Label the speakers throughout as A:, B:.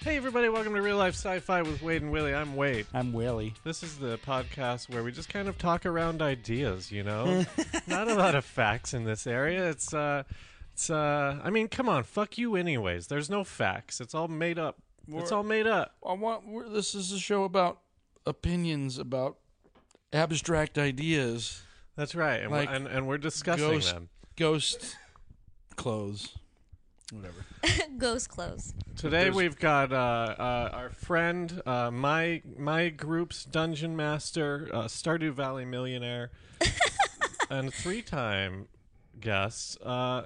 A: Hey, everybody, welcome to Real Life Sci Fi with Wade and Willie. I'm Wade.
B: I'm Willie.
A: This is the podcast where we just kind of talk around ideas, you know. Not a lot of facts in this area. It's uh it's uh I mean, come on, fuck you anyways. There's no facts. It's all made up. it's all made up.
C: I want. We're, this is a show about opinions about abstract ideas,
A: That's right. And
C: Like,
A: we're, and, and we're discussing
C: ghost-
A: them.
C: ghost clothes, whatever.
D: Ghost clothes.
A: Today we've got uh, uh, our friend, uh, my my group's dungeon master, uh, Stardew Valley millionaire, and three-time guest. Uh,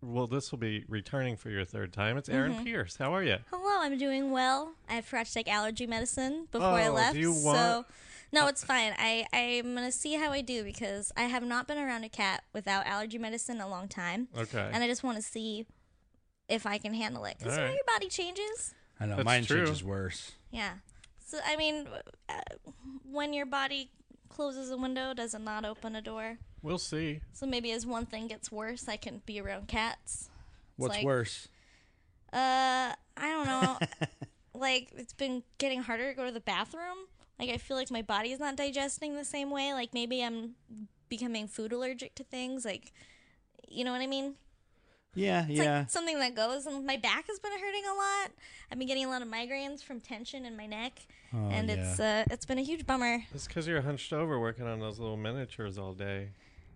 A: well, this will be returning for your third time. It's Aaron Pierce. How are you?
D: Hello, I'm doing Oh, well. I forgot to take allergy medicine before I
A: Oh,
D: left.
A: do you
D: So
A: want-
D: no, it's fine. I, I'm gonna see how I do because I have not been around a cat without allergy medicine in a long time.
A: Okay.
D: And I just wanna see if I can handle it. Because
A: All
D: you know
A: right.
D: your body changes.
B: I know
A: That's
B: mine
A: true.
B: changes worse.
D: Yeah. So I mean uh, when your body closes a window, does it not open a door?
A: We'll see.
D: So maybe as one thing gets worse I can be around cats.
B: What's
D: like-
B: worse?
D: Uh, I don't know. like it's been getting harder to go to the bathroom. Like I feel like my body is not digesting the same way. Like maybe I'm becoming food allergic to things. Like you know what I mean?
B: Yeah,
D: It's
B: yeah.
D: like something that goes and my back has been hurting a lot. I've been getting a lot of migraines from tension in my neck.
B: Oh,
D: and it's uh it's been a huge bummer.
A: It's because you're hunched over working on those little miniatures all day.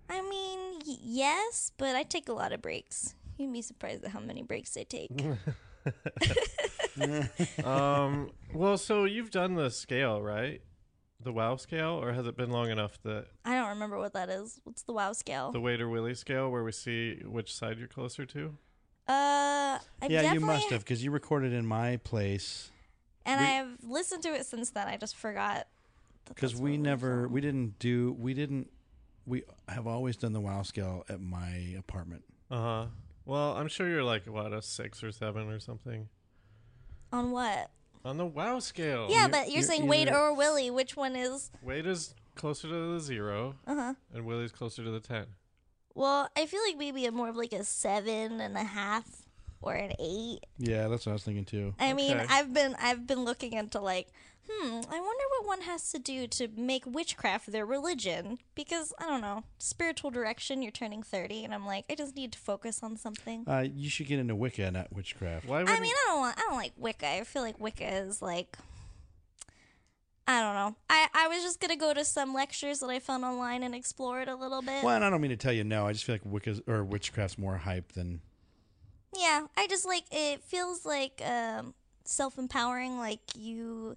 D: I mean, y- yes, but I take a lot of breaks. You'd be surprised at how many breaks I take.
A: Um, well, so you've done the scale, right? The WoW scale, or has it been long enough that
D: I don't remember what that is. What's the wow scale?
A: the Waiter Willie scale, where we see which side you're closer to?
D: Uh, I've
B: yeah, you
D: definitely-
B: must have because you recorded in my place
D: And
B: We-
D: I've listened to it since then. I just forgot. that
B: because
D: that's
B: we
D: what was
B: never
D: on.
B: we didn't do we didn't we have always done the wow scale at my apartment.
A: Uh huh. Well, I'm sure you're like what a six or seven or something
D: on what?
A: on the WoW scale.
D: yeah,
B: you're-
D: but you're,
B: Oh, you're
D: saying Wade
B: either-
D: or Willie. Which one is?
A: Waiter's closer to the zero,
D: Uh huh.
A: and Willie's closer to the ten.
D: Well, I feel like maybe I'm more of like a seven and a half or an eight.
B: Yeah, that's what I was thinking too.
D: I mean,
A: Okay.
D: I've been I've been looking into like, hmm, I wonder what one has to do to make witchcraft their religion because I don't know spiritual direction. You're turning thirty, and I'm like, I just need to focus on something.
B: Uh, you should get into Wicca, not witchcraft.
A: Why would
D: I mean, I don't want. I don't like Wicca. I feel like Wicca is like. I don't know. I, I was just gonna go to some lectures that I found online and explore it a little bit.
B: Well, and I don't mean to tell you no. I just feel like Wicca or witchcraft's more hype than
D: Yeah, I just like it feels like um, self empowering. Like you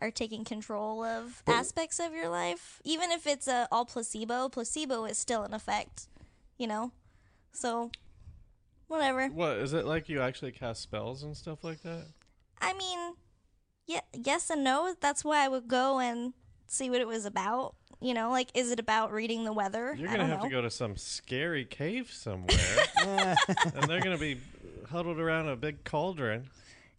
D: are taking control of aspects of your life, even if it's uh, all placebo. Placebo is still in effect, you know. So, whatever.
A: What is it like? You actually cast spells and stuff like that?
D: I mean, yeah, yes and no. That's why I would go and see what it was about. You know, like, is it about reading the weather?
A: You're
D: I
A: gonna
D: don't
A: have
D: know.
A: to go to some scary cave somewhere, and they're gonna be huddled around a big cauldron.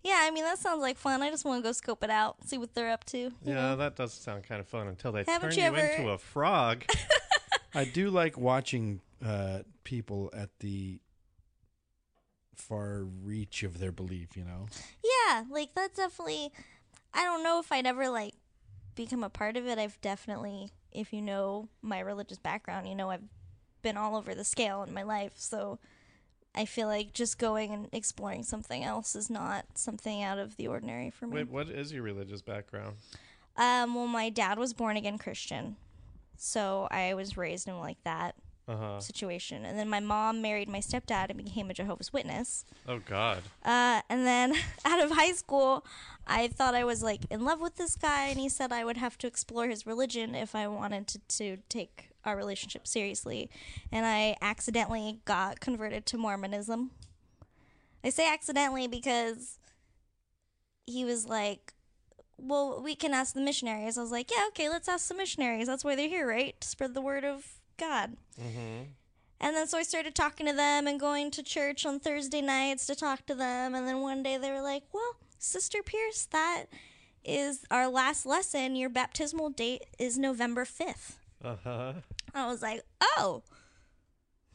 D: Yeah, I mean, that sounds like fun. I just want to go scope it out, see what they're up to.
A: Yeah, that does sound kind of fun until they
D: Haven't
A: turn you
D: you ever-
A: into a frog.
B: I do like watching uh, people at the far reach of their belief, you know.
D: Yeah, like, that's definitely. I don't know if I'd ever, like, become a part of it. I've definitely, if you know my religious background, you know, I've been all over the scale in my life. So I feel like just going and exploring something else is not something out of the ordinary for me.
A: Wait, what is your religious background?
D: Um, well, my dad was born again Christian, So I was raised in like that
A: Uh-huh.
D: situation. And then my mom married my stepdad and became a Jehovah's Witness.
A: Oh God.
D: Uh, and then out of high school, I thought I was like in love with this guy, and he said I would have to explore his religion if I wanted to, to take our relationship seriously. And I accidentally got converted to Mormonism. I say accidentally because he was like, Well, we can ask the missionaries. I was like, Yeah, okay, let's ask the missionaries. That's why they're here, right? To spread the word of God. And then so I started talking to them and going to church on Thursday nights to talk to them. And then one day they were like, Well, Sister Pierce, that is our last lesson. Your baptismal date is November 5th.
A: Uh huh.
D: I was like, Oh,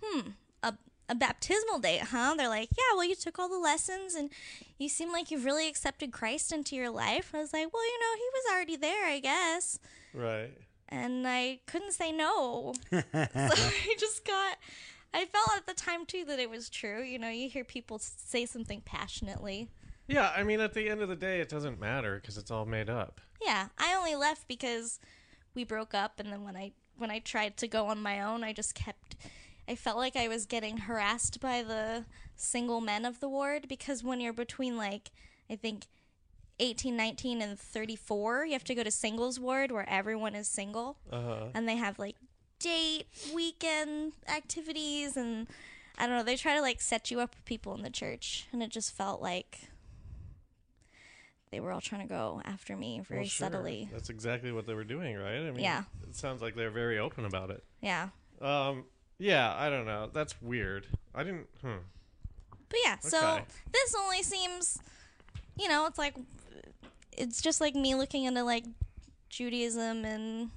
D: hmm, a, a baptismal date, huh? They're like, Yeah, well, you took all the lessons and you seem like you've really accepted Christ into your life. I was like, Well, you know, he was already there, I guess
A: Right.
D: and I couldn't say no. so I just got. I felt at the time too that it was true. You know, you hear people s- say something passionately.
A: Yeah. I mean, at the end of the day, it doesn't matter because it's all made up.
D: Yeah, I only left because we broke up, and then when I when I tried to go on my own, I just kept. I felt like I was getting harassed by the single men of the ward because when you're between like I think 18, 19 and 34, you have to go to singles ward where everyone is single.
A: Uh huh.
D: and they have like date weekend activities and i don't know they try to like set you up with people in the church and it just felt like they were all trying to go after me very
A: Well, sure.
D: subtly
A: That's exactly what they were doing, right? I mean,
D: Yeah.
A: It sounds like they're very open about it.
D: yeah
A: Um. Yeah. I don't know. That's weird. I didn't. Hmm.
D: but yeah so
A: Okay.
D: this only seems you know it's like it's just like me looking into like judaism and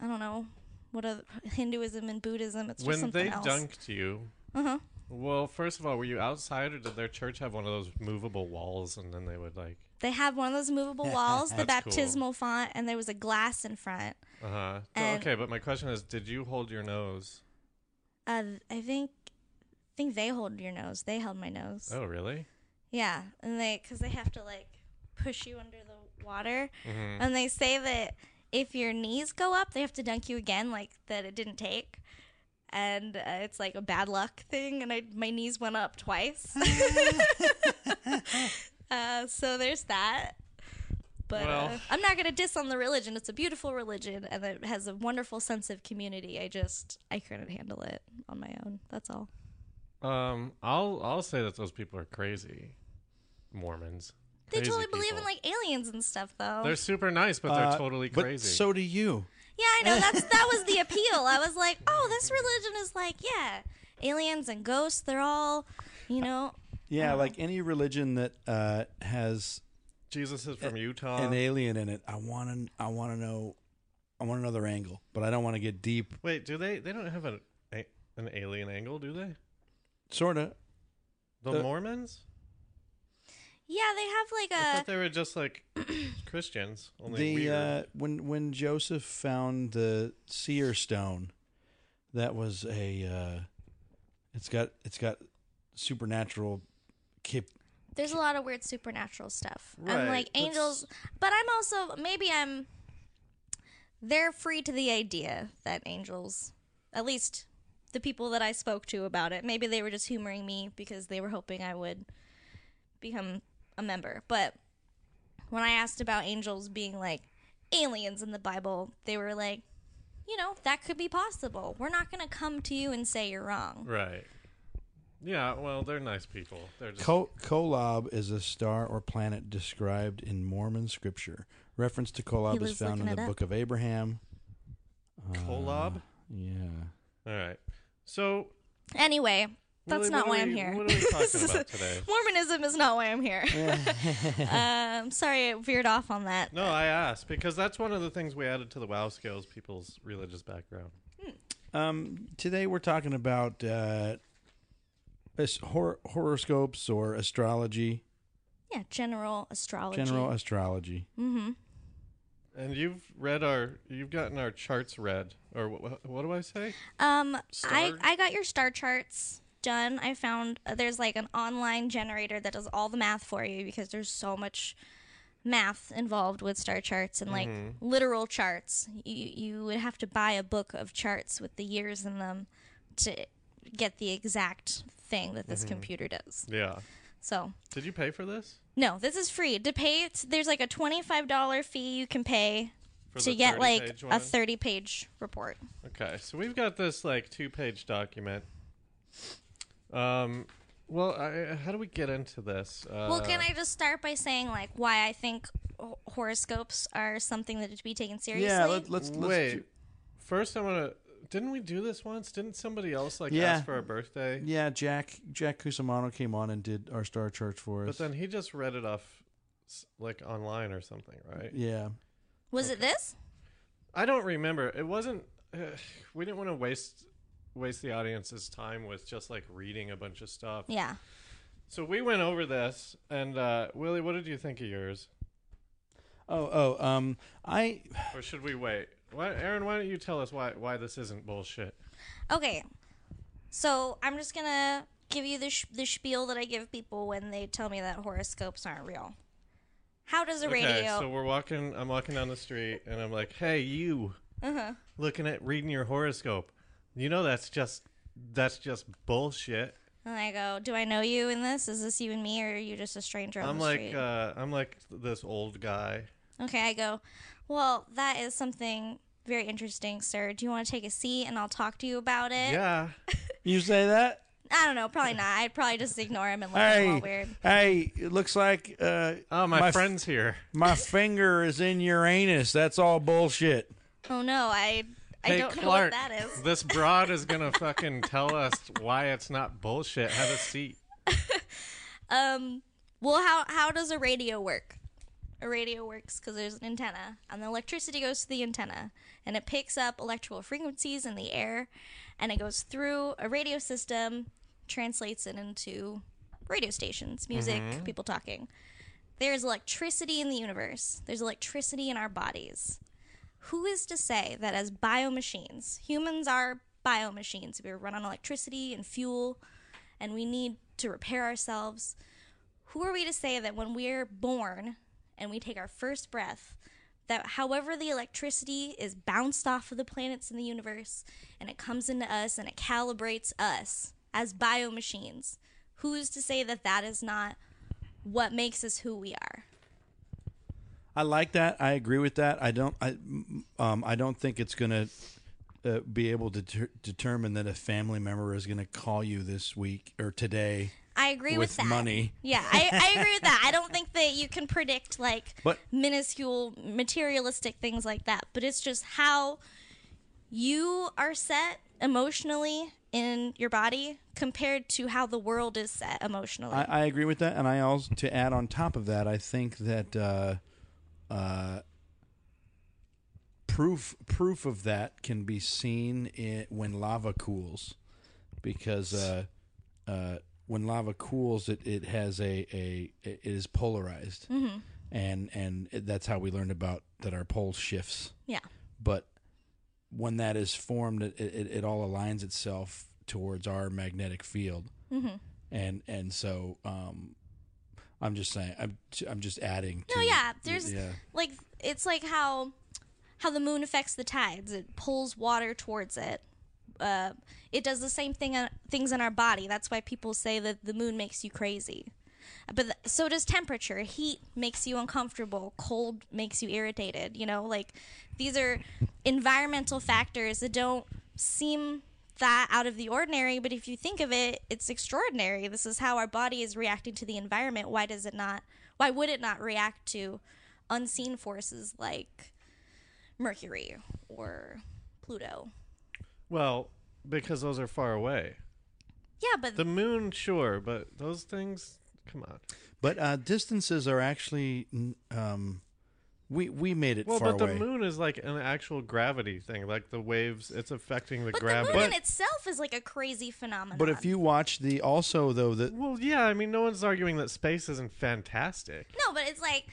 D: i don't know what other hinduism and buddhism it's just
A: when
D: something
A: they
D: else
A: dunked you.
D: Uh-huh.
A: Well, first of all, were you outside, or did their church have one of those movable walls, and then they would like,
D: They had one of those movable walls, the
A: That's cool.
D: baptismal font, and there was a glass in front.
A: uh huh.
D: And-
A: okay, but my question is, did you hold your nose?
D: Uh, I think, I think they hold your nose. They held my nose.
A: Oh, really?
D: Yeah, and they because they have to like push you under the water,
A: Mhm.
D: and they say that if your knees go up, they have to dunk you again, like that it didn't take. And uh, it's like a bad luck thing, and I, my knees went up twice. uh, so there's that. But uh,
A: Well.
D: I'm not gonna diss on the religion. It's a beautiful religion, and it has a wonderful sense of community. I just I couldn't handle it on my own. That's all.
A: Um, I'll I'll say that those people are crazy, Mormons.
D: They
A: Crazy
D: totally believe in
A: people.
D: like aliens and stuff, though.
A: They're super nice, but they're
B: Uh,
A: totally
B: but
A: crazy.
B: so do you.
D: Yeah, I know. That's that was the appeal. I was like, oh, this religion is like, yeah, aliens and ghosts. They're all, you know,
B: Yeah, like any religion that uh, has
A: Jesus is from Utah.
B: an alien in it, I want to. I want to know. I want another angle, but I don't want to get deep.
A: Wait, do they? They don't have an a- an alien angle, do they?
B: Sorta.
A: The
B: Uh,
A: Mormons?
D: yeah, they
A: I
D: have
A: thought
D: like a
A: they were just like Christians, only
B: The
A: weird.
B: uh, when when Joseph found the seer stone, that was a. Uh, it's got it's got supernatural. Cap-
D: there's a lot of weird supernatural stuff.
A: Right,
D: I'm like
A: that's-
D: angels, but I'm also maybe I'm. They're free to the idea that angels, at least the people that I spoke to about it, maybe they were just humoring me because they were hoping I would become a member. But when I asked about angels being like aliens in the Bible, they were like, you know, that could be possible. We're not going to come to you and say you're wrong.
A: Right. Yeah, well, they're nice people. They're just
B: Ko- Kolob is a star or planet described in Mormon scripture. Reference to
D: He
B: Kolob is
D: was
B: found in
D: looking
B: the
D: it up.
B: Book of Abraham. Uh,
A: Kolob?
B: yeah.
A: All right. So
D: Anyway,
A: Lily,
D: that's not
A: what
D: why
A: are
D: I'm
A: we-
D: here.
A: What are we talking about today?
D: Mormonism is not why I'm here. um, sorry, I veered off on that.
A: No, I asked because that's one of the things we added to the WoW scales: people's religious background.
B: Um, today we're talking about uh, as- hor- horoscopes or astrology,
D: Yeah, general astrology.
B: general astrology.
A: And you've read our, you've gotten our charts read, or what, what do I say?
D: Um, I
A: Star?
D: I got your star charts done. I found uh, there's like an online generator that does all the math for you because there's so much math involved with star charts and like literal charts. You you would have to buy a book of charts with the years in them to get the exact thing that this computer does.
A: Yeah.
D: So
A: Did you pay for this?
D: no, this is free. To pay, it's, there's like a twenty-five dollar fee you can pay
A: For
D: to
A: the
D: get like
A: 30-page
D: a
A: one?
D: thirty-page report.
A: Okay, so we've got this like two-page document. Um, well, I, how do we get into this? Uh,
D: well, can I just start by saying like why I think h- horoscopes are something that is to be taken seriously?
B: Yeah, let, let's let's
A: wait?
B: do-
A: First, I want to. Didn't we do this once? Didn't somebody else like
B: Yeah.
A: ask for a birthday?
B: yeah, Jack Jack Cusimano came on and did our star chart for us.
A: But then he just read it off, s- like online or something, right?
B: yeah,
D: Was it this?
A: I don't remember. It wasn't. we didn't want to waste waste the audience's time with just like reading a bunch of stuff.
D: Yeah.
A: So we went over this, and uh, Willie, what did you think of yours?
B: Oh, oh, um, I
A: Or should we wait? Why, Aaron, why don't you tell us why why this isn't bullshit?
D: Okay. So I'm just gonna give you the sh- the spiel that I give people when they tell me that horoscopes aren't real. How does a
A: Okay,
D: radio?
A: so we're walking. I'm walking down the street, and I'm like, "Hey, you,
D: Uh-huh.
A: looking at reading your horoscope? You know that's just that's just bullshit."
D: and I go, do I know you in this? Is this you and me, or are you just a stranger on
A: I'm
D: the
A: like
D: street?
A: uh, I'm like this old guy.
D: Okay, I go, well, that is something very interesting, sir. Do you want to take a seat and I'll talk to you about it?
A: Yeah,
B: you say that?
D: I don't know, probably not. I'd probably just ignore him and look at him all
B: Hey,
D: weird.
B: hey, it looks like uh,
A: oh my,
B: f-
A: friend's here.
B: my finger is in your anus. That's all bullshit.
D: Oh no, I I
A: hey
D: don't
A: Clark,
D: know what that is.
A: this broad is gonna fucking tell us why it's not bullshit. Have a seat.
D: Um, well, how how does a radio work? A radio works because there's an antenna, and the electricity goes to the antenna, and it picks up electrical frequencies in the air, and it goes through a radio system, translates it into radio stations, music, people talking. There's electricity in the universe. There's electricity in our bodies. Who is to say that as biomachines, humans are biomachines? We run on electricity and fuel, and we need to repair ourselves. Who are we to say that when we're born and we take our first breath, that however the electricity is bounced off of the planets in the universe and it comes into us and it calibrates us as biomachines? Who's to say that that is not what makes us who we are?
B: I like that. I agree with that. I don't. I um. I don't think it's gonna uh, be able to ter- determine that a family member is gonna call you this week or today.
D: I agree
B: With
D: with, that.
B: money.
D: Yeah, I, I agree with that. I don't think that you can predict like
B: But-
D: minuscule materialistic things like that, but it's just how you are set emotionally in your body compared to how the world is set emotionally.
B: I, I agree with that, and I also to add on top of that, I think that uh, uh, proof proof of that can be seen in, when lava cools, because uh, uh, when lava cools, it, it has a, a it is polarized, and and that's how we learned about that our pole shifts
D: yeah.
B: but when that is formed, it, it, it all aligns itself towards our magnetic field,
D: Mm-hmm.
B: and and so um, I'm just saying, I'm I'm just adding. To,
D: No, yeah. There's
B: yeah.
D: like it's like how how the moon affects the tides. It pulls water towards it. Uh, it does the same thing on, things in our body. That's why people say that the moon makes you crazy. But th- so does temperature. Heat makes you uncomfortable. Cold makes you irritated. You know, like these are environmental factors that don't seem that out of the ordinary. But if you think of it, it's extraordinary. This is how our body is reacting to the environment. Why does it not? Why would it not react to unseen forces like Mercury or Pluto?
A: Well, because those are far away.
D: Yeah, but
A: The moon, sure, but those things, come on.
B: But uh, distances are actually n- um, we we made it
A: Well,
B: far
A: but
B: away.
A: the moon is like an actual gravity thing, like the waves. It's affecting the
D: but the moon
A: gravity.
D: in itself is like a crazy phenomenon.
B: but if you watch the also though the
A: well, yeah, I mean, no one's arguing that space isn't fantastic.
D: no, but it's like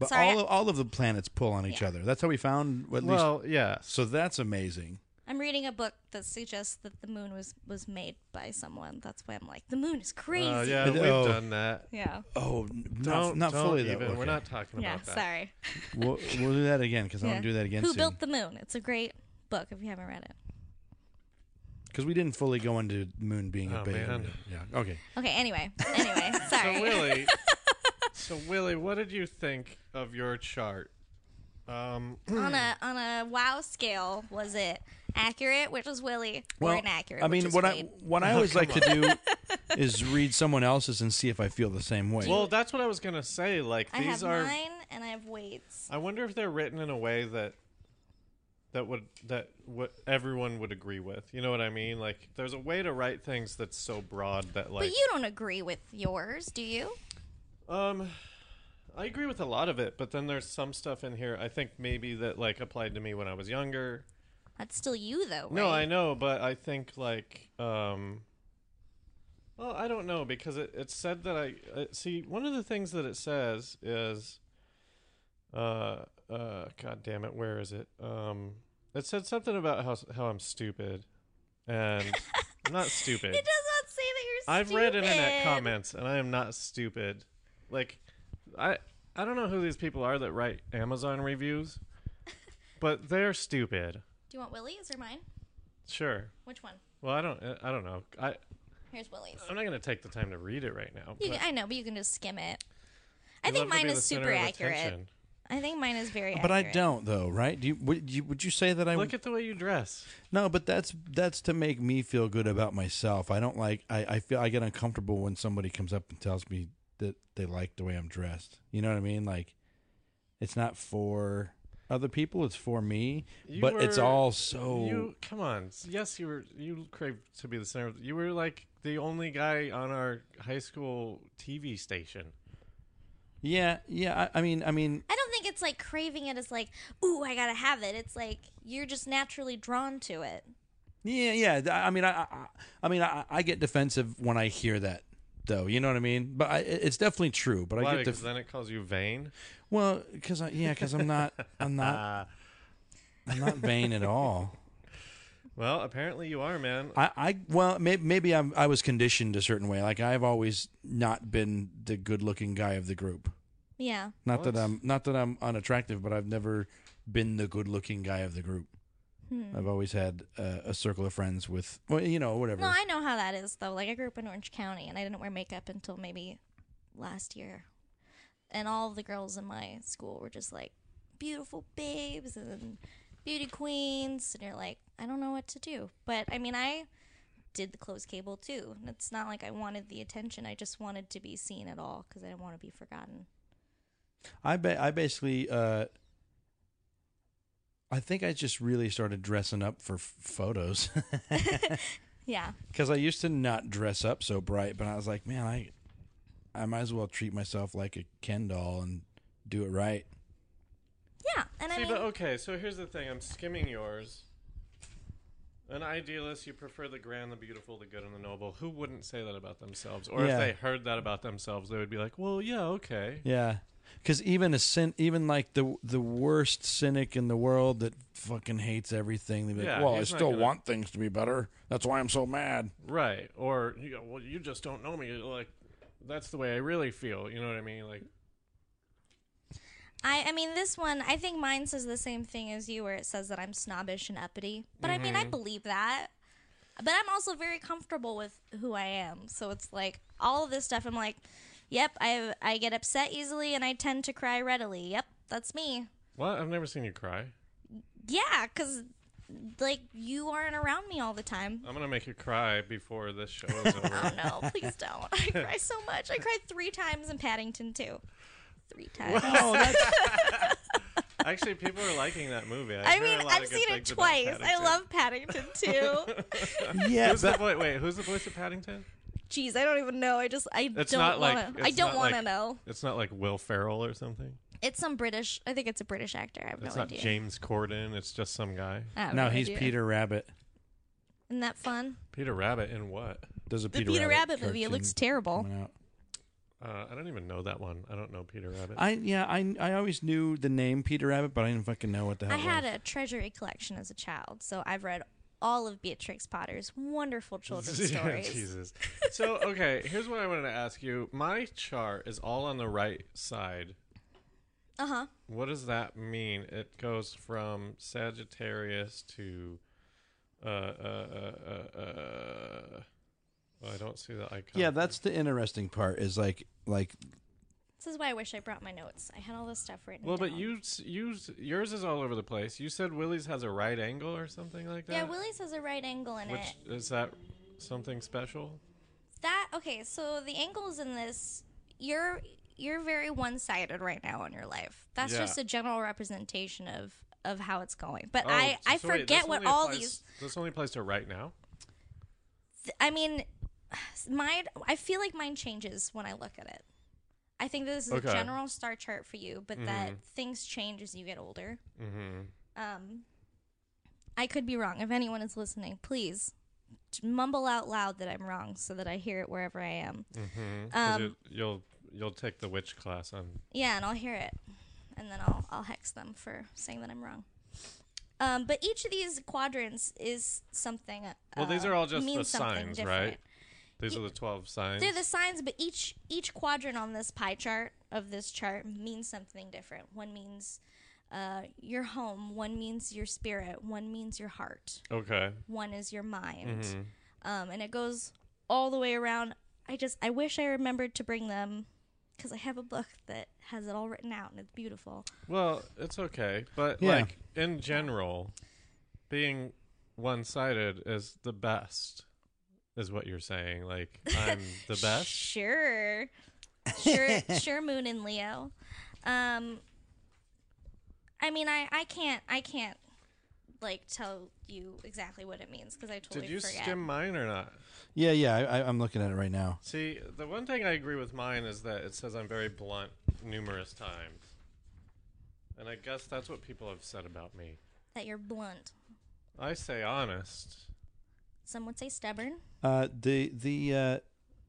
B: but
D: Mm, Sorry,
B: all
D: I-
B: of, all of the planets pull on each other. That's how we found at least.
A: Well, yeah. Uh,
B: So that's amazing.
D: I'm reading a book that suggests that the moon was was made by someone. That's why I'm like, the moon is crazy.
A: Uh, yeah,
B: But,
A: we've
B: oh,
A: done that.
D: Yeah.
B: Oh, n- not,
A: Don't,
B: not
A: don't
B: fully
A: even.
B: though.
A: We're
B: Okay.
A: not talking
D: Yeah.
A: about that.
D: Sorry.
B: We'll, we'll do that again because I
D: Yeah.
B: want to do that again
D: Who
B: soon.
D: built the moon? It's a great book if you haven't read it.
B: Because we didn't fully go into moon being a
A: Oh,
B: baby.
A: man.
B: Yeah. Okay.
D: Okay. Anyway. Anyway. sorry.
A: So Willie, so Willie, what did you think of your chart? Um,
D: on a on a wow scale, was it accurate, which was Willie, or inaccurate?
B: I mean,
D: which Oh,
B: what
D: was
B: I
D: Wade?
B: what I always like to do is read someone else's and see if I feel the same way.
A: well, that's what I was gonna say. Like
D: I have
A: these are.
D: mine and I have Wade's.
A: I wonder if they're written in a way that that would that what everyone would agree with. You know what I mean? Like there's a way to write things that's so broad that like
D: But you don't agree with yours, do you?
A: um I agree with a lot of it, but then there's some stuff in here I think maybe that like applied to me when I was younger.
D: That's still you though, right?
A: No, I know, but I think like um well, I don't know because it, it said that I uh, see one of the things that it says is uh uh god damn it, where is it? Um it said something about how s- how I'm stupid and I'm not
D: It
A: stupid.
D: does not say that you're.
A: I've read internet
D: stupid.
A: comments and I am not stupid. Like I I don't know who these people are that write Amazon reviews, but they're stupid.
D: Do you want Willie's or mine?
A: Sure.
D: Which one?
A: Well, I don't. uh, I don't know. I
D: Here's Willie's.
A: I'm not gonna take the time to read it right now.
D: You
A: but
D: can, I know, but you can just skim it. I
A: you'd
D: think
A: love to be
D: mine
A: the
D: is
A: center
D: super
A: of
D: accurate.
A: attention.
D: I think mine is very
B: but I
D: accurate.
B: don't though, right? Do you would you would you say that I
A: Look at the way you dress.
B: no? But that's that's to make me feel good about myself. I don't like. I, I feel I get uncomfortable when somebody comes up and tells me that they like the way I'm dressed. You know what I mean? Like, it's not for other people. It's for me.
A: You
B: but it's
A: were-
B: all so.
A: You come on. Yes, you were. You craved to be the center. Of, you were like the only guy on our high school TV station.
B: yeah, yeah. I, I mean, I mean,
D: I don't think it's like craving it as like, ooh, I gotta have it. It's like you're just naturally drawn to it.
B: Yeah, yeah. th- I mean, I, I, I mean, I, I get defensive when I hear that, though. You know what I mean? But I, it- it's definitely true. But I
A: Why?
B: get
A: Because
B: def-
A: then it calls you vain.
B: well, because I, yeah, because I'm not, I'm not,
A: Uh,
B: I'm not vain at all.
A: well, apparently you are, man.
B: I, I well, may, maybe I'm, I was conditioned a certain way. Like I've always not been the good-looking guy of the group.
D: Yeah.
B: Not that
A: What?
B: I'm, not that I'm unattractive, but I've never been the good-looking guy of the group. I've always had uh, a circle of friends with, well, you know, whatever.
D: No, I know how that is though. Like I grew up in Orange County and I didn't wear makeup until maybe last year. And all the girls in my school were just like beautiful babes and beauty queens and you're like, I don't know what to do. But I mean I did the closed cable too. And it's not like I wanted the attention. I just wanted to be seen at all because I didn't want to be forgotten.
B: I ba- I basically uh I think I just really started dressing up for f- photos
D: Yeah.
B: cuz I used to not dress up so bright, but I was like, man, I I might as well treat myself like a Ken doll and do it right.
D: Yeah. And I
A: See,
D: mean,
A: but okay. So here's the thing. I'm skimming yours. An idealist, you prefer the grand, the beautiful, the good, and the noble. Who wouldn't say that about themselves? Or
B: Yeah.
A: if they heard that about themselves, they would be like, "Well, yeah, okay."
B: Yeah. Cuz even a sin even like the the worst cynic in the world that fucking hates everything, they be like,
A: Yeah,
B: "Well, I
A: he's not
B: still
A: gonna-
B: want things to be better. That's why I'm so mad."
A: Right. Or you go, well, you just don't know me. Like that's the way I really feel. You know what I mean? Like
D: I, I mean, this one, I think mine says the same thing as you, where it says that I'm snobbish and uppity. But I mean,
A: Mm-hmm.
D: I believe that. But I'm also very comfortable with who I am. So it's like all of this stuff. I'm like, yep, I I get upset easily and I tend to cry readily. Yep, that's me.
A: what? I've never seen you cry.
D: Yeah, because like you aren't around me all the time.
A: I'm gonna make you cry before this show is
D: Oh
A: over.
D: no, please don't. I cry so much. I cried three times in Paddington too. Three times.
A: Actually, people are liking that movie. I,
D: I
A: hear
D: mean,
A: a lot of
D: I've
A: good
D: seen it
A: things about
D: twice. I
A: Paddington.
D: love Paddington too.
B: Yeah,
A: Who's the
B: but,
A: voice? Wait, who's the voice of Paddington?
D: Jeez, I don't even know. I just I
A: It's
D: don't
A: not like
D: want to.
A: it's
D: I don't
A: not
D: want to
A: like-
D: know.
A: It's not like Will Ferrell or something.
D: It's some British. I think it's a British actor. I have
A: It's
D: no
A: not
D: idea.
A: James Corden. It's just some guy.
D: I have
B: no, he's
D: idea.
B: Peter Rabbit.
D: Isn't that fun?
A: Peter Rabbit in what?
B: There's a
D: The
B: Peter,
D: Peter, Rabbit, movie. It
B: cartoon
D: looks terrible.
B: coming out.
A: Uh, I don't even know that one. I don't know Peter Rabbit.
B: I yeah, I I always knew the name Peter Rabbit, but I didn't fucking know what the hell.
D: I had
B: it.
D: a treasury collection as a child, so I've read all of Beatrix Potter's wonderful children's
A: Yeah,
D: stories.
A: Jesus. So okay, here's what I wanted to ask you. My char is all on the right side.
D: Uh huh.
A: What does that mean? It goes from Sagittarius to. Uh, uh, uh, uh, uh, well, I don't see the icon.
B: Yeah, that's the interesting part. Is like like
D: This is why I wish I brought my notes. I had all this stuff written.
A: Well, but
D: down.
A: you, s- you, s- yours is all over the place. You said Willie's has a right angle or something like that.
D: Yeah, Willie's has a right angle in it.
A: Which is that something special?
D: That okay? So the angles in this, you're you're very one sided right now in your life. That's
A: Yeah.
D: just a general representation of of how it's going. But
A: Oh,
D: I I
A: so wait,
D: forget
A: this
D: what
A: only
D: all
A: applies-
D: these.
A: This only applies to right now.
D: th- I mean, mine. I feel like mine changes when I look at it. I think this is
A: Okay.
D: a general star chart for you, but that things change as you get older.
A: Mm-hmm.
D: Um, I could be wrong. If anyone is listening, please t- mumble out loud that I'm wrong so that I hear it wherever I am.
A: Mm-hmm.
D: Um,
A: you'll you'll take the witch class on.
D: Yeah, and I'll hear it, and then I'll I'll hex them for saying that I'm wrong. Um, but each of these quadrants is something. Uh,
A: Well, these are all just the
D: means something
A: signs,
D: different.
A: right? These are the twelve signs.
D: They're the signs, but each each quadrant on this pie chart of this chart means something different. One means uh, your home. One means your spirit. One means your heart.
A: okay.
D: One is your mind,
A: Mm-hmm.
D: um, and it goes all the way around. I just I wish I remembered to bring them because I have a book that has it all written out and it's beautiful.
A: Well, it's okay, but
B: Yeah.
A: like in general, being one-sided is the best, is what you're saying. Like I'm the best.
D: Sure. Sure sure moon in Leo. Um I mean I I can't I can't like tell you exactly what it means because I totally
A: Did you
D: forget.
A: skim mine or not?
B: yeah yeah. I, I, I'm looking at it right now.
A: See, the one thing I agree with mine is that it says I'm very blunt numerous times, and I guess that's what people have said about me.
D: that you're blunt.
A: I say honest.
D: Some would say stubborn.
B: Uh, the the uh,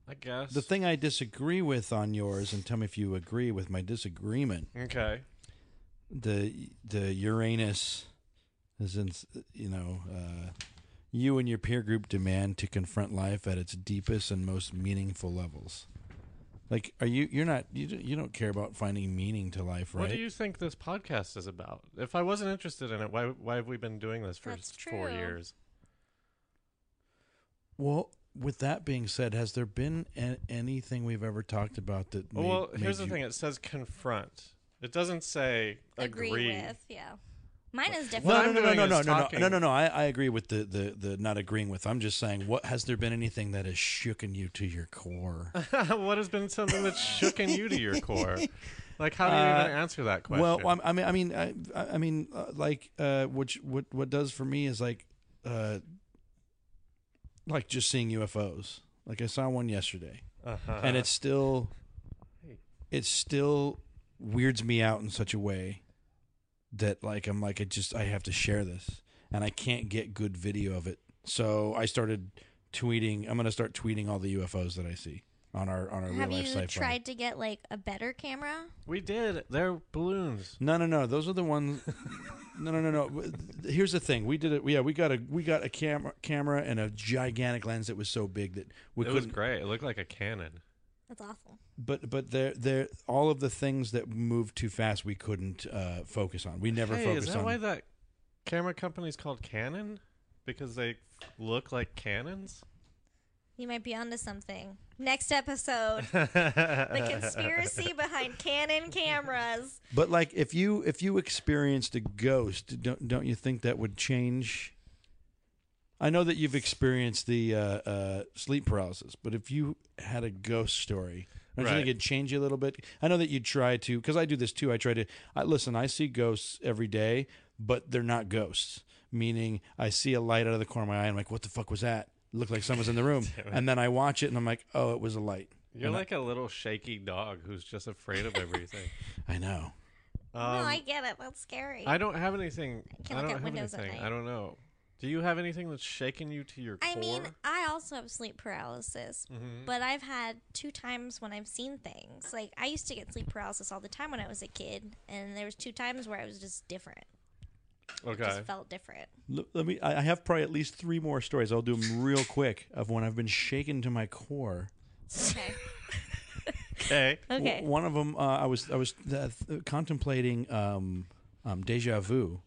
A: I guess
B: the thing I disagree with on yours, and tell me if you agree with my disagreement.
A: Okay.
B: The the Uranus is in you know. Uh, you and your peer group demand to confront life at its deepest and most meaningful levels. Like, are you? You're not. You don't- you don't care about finding meaning to life, right?
A: What do you think this podcast is about? If I wasn't interested in it, why why have we been doing this for
D: That's
A: four
D: true.
A: years?
B: Well, with that being said, has there been a- anything we've ever talked about that? Made,
A: well,
B: made
A: here's the
B: you-
A: thing: it says confront. It doesn't say agree.
D: with, yeah. Mine is different.
A: What
B: No,
A: I'm
B: no, no, no,
A: doing
B: no, no,
A: is
B: no,
A: talking-
B: no, no, no. I, I agree with the, the the not agreeing with. I'm just saying, what has there been anything that has shooken you to your core?
A: what has been something that's shooken you to your core? Like, how do you even answer that question?
B: Uh, well, I'm- I mean, I mean, I, I I mean, uh, like, uh, which what what does for me is like, uh, like just seeing UFOs. Like I saw one yesterday,
A: Uh-huh.
B: and it's still, it still weirds me out in such a way that like I'm like I just I have to share this, and I can't get good video of it. So I started tweeting. I'm gonna start tweeting all the UFOs that I see on our on our
D: Have
B: real life
D: you
B: sci-fi.
D: tried to get like a better camera?
A: we did. They're balloons.
B: No, no, no. Those are the ones. no, no, no, no. W- th- Here's the thing. We did it. Yeah, we got a we got a camera camera and a gigantic lens that was so big that we
A: it was
B: couldn't.
A: great. It looked like a cannon.
D: That's awful.
B: But but there there all of the things that moved too fast we couldn't uh, focus on. We never
A: hey, is
B: focused
A: that
B: on.
A: why that camera company's called Canon? Because they look like cannons.
D: You might be onto something. Next episode, the
A: the
D: conspiracy behind Canon cameras.
B: but like if you if you experienced a ghost, don't don't you think that would change? I know that you've experienced the uh, uh, sleep paralysis, but if you had a ghost story, don't you
A: Right.
B: think it'd change you a little bit? I know that you try to, because I do this too. I try to I, listen. I see ghosts every day, but they're not ghosts. Meaning, I see a light out of the corner of my eye. and I'm like, "What the fuck was that?" Looked like someone's in the room, and then I watch it, and I'm like, "Oh, it was a light."
A: You're like a little shaky dog who's just afraid of everything.
B: I know.
D: no,
A: Um,
D: I get it. That's scary.
A: I don't have anything.
D: I can't
A: I
D: look
A: don't
D: out
A: have
D: windows at
A: anything.
D: night.
A: I don't know. Do you have anything that's shaken you to your
D: I
A: core?
D: mean, I also have sleep paralysis,
B: Mm-hmm.
D: but I've had two times when I've seen things. Like I used to get sleep paralysis all the time when I was a kid, and there was two times where I was just different. It
A: Okay.
D: just felt different.
B: L- Let me. I I have probably at least three more stories. I'll do them real quick of when I've been shaken to my core.
D: Okay.
A: Okay.
D: Okay.
B: W- one of them, uh, I was I was uh, th- contemplating um, um, deja vu,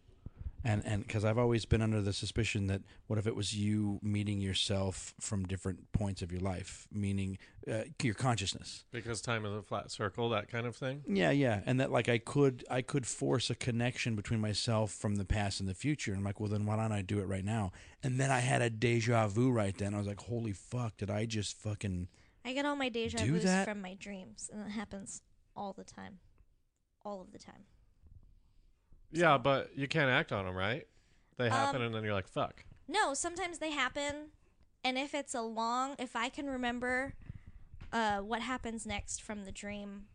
B: and and because I've always been under the suspicion that what if it was you meeting yourself from different points of your life, meaning uh, your consciousness.
A: Because time is a flat circle, that kind of thing.
B: Yeah, yeah, and that like I could I could force a connection between myself from the past and the future, and I'm like, well, then why don't I do it right now? And then I had a deja vu right then. I was like, holy fuck, did I just fucking
D: I get all my deja
B: Do
D: vu's
B: that?
D: from my dreams, and it happens all the time, all of the time.
A: Yeah, but you can't act on them, right? They happen,
D: Um,
A: and then you're like, "Fuck."
D: No, sometimes they happen, and if it's a long, if I can remember uh, what happens next from the dream,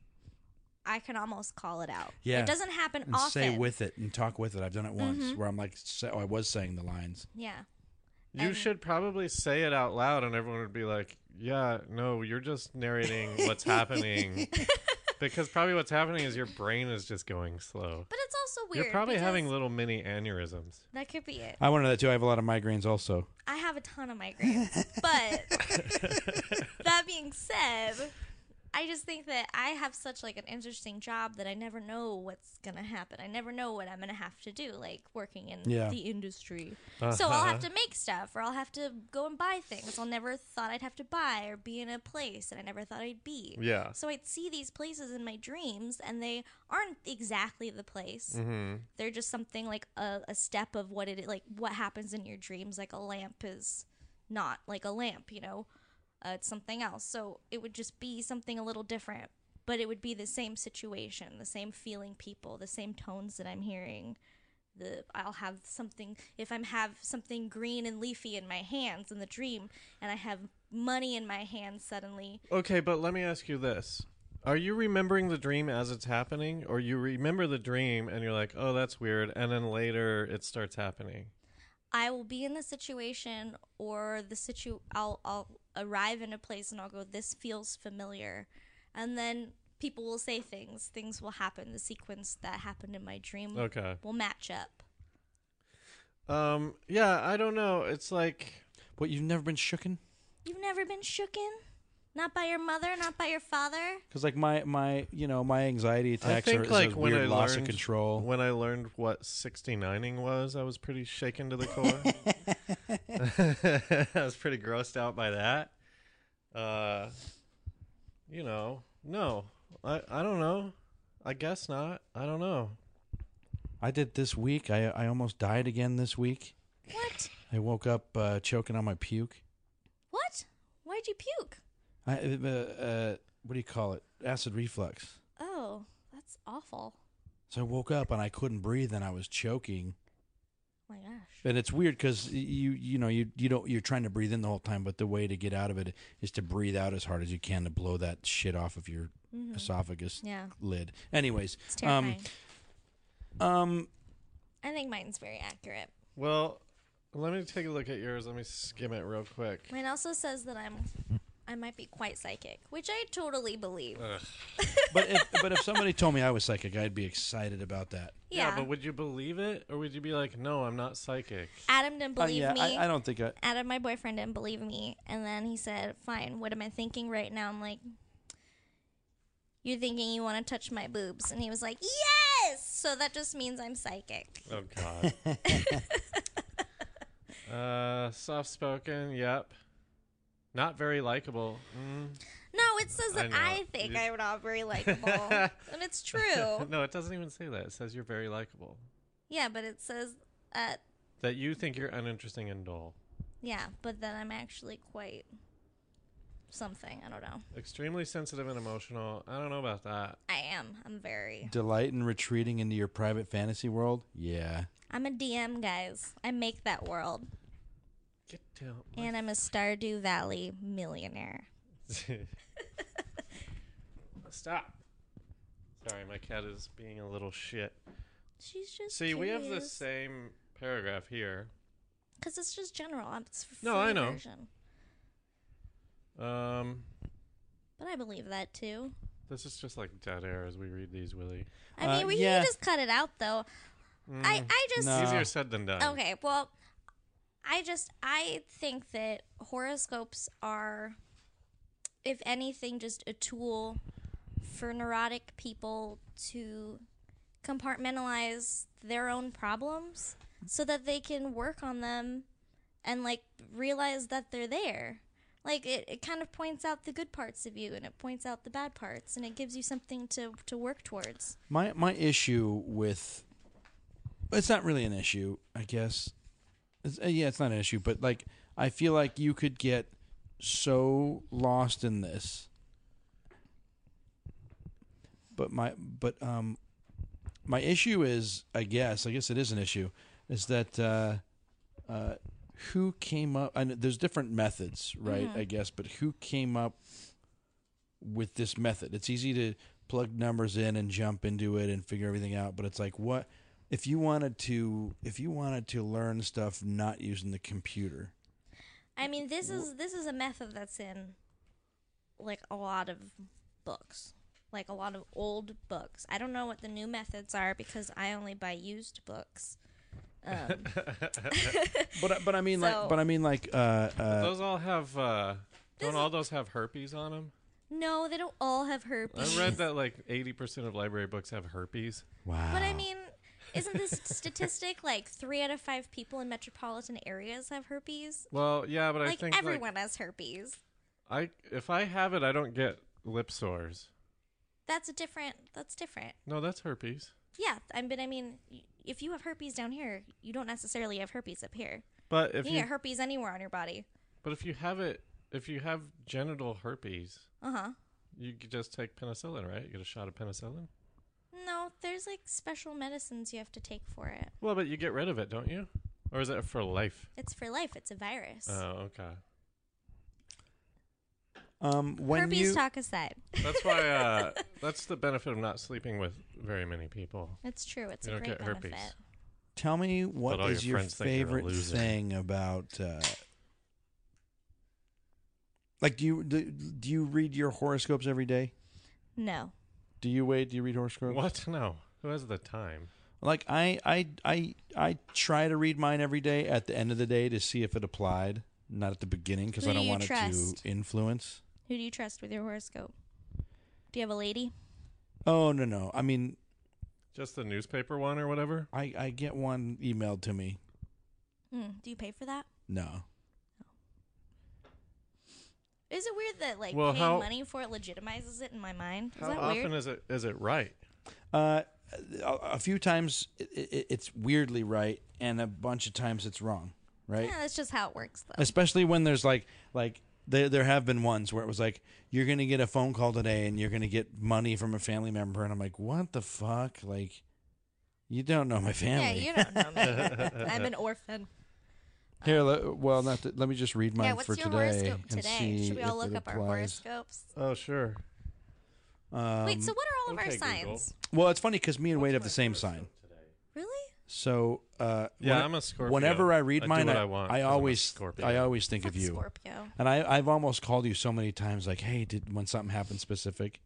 D: I can almost call it out.
B: Yeah.
D: it doesn't happen
B: and
D: often.
B: say with it and talk with it? I've done it once where I'm like, say, oh, I was saying the lines.
D: yeah,
A: You
D: and-
A: should probably say it out loud, and everyone would be like, "Yeah, no, you're just narrating what's happening." Because probably what's happening is your brain is just going slow.
D: but it's also weird.
A: you're probably
D: because
A: having little mini aneurysms.
D: that could be it.
B: I wonder that too. I have a lot of migraines also.
D: I have a ton of migraines, but that being said. I just think that I have such like an interesting job that I never know what's gonna happen. I never know what I'm gonna have to do, like working in
B: Yeah.
D: the industry. So I'll
A: Uh-huh.
D: have to make stuff, or I'll have to go and buy things I'll never thought I'd have to buy, or be in a place that I never thought I'd be.
A: Yeah.
D: So I'd see these places in my dreams, and they aren't exactly the place.
A: Mm-hmm.
D: They're just something like a, a step of what it like what happens in your dreams. Like a lamp is not like a lamp, you know. Uh, it's something else. So it would just be something a little different, but it would be the same situation, the same feeling, people, the same tones that I'm hearing. The I'll have something if I'm have something green and leafy in my hands in the dream, and I have money in my hands suddenly.
A: Okay, but let me ask you this. Are you remembering the dream as it's happening, or you remember the dream and you're like, oh, that's weird, and then later it starts happening?
D: I will be in the situation or the situ I'll I'll arrive in a place and I'll go this feels familiar. And then people will say things, things will happen. The sequence that happened in my dream
A: Okay.
D: will match up.
A: Um, yeah, I don't know. It's like,
B: What you've never been shooken?
D: You've never been shooken? Not by your mother, not by your father?
B: Because like my my you know my anxiety
A: I
B: attacks are
A: think
B: is
A: like
B: a
A: when
B: weird
A: I
B: loss
A: learned
B: of control.
A: when I learned what 69ing was, I was pretty shaken to the core. I was pretty grossed out by that. Uh, you know, no, I I don't know. I guess not. I don't know.
B: I did this week. I I almost died again this week.
D: What?
B: I woke up uh, choking on my puke.
D: What? Why'd you puke?
B: I, uh, uh, what do you call it? Acid reflux.
D: Oh, that's awful.
B: So I woke up and I couldn't breathe and I was choking.
D: Oh my gosh.
B: And it's weird because you you know you you don't you're trying to breathe in the whole time, but the way to get out of it is to breathe out as hard as you can to blow that shit off of your esophagus
D: Mm-hmm. Yeah.
B: lid. Anyways,
D: It's terrifying.
B: um, um,
D: I think mine's very accurate.
A: Well, let me take a look at yours. Let me skim it real quick.
D: Mine also says that I'm I might be quite psychic, which I totally believe.
A: Uh,
B: but if, but if somebody told me I was psychic, I'd be excited about that.
D: yeah.
A: but would you believe it, or would you be like, "No, I'm not psychic"?
D: Adam didn't believe
B: uh, yeah,
D: me.
B: I, I don't think I.
D: Adam, my boyfriend, didn't believe me. And then he said, Fine, what am I thinking right now? I'm like, You're thinking you want to touch my boobs. And he was like, Yes! So that just means I'm psychic.
A: Oh God. uh, soft spoken. Yep. Not very likable. Mm.
D: No, it says
A: I
D: that
A: know.
D: I, think
A: You-
D: I'm not very likable. and it's true.
A: no, it doesn't even say that. It says you're very likable.
D: Yeah, but it says, uh,
A: That you think you're uninteresting and dull.
D: Yeah, but then I'm actually quite something. I don't know.
A: Extremely sensitive and emotional. I don't know about that.
D: I am. I'm very.
B: Delight in retreating into your private fantasy world. Yeah,
D: I'm a DM, guys. I make that world.
A: Get down.
D: And I'm a Stardew Valley millionaire.
A: Stop. Sorry, my cat is being a little shit.
D: She's just.
A: See, we have the same paragraph here.
D: Because it's just general. um, It's free
A: No, I know.
D: Version.
A: Um,
D: But I believe that too.
A: this is just like dead air as we read these, Willie.
D: I
B: Uh,
D: mean, we
B: yeah.
D: can just cut it out though. I,
A: Mm.
D: I just
B: No.
A: Easier said than done.
D: Uh, Okay, well, I just I think that horoscopes are, if anything, just a tool for neurotic people to compartmentalize their own problems so that they can work on them and like realize that they're there. Like it, it kind of points out the good parts of you and it points out the bad parts and it gives you something to, to work towards.
B: My my issue with it's not really an issue, I guess. It's, uh, yeah, it's not an issue, but like I feel like you could get so lost in this. But my but um my issue is I guess I guess it is an issue is that uh uh who came up and there's different methods, right? I guess, but who came up with this method. It's easy to plug numbers in and jump into it and figure everything out, but it's like what if you wanted to if you wanted to learn stuff not using the computer.
D: I mean, this is this is a method that's in like a lot of books, like a lot of old books. I don't know what the new methods are because I only buy used books. Um,
B: But I- but I mean
D: So-
B: like but I mean like uh uh
A: Those all have. Uh,
D: This
A: don't
D: is-
A: all those have herpes on them?
D: no, they don't all have herpes.
A: I read that like eighty percent of library books have herpes.
B: wow.
D: But I mean, isn't this statistic like three out of five people in metropolitan areas have herpes?
A: Well, yeah, but I
D: Like
A: think
D: everyone has herpes.
A: like I if I have it, I don't get lip sores.
D: That's a different. That's different.
A: No, that's herpes.
D: Yeah, I but I mean, y- if you have herpes down here, you don't necessarily have herpes up here.
A: But if
D: you,
A: you,
D: can get herpes anywhere on your body.
A: but if you have it, if you have genital herpes,
D: Uh huh.
A: you could just take penicillin, right? You get a shot of penicillin.
D: No, there's like special medicines you have to take for it.
A: Well, but you get rid of it, don't you? Or is it for life?
D: It's for life. It's a virus.
A: Oh, okay.
B: um when
D: herpes
B: you
D: talk aside,
A: That's why. Uh, that's the benefit of not sleeping with very many people.
D: it's true. It's
A: You
D: a
A: don't
D: great
A: get herpes.
D: benefit.
B: tell me what
A: But all
B: is
A: your
B: your,
A: friends think you're a
B: favorite
A: loser.
B: thing about uh like do you do, do you read your horoscopes every day?
D: No,
B: Do you wait? Do you read horoscopes?
A: What? No. Who has the time?
B: Like I, I, I, I try to read mine every day at the end of the day to see if it applied, not at the beginning because
D: Who
B: I
D: do
B: don't
D: you
B: want it
D: trust?
B: to influence.
D: who do you trust with your horoscope? Do you have a lady?
B: Oh no, no. I mean,
A: Just the newspaper one or whatever.
B: I, I get one emailed to me.
D: Mm, do you pay for that?
B: No,
D: Is it weird that like
A: Well,
D: paying
A: how-
D: money for it legitimizes it in my mind? Is
A: How
D: that
A: often
D: weird?
A: is it is it right?
B: uh, a, a few times it, it, it's weirdly right, and a bunch of times it's wrong. Right.
D: yeah, that's just how it works though.
B: especially when there's like like there there have been ones where it was like you're gonna get a phone call today and you're gonna get money from a family member and I'm like what the fuck like you don't know my
D: Yeah,
B: family
D: you don't know me. I'm an orphan.
B: here le- well not to, let me just read mine
D: yeah, what's
B: for
D: your
B: today
D: horoscope
B: and
D: today?
B: see
D: Should we all
B: if
D: look
B: it
D: up our
B: applies.
D: horoscopes?
A: Oh, sure.
B: Um,
D: Wait, so what are all of our
A: okay, Google.
D: signs?
B: well it's funny because me and Wade have the same sign
D: Really?
B: so uh,
A: Yeah, I'm a Scorpio.
B: whenever I
A: I
B: read
A: do
B: mine
A: what
B: I,
A: I want 'cause I'm a
B: always
A: Scorpio.
B: I always think
D: Fuck
B: of you
D: Scorpio.
B: and I I've almost called you so many times like hey did when something happened specific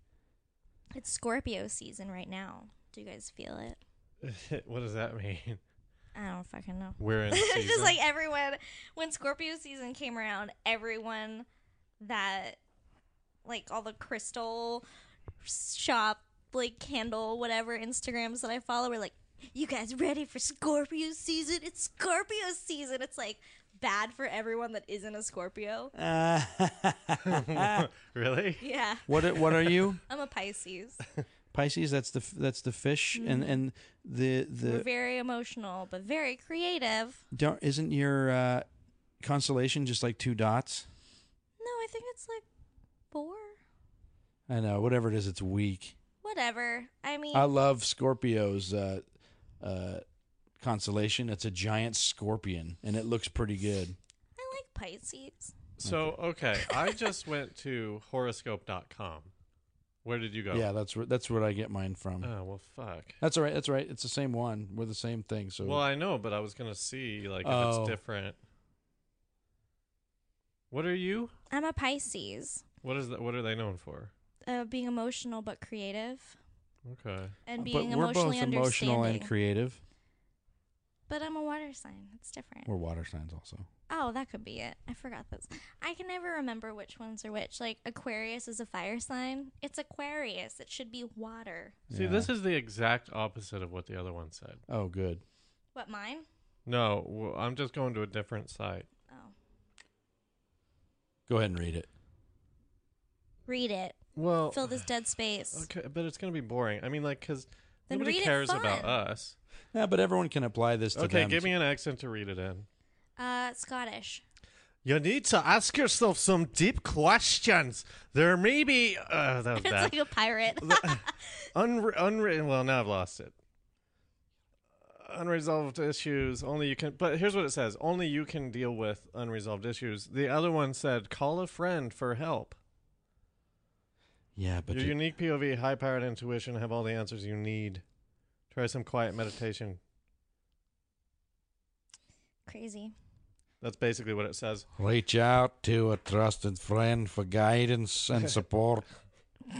D: It's Scorpio season right now. Do you guys feel it?
A: what does that mean?
D: I don't fucking know.
A: We're in season.
D: It's just like everyone when Scorpio season came around, everyone that like all the crystal shop like candle whatever Instagrams that I follow were like, "You guys ready for Scorpio season? It's Scorpio season." It's like bad for everyone that isn't a Scorpio.
B: Uh.
D: uh,
A: really?
D: Yeah.
B: what what are you
D: I'm a Pisces.
B: Pisces. That's the f- that's the fish, and and the
D: Hmm. We're
B: the
D: very emotional, but very creative.
B: don't, isn't your uh, constellation just like two dots?
D: No, I think it's like four.
B: I know whatever it is, it's weak.
D: Whatever. I mean,
B: I love Scorpio's uh, uh, constellation. It's a giant scorpion, and it looks pretty good.
D: I like Pisces.
A: So okay, I just went to horoscope.com. Where did you go?
B: Yeah, that's where that's where I get mine from.
A: Oh well, fuck.
B: that's all right. That's all right. It's the same one. We're the same thing. So
A: Well, I know, but I was gonna see like if
B: Oh.
A: it's different. What are you?
D: I'm a Pisces.
A: What is that? What are they known for?
D: Uh, being emotional but creative,
A: Okay.
D: and
B: but
D: being
B: we're both
D: emotionally
B: emotional
D: understanding.
B: and creative.
D: But I'm a water sign. It's different.
B: Or water signs also.
D: Oh, that could be it. I forgot those. I can never remember which ones are which. Like Aquarius is a fire sign. It's Aquarius. It should be water.
A: See, this is the exact opposite of what the other one said.
B: Oh, good.
D: What mine?
A: No, w- I'm just going to a different site.
D: Oh,
B: Go ahead and read it.
D: read it.
B: Oh.
A: Well,
D: Fill this dead space.
A: okay, but it's going to be boring. I mean, like, because
D: Then
A: nobody
D: read it
A: cares about
D: fun.
A: us.
B: Yeah, but everyone can apply this to
A: Okay,
B: them.
A: give me an accent to read it in.
D: Uh, Scottish.
A: You need to ask yourself some deep questions. There may be. Uh, that was
D: It's
A: bad.
D: like a pirate.
A: Unre- unwritten. Well, now I've lost it. Unresolved issues. Only you can. But here's what it says: Only you can deal with unresolved issues. The other one said, "Call a friend for help."
B: Yeah, but
A: Your
B: you-
A: unique POV, high-powered intuition, have all the answers you need. Try some quiet meditation.
D: Crazy.
A: That's basically what it says.
B: reach out to a trusted friend for guidance and support.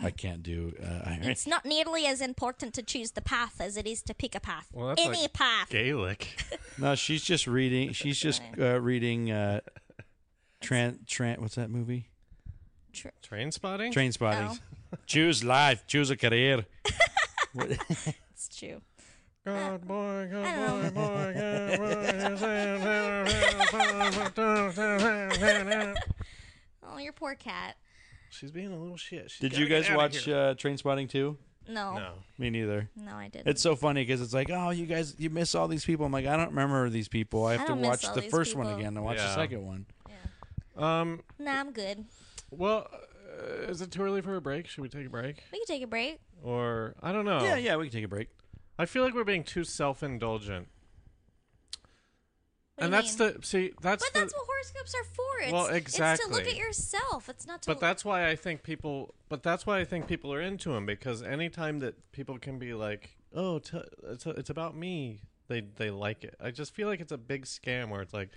B: I can't do uh, Irish.
D: It's not nearly as important to choose the path as it is to pick a path.
A: Well, that's
D: Any
A: like
D: path.
A: Gaelic.
B: No, she's just reading. She's just uh, reading. Uh, Trent, Trent, what's that movie?
A: Train spotting.
B: Train Spotting. Choose life. Choose a career.
D: It's true.
A: Good boy, good boy, boy, good boy.
D: Oh, your poor cat.
A: She's being a little shit. She's
B: Did
A: gotta
B: you
A: get
B: guys
A: outta
B: watch
A: here.
B: uh, Train Spotting too?
D: No.
A: no.
D: No,
B: Me neither.
D: I didn't.
B: It's so funny because it's like, oh, you guys, you miss all these people. I'm like, I don't remember these people. I have to
D: don't miss
B: watch
D: all
B: the
D: these
B: first one
D: people.
B: again to watch the
A: Yeah.
B: second one.
A: Um.
D: nah, I'm good.
A: Well, uh, is it too early for a break? Should we take a break?
D: We can take a break.
A: Or I don't know.
B: Yeah, yeah, we can take a break.
A: I feel like we're being too self-indulgent,
D: What do
A: and
D: you
A: that's
D: mean?
A: the see. That's
D: But
A: the.
D: that's what horoscopes are for. It's,
A: Well,
D: It's to look
A: exactly.
D: at yourself. It's not to.
A: but that's why I think people. But that's why I think people are into them because anytime that people can be like, "Oh, t- it's it's about me," they they like it. I just feel like it's a big scam where it's like,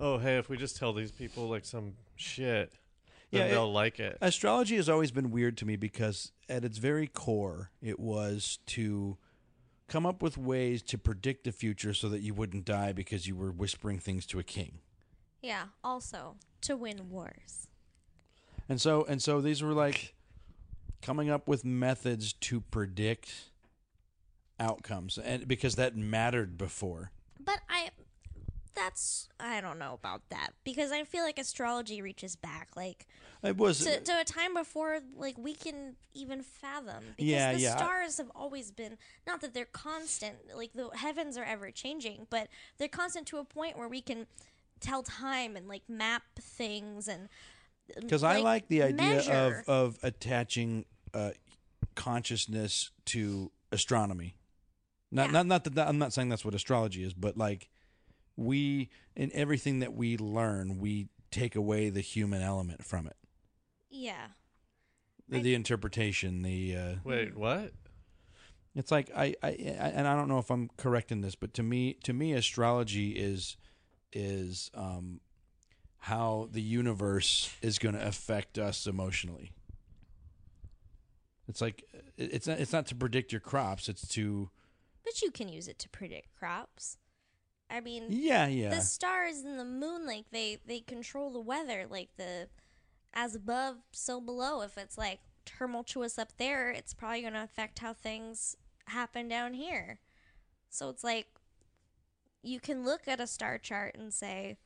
A: "Oh, hey, if we just tell these people like some shit, then
B: Yeah, it- Mm-hmm.
A: they'll like it."
B: Astrology has always been weird to me because at its very core, it was to come up with ways to predict the future so that you wouldn't die because you were whispering things to a king.
D: yeah. Also, to win wars.
B: And so and so these were like coming up with methods to predict outcomes and because that mattered before.
D: But I. That's I don't know about that because I feel like astrology reaches back like
B: It was
D: to, to a time before like we can even fathom because
B: Yeah,
D: the
B: yeah.
D: stars have always been not that they're constant like the heavens are ever changing but they're constant to a point where we can tell time and like map things and um,
B: because I
D: like,
B: like the idea
D: measure.
B: of uh, of attaching uh, consciousness to astronomy. Not
D: Yeah.
B: not not that, that I'm not saying that's what astrology is, but like we in everything that we learn, we take away the human element from it,
D: yeah
B: the, the interpretation, the. Uh,
A: Wait, what?
B: It's like I, I I- and I don't know if I'm correct in this, but to me to me astrology is is um how the universe is going to affect us emotionally. It's like it- it's not it's not to predict your crops, it's to
D: but you can use it to predict crops I mean
B: yeah, yeah.
D: the stars and the moon like they they control the weather like the as above so below if it's like tumultuous up there it's probably going to affect how things happen down here so it's like you can look at a star chart and say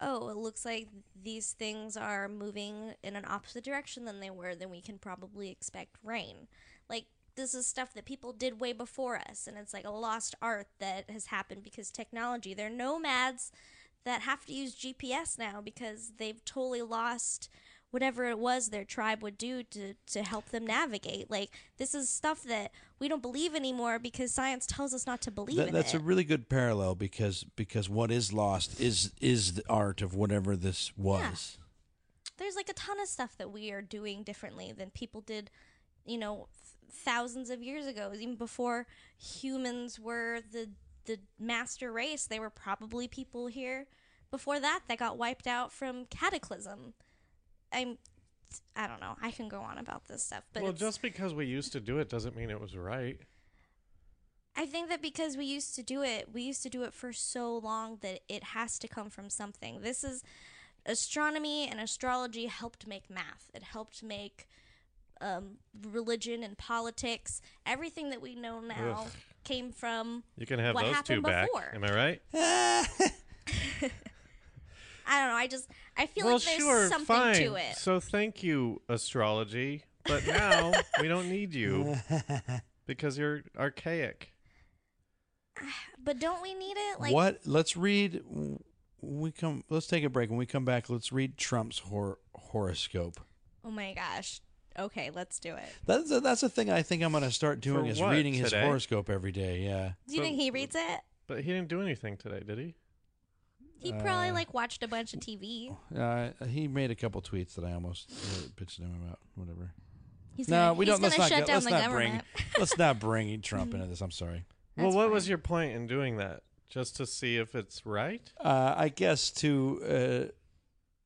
D: oh it looks like these things are moving in an opposite direction than they were then we can probably expect rain like this is stuff that people did way before us and it's like a lost art that has happened because technology they're nomads that have to use gps now because they've totally lost whatever it was their tribe would do to, to help them navigate like this is stuff that we don't believe anymore because science tells us not to believe
B: That,
D: in
B: that's
D: it
B: a really good parallel because because what is lost is is the art of whatever this was.
D: there's like a ton of stuff that we are doing differently than people did, you know, th- thousands of years ago, even before humans were the the master race. They were probably people here before that that got wiped out from cataclysm. I'm, I don't know. I can go on about this stuff, but
A: well,
D: it's-
A: just because we used to do it doesn't mean it was right.
D: I think that because we used to do it, we used to do it for so long that it has to come from something. This is astronomy and astrology helped make math. It helped make um, religion and politics. Everything that we know now
A: Ugh.
D: came from.
A: You can have
D: What
A: those two
D: happened
A: back.
D: before?
A: Am I right?
D: I don't know. I just I feel
A: well,
D: like there's
A: sure,
D: something
A: fine.
D: to it.
A: So thank you, astrology. But now we don't need you because you're archaic.
D: but don't we need it? Like
B: what? Let's read. when We come. Let's take a break. When we come back, let's read Trump's hor- horoscope.
D: Oh my gosh. Okay, let's do it.
B: That's a, that's a thing I think I'm going to start doing
A: For
B: is
A: what,
B: reading his
A: today?
B: horoscope every day. Yeah.
D: Do you
A: So-
D: think he reads it?
A: But he didn't do anything today, did he?
D: He probably like watched a bunch of TV.
B: Uh, he made a couple tweets that I almost uh, pitched him about. Whatever.
D: He's
B: no,
D: gonna,
B: we
D: he's
B: don't. Let's
D: gonna
B: not.
D: shut
B: Get,
D: down
B: let's
D: the
B: not bring.
D: government.
B: let's not bring Trump into this. I'm sorry.
A: well,
D: That's
A: what
D: fine.
A: was your point in doing that? Just to see if it's right?
B: Uh, I guess to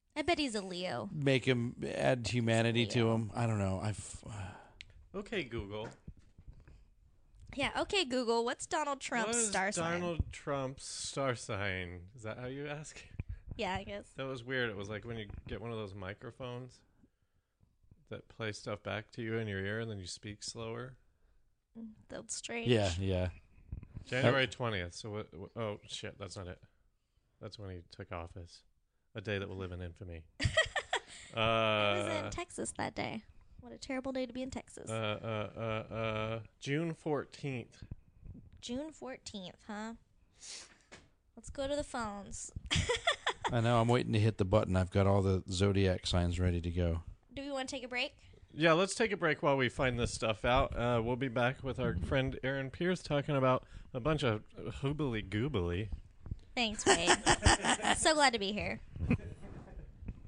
B: uh,
D: I bet he's a Leo.
B: make him add humanity to him. I don't know. I've.
A: Okay, Google.
D: Yeah. Okay, Google. What's Donald Trump's
A: what is
D: star sign?
A: Donald Trump's star sign. Is that how you ask?
D: Yeah, I guess.
A: That was weird. It was like when you get one of those microphones that play stuff back to you in your ear and then you speak slower.
D: That's strange.
B: Yeah. Yeah.
A: January 20th. So what, what oh shit, that's not it. That's when he took office. A day that will live in infamy. uh,
D: I was in Texas that day. What a terrible day to be in Texas.
A: uh, uh, uh, uh, June 14th.
D: June fourteenth, huh? Let's go to the phones.
B: I know. I'm waiting to hit the button. I've got all the zodiac signs ready to go.
D: Do we want to take a break?
A: Yeah, let's take a break while we find this stuff out. Uh, we'll be back with our friend Aaron Pierce talking about a bunch of hoobly goobly.
D: Thanks, Wade. so glad to be here.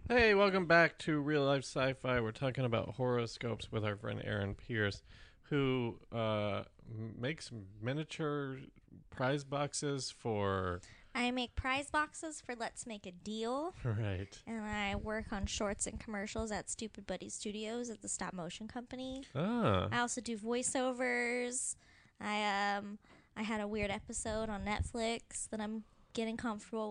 A: Hey, welcome back to Real Life Sci-Fi. We're talking about horoscopes with our friend Aaron Pierce, who uh, m- makes miniature prize boxes for
D: I make prize boxes for Let's Make a Deal,
A: right.
D: and I work on shorts and commercials at Stupid Buddy Studios at the stop motion company.
A: Ah,
D: I also do voiceovers. I um I had a weird episode on Netflix that I'm getting comfortable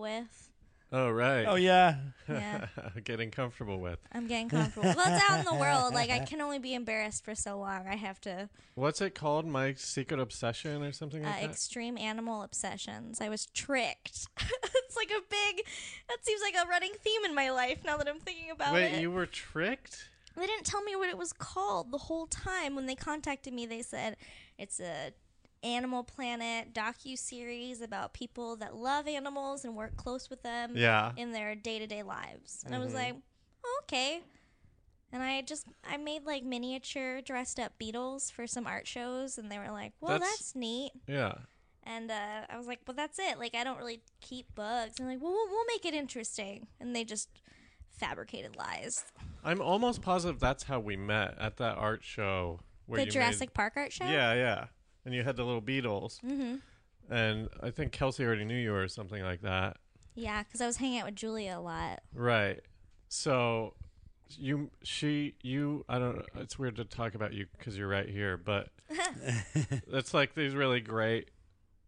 D: with.
A: oh right.
B: yeah.
D: Yeah,
A: Getting comfortable with.
D: I'm getting comfortable. well, it's out in the world. Like I can only be embarrassed for so long. I have to
A: What's it called? My secret obsession or something
D: uh,
A: like that.
D: extreme animal obsessions. I was tricked. it's like a big. That seems like a running theme in my life now that I'm thinking about
A: Wait,
D: it.
A: you were tricked.
D: They didn't tell me what it was called the whole time. When they contacted me, they said it's a Animal Planet docu series about people that love animals and work close with them
A: Yeah. Mm-hmm.
D: in their day to day lives. And I was like, "Oh, okay. And I just I made like miniature dressed up beetles for some art shows, and they were like, "Well,
A: That's-
D: that's neat."
A: Yeah.
D: And uh, I was like, well, that's it. Like, I don't really keep bugs. And they're like, well, well, we'll make it interesting. And they just fabricated lies.
A: I'm almost positive that's how we met at that art show. Where you
D: the
A: made-
D: Jurassic Park art show?
A: Yeah, yeah. And you had the little Beatles. Mm-hmm. And I think Kelsey already knew you or something like that.
D: Yeah, because I was hanging out with Julia a lot.
A: Right. So you, she, you, I don't It's weird to talk about you because you're right here, but it's like these really great,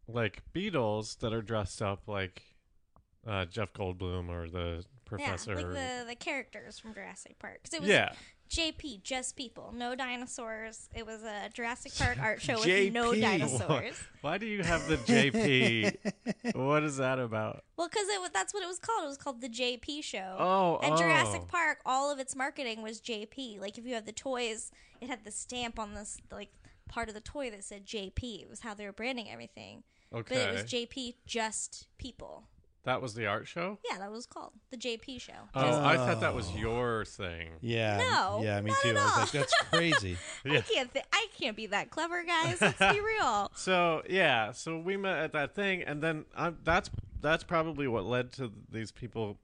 A: like, Beatles that are dressed up like uh, Jeff Goldblum or the professor.
D: Yeah, like the, the characters from Jurassic Park. 'Cause it was
A: yeah.
D: JP, just people, no dinosaurs. It was a Jurassic Park art show with
B: JP.
D: no dinosaurs.
A: Why do you have the JP? what is that about?
D: Well, because that's what it was called. It was called the JP show.
A: Oh,
D: and
A: oh.
D: Jurassic Park, all of its marketing was JP. Like if you had the toys, it had the stamp on this like part of the toy that said JP. It was how they were branding everything.
A: Okay.
D: But it was JP, just people.
A: that was the art show?
D: Yeah, that was called the JP show.
A: Oh, I thought that was your thing.
B: Yeah.
D: No,
B: Yeah. Me
D: not
B: too.
D: at
B: I was
D: all.
B: like, that's crazy.
D: I can't. Th- I can't be that clever, guys. Let's be real.
A: So yeah, so we met at that thing, and then um, that's that's probably what led to these people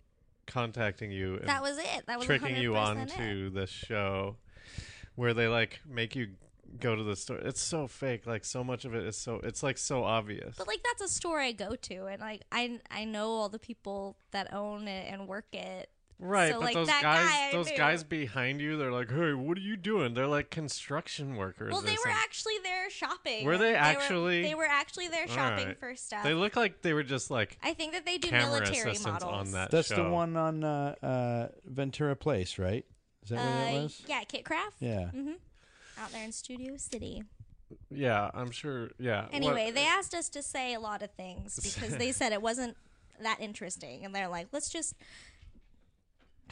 A: contacting you and
D: That was it. That was
A: tricking you
D: 100% it.
A: onto the show, where they like make you go to the store. It's so fake. Like so much of it is so. It's like so obvious.
D: But like that's a store I go to, and like I I know all the people that own it and work it.
A: Right,
D: So,
A: but
D: like,
A: those
D: that
A: guys,
D: guy I
A: those
D: knew-
A: guys behind you, they're like, "Hey, what are you doing?" They're like construction workers.
D: Well,
A: or
D: they were
A: something.
D: actually there shopping.
A: Were they actually-
D: They were actually there shopping
A: right.
D: for stuff.
A: They look like they were just like
D: I think that they do
A: camera
D: military
A: assistants
D: models.
A: on that.
B: That's the
A: show.
B: one on uh, uh, Ventura Place, right? Is that where that
D: Uh,
B: was?
D: yeah, Kit Craft.
B: Yeah.
D: hmm Out there in Studio City.
A: Yeah, I'm sure. Yeah. what-
D: Anyway, they asked us to say a lot of things because they said it wasn't that interesting, and they're like, "Let's just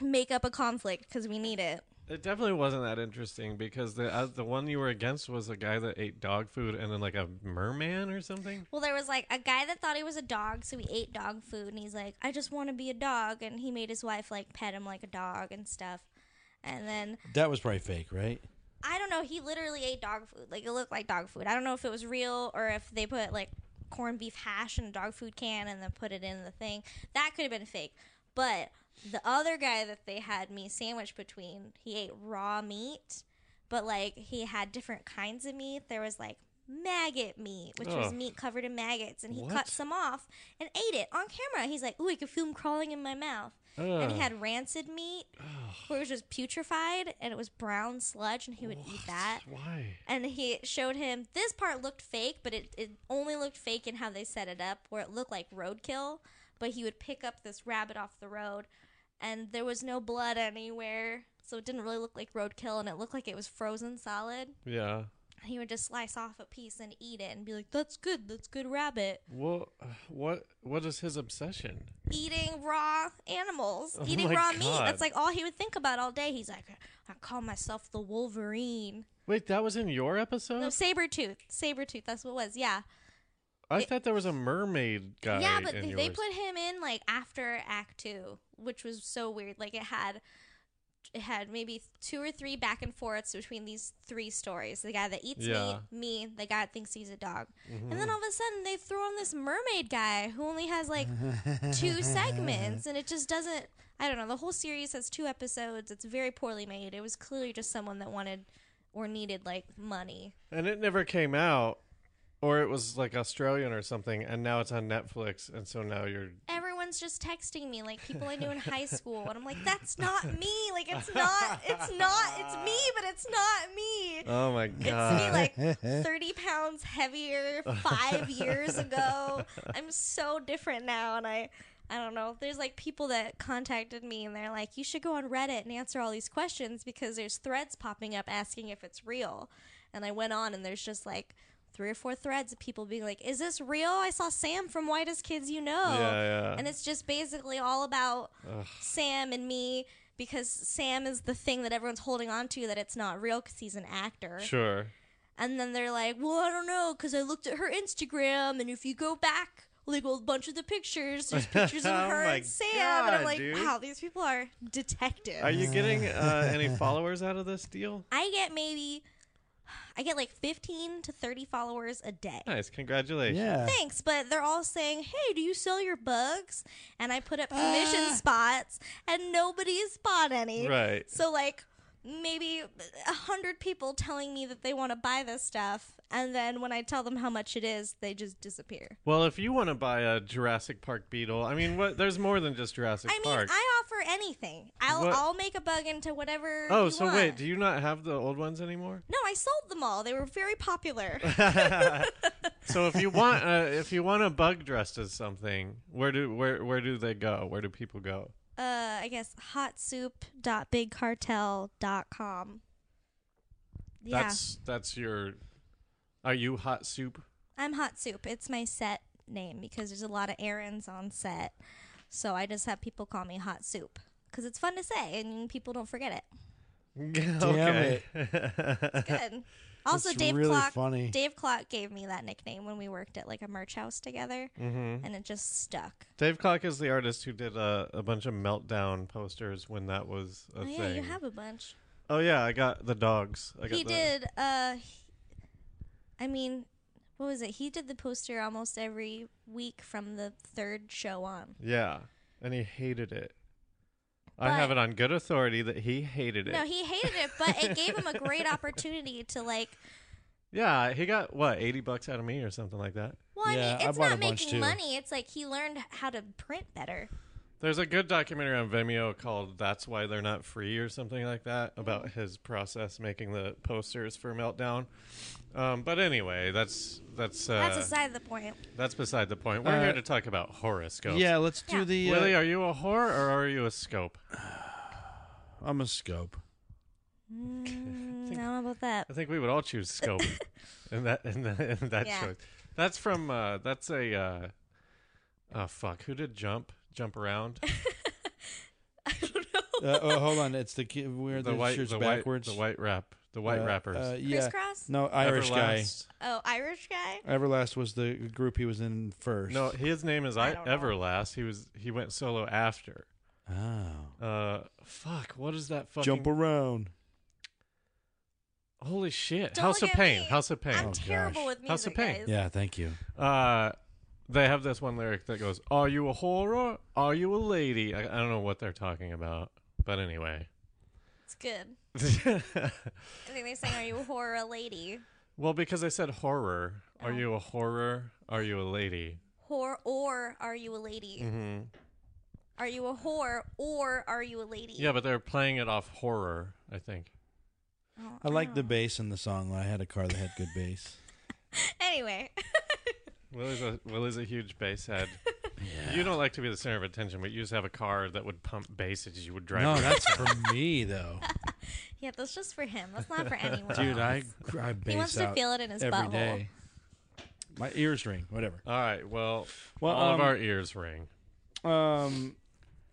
D: make up a conflict because we need it."
A: It definitely wasn't that interesting because the uh, the one you were against was a guy that ate dog food and then like a merman or something.
D: Well, there was like a guy that thought he was a dog, so he ate dog food, and he's like, "I just want to be a dog," and he made his wife like pet him like a dog and stuff. And then
B: That was probably fake, right?
D: I don't know. He literally ate dog food. Like it looked like dog food. I don't know if it was real or if they put like corned beef hash in a dog food can and then put it in the thing. That could have been fake. But the other guy that they had me sandwiched between, he ate raw meat, but like he had different kinds of meat. There was like maggot meat, which was
A: Ugh.
D: meat covered in maggots, and he
A: What?
D: cut some off and ate it on camera. He's like, "Ooh, I can feel him crawling in my mouth." And he
A: Ugh.
D: had rancid meat where it was just putrefied and it was brown sludge and he would eat that
A: Why?
D: and he showed him this part looked fake but it, it only looked fake in how they set it up where it looked like roadkill but he would pick up this rabbit off the road and there was no blood anywhere so it didn't really look like roadkill and it looked like it was frozen solid
A: Yeah.
D: he would just slice off a piece and eat it and be like that's good that's good rabbit
A: Well, uh, what what is his obsession?
D: eating raw animals, eating
A: Oh my
D: raw meat.
A: God.
D: That's like all he would think about all day. He's like, I call myself the Wolverine.
A: Wait, that was in your episode.
D: No, Sabretooth. Sabretooth, that's what it was. Yeah.
A: I thought there was a mermaid guy.
D: yeah, but
A: in
D: they, they
A: yours.
D: put him in like after act 2, which was so weird. Like it had it had maybe two or three back and forths between these three stories. The guy that eats
A: Yeah. Mm-hmm.
D: meat, me, the guy that thinks he's a dog. And then all of a sudden they throw in this mermaid guy who only has like two segments and it just doesn't I don't know, the whole series has two episodes. It's very poorly made. It was clearly just someone that wanted or needed like money.
A: and it never came out, or it was like Australian or something, and now it's on Netflix, and so now you're.
D: everyone's just texting me like people I knew in high school and I'm like that's not me like it's not it's not it's me but it's not me
A: Oh my
D: it's
A: god!
D: me like 30 pounds heavier five years ago I'm so different now and I I don't know there's like people that contacted me and they're like you should go on Reddit and answer all these questions because there's threads popping up asking if it's real and I went on and there's just like Three or four threads of people being like, "Is this real? I saw Sam from Whitest Kids You Know."
A: yeah, yeah.
D: and it's just basically all about Sam and me because Sam is the thing that everyone's holding on to that it's not real because he's an actor.
A: sure.
D: And then they're like, well, I don't know because I looked at her Instagram, and if you go back like a bunch of the pictures, there's pictures of
A: Oh
D: her
A: my
D: and Sam, and
A: God,
D: I'm like,
A: dude.
D: wow, these people are detectives.
A: Are you getting uh, any followers out of this deal?
D: I get maybe, I get like 15 to 30 followers a day.
A: Nice, congratulations.
B: Yeah.
D: thanks but they're all saying hey do you sell your bugs and i put up commission spots and nobody has bought any
A: Right.
D: so like maybe a hundred people telling me that they want to buy this stuff and then when i tell them how much it is they just disappear
A: Well, if you want to buy a Jurassic Park beetle, I mean, what? There's more than just Jurassic
D: i mean
A: Park.
D: i offer anything i'll
A: What-
D: i'll make a bug into whatever
A: oh,
D: you
A: so
D: want.
A: wait, do you not have the old ones anymore?
D: no i sold them all they were very popular
A: So if you want, uh, if you want a bug dressed as something, where do where where do they go? Where do people go?
D: uh i guess hotsoup.bigcartel.com yeah
A: That's that's your. Are you hot soup?
D: I'm Hot Soup. It's my set name because there's a lot of errands on set. So I just have people call me Hot Soup because it's fun to say and people don't forget it.
A: okay.
D: Good. also,
B: It's
D: Dave
B: really
D: Clock.
B: funny.
D: Dave Clock gave me that nickname when we worked at like a merch house together, mm-hmm. and it just stuck.
A: Dave Clock is the artist who did a, a bunch of meltdown posters when that was a
D: Oh,
A: thing.
D: yeah, you have a bunch.
A: oh yeah, I got the dogs. I got
D: He
A: the-
D: did. Uh, he- I mean, what was it? He did the poster almost every week from the third show on.
A: Yeah, and he hated it. I
D: But-
A: have it on good authority that he hated it.
D: No, he hated it, but it gave him a great opportunity to like
A: yeah, he got what eighty bucks out of me or something like that.
D: Well, I
B: Yeah, I
D: mean, it's
B: bought a
D: not
B: bunch,
D: making
B: too.
D: money. It's like he learned how to print better.
A: There's a good documentary on Vimeo called "That's Why They're Not Free" or something like that
D: Mm-hmm.
A: about his process making the posters for Meltdown. Um, but anyway, that's that's uh,
D: That's
A: that's,
D: aside the point.
A: beside the point. We're
B: Uh,
A: here to talk about horoscopes.
B: Yeah, let's do
D: Yeah.
B: the.
A: Willie,
B: Uh,
A: are you a whore or are you a scope?
B: I'm a scope.
D: Mm, I
A: think-
D: don't know about that.
A: I think we would all choose scope in that in that, in that
D: Yeah.
A: choice. That's from uh, that's a uh, oh fuck. Who did jump jump around?
D: I don't know.
B: Uh, oh, hold on. It's the kid wearing the, shirts
A: the
B: backwards.
A: white the white rap the white
B: Uh,
A: rappers.
B: uh, yeah.
D: Crisscross?
B: No, Irish guy.
A: Everlast.
D: Oh, Irish guy?
B: Everlast was the group he was in first.
A: No, his name is I,
D: don't know.
A: Everlast. He was he went solo after.
B: Oh.
A: Uh, fuck. What is that fucking?
B: Jump around.
A: Holy shit!
D: Don't
A: House
D: look
A: of
D: at
A: Pain.
D: me.
A: House of Pain.
D: I'm
B: Oh,
D: terrible
B: gosh.
D: with music,
A: House of Pain.
D: guys.
B: Yeah, thank you.
A: Uh, they have this one lyric that goes, "Are you a horror? Are you a lady?" I, I don't know what they're talking about, but anyway.
D: It's good. I think they sang Are You a Horror a Lady?
A: well, because I said horror. Are
D: Oh.
A: you a horror? Are you a lady?
D: Whore or Are You a Lady?
A: Mm-hmm.
D: Are you a whore or are you a lady?
A: Yeah, but they're playing it off horror. I think.
D: Oh,
B: I like the
D: don't
B: bass in the song when I had a car that had good bass.
D: know. Anyway.
A: Willie's a Willie's a huge bass head. You don't like to be the center of attention, but you just have a car that would pump bass as you would drive.
B: No,
A: around.
B: that's for me though,
D: Yeah, that's just for him. That's not for anyone.
B: dude. I I
D: he wants
B: bass
D: to
B: out
D: feel it in his
B: every
D: butthole.
B: day. My ears ring, whatever.
A: All right. Well,
B: Well,
A: all
B: um,
A: of our ears ring.
B: Um,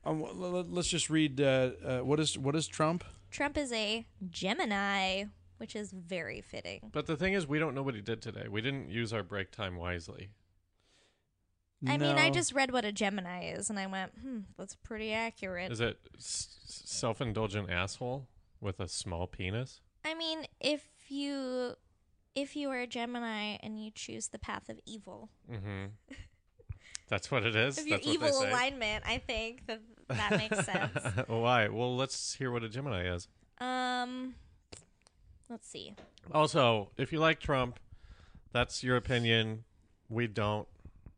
B: um, l- l- let's just read. Uh, uh, what is what is Trump?
D: Trump is a Gemini, which is very fitting.
A: But the thing is, we don't know what he did today. We didn't use our break time wisely.
D: I mean, I
B: No.
D: just read what a Gemini is and I went, hmm, that's pretty accurate.
A: Is it s- s- self-indulgent asshole with a small penis?
D: I mean, if you if you are a Gemini and you choose the path of evil,
A: Mm-hmm. That's what it is.
D: if your
A: That's
D: evil
A: what they say.
D: alignment, I think that that makes sense.
A: Why? Well, let's hear what a Gemini is.
D: Um, let's see.
A: Also, if you like Trump, that's your opinion. We don't.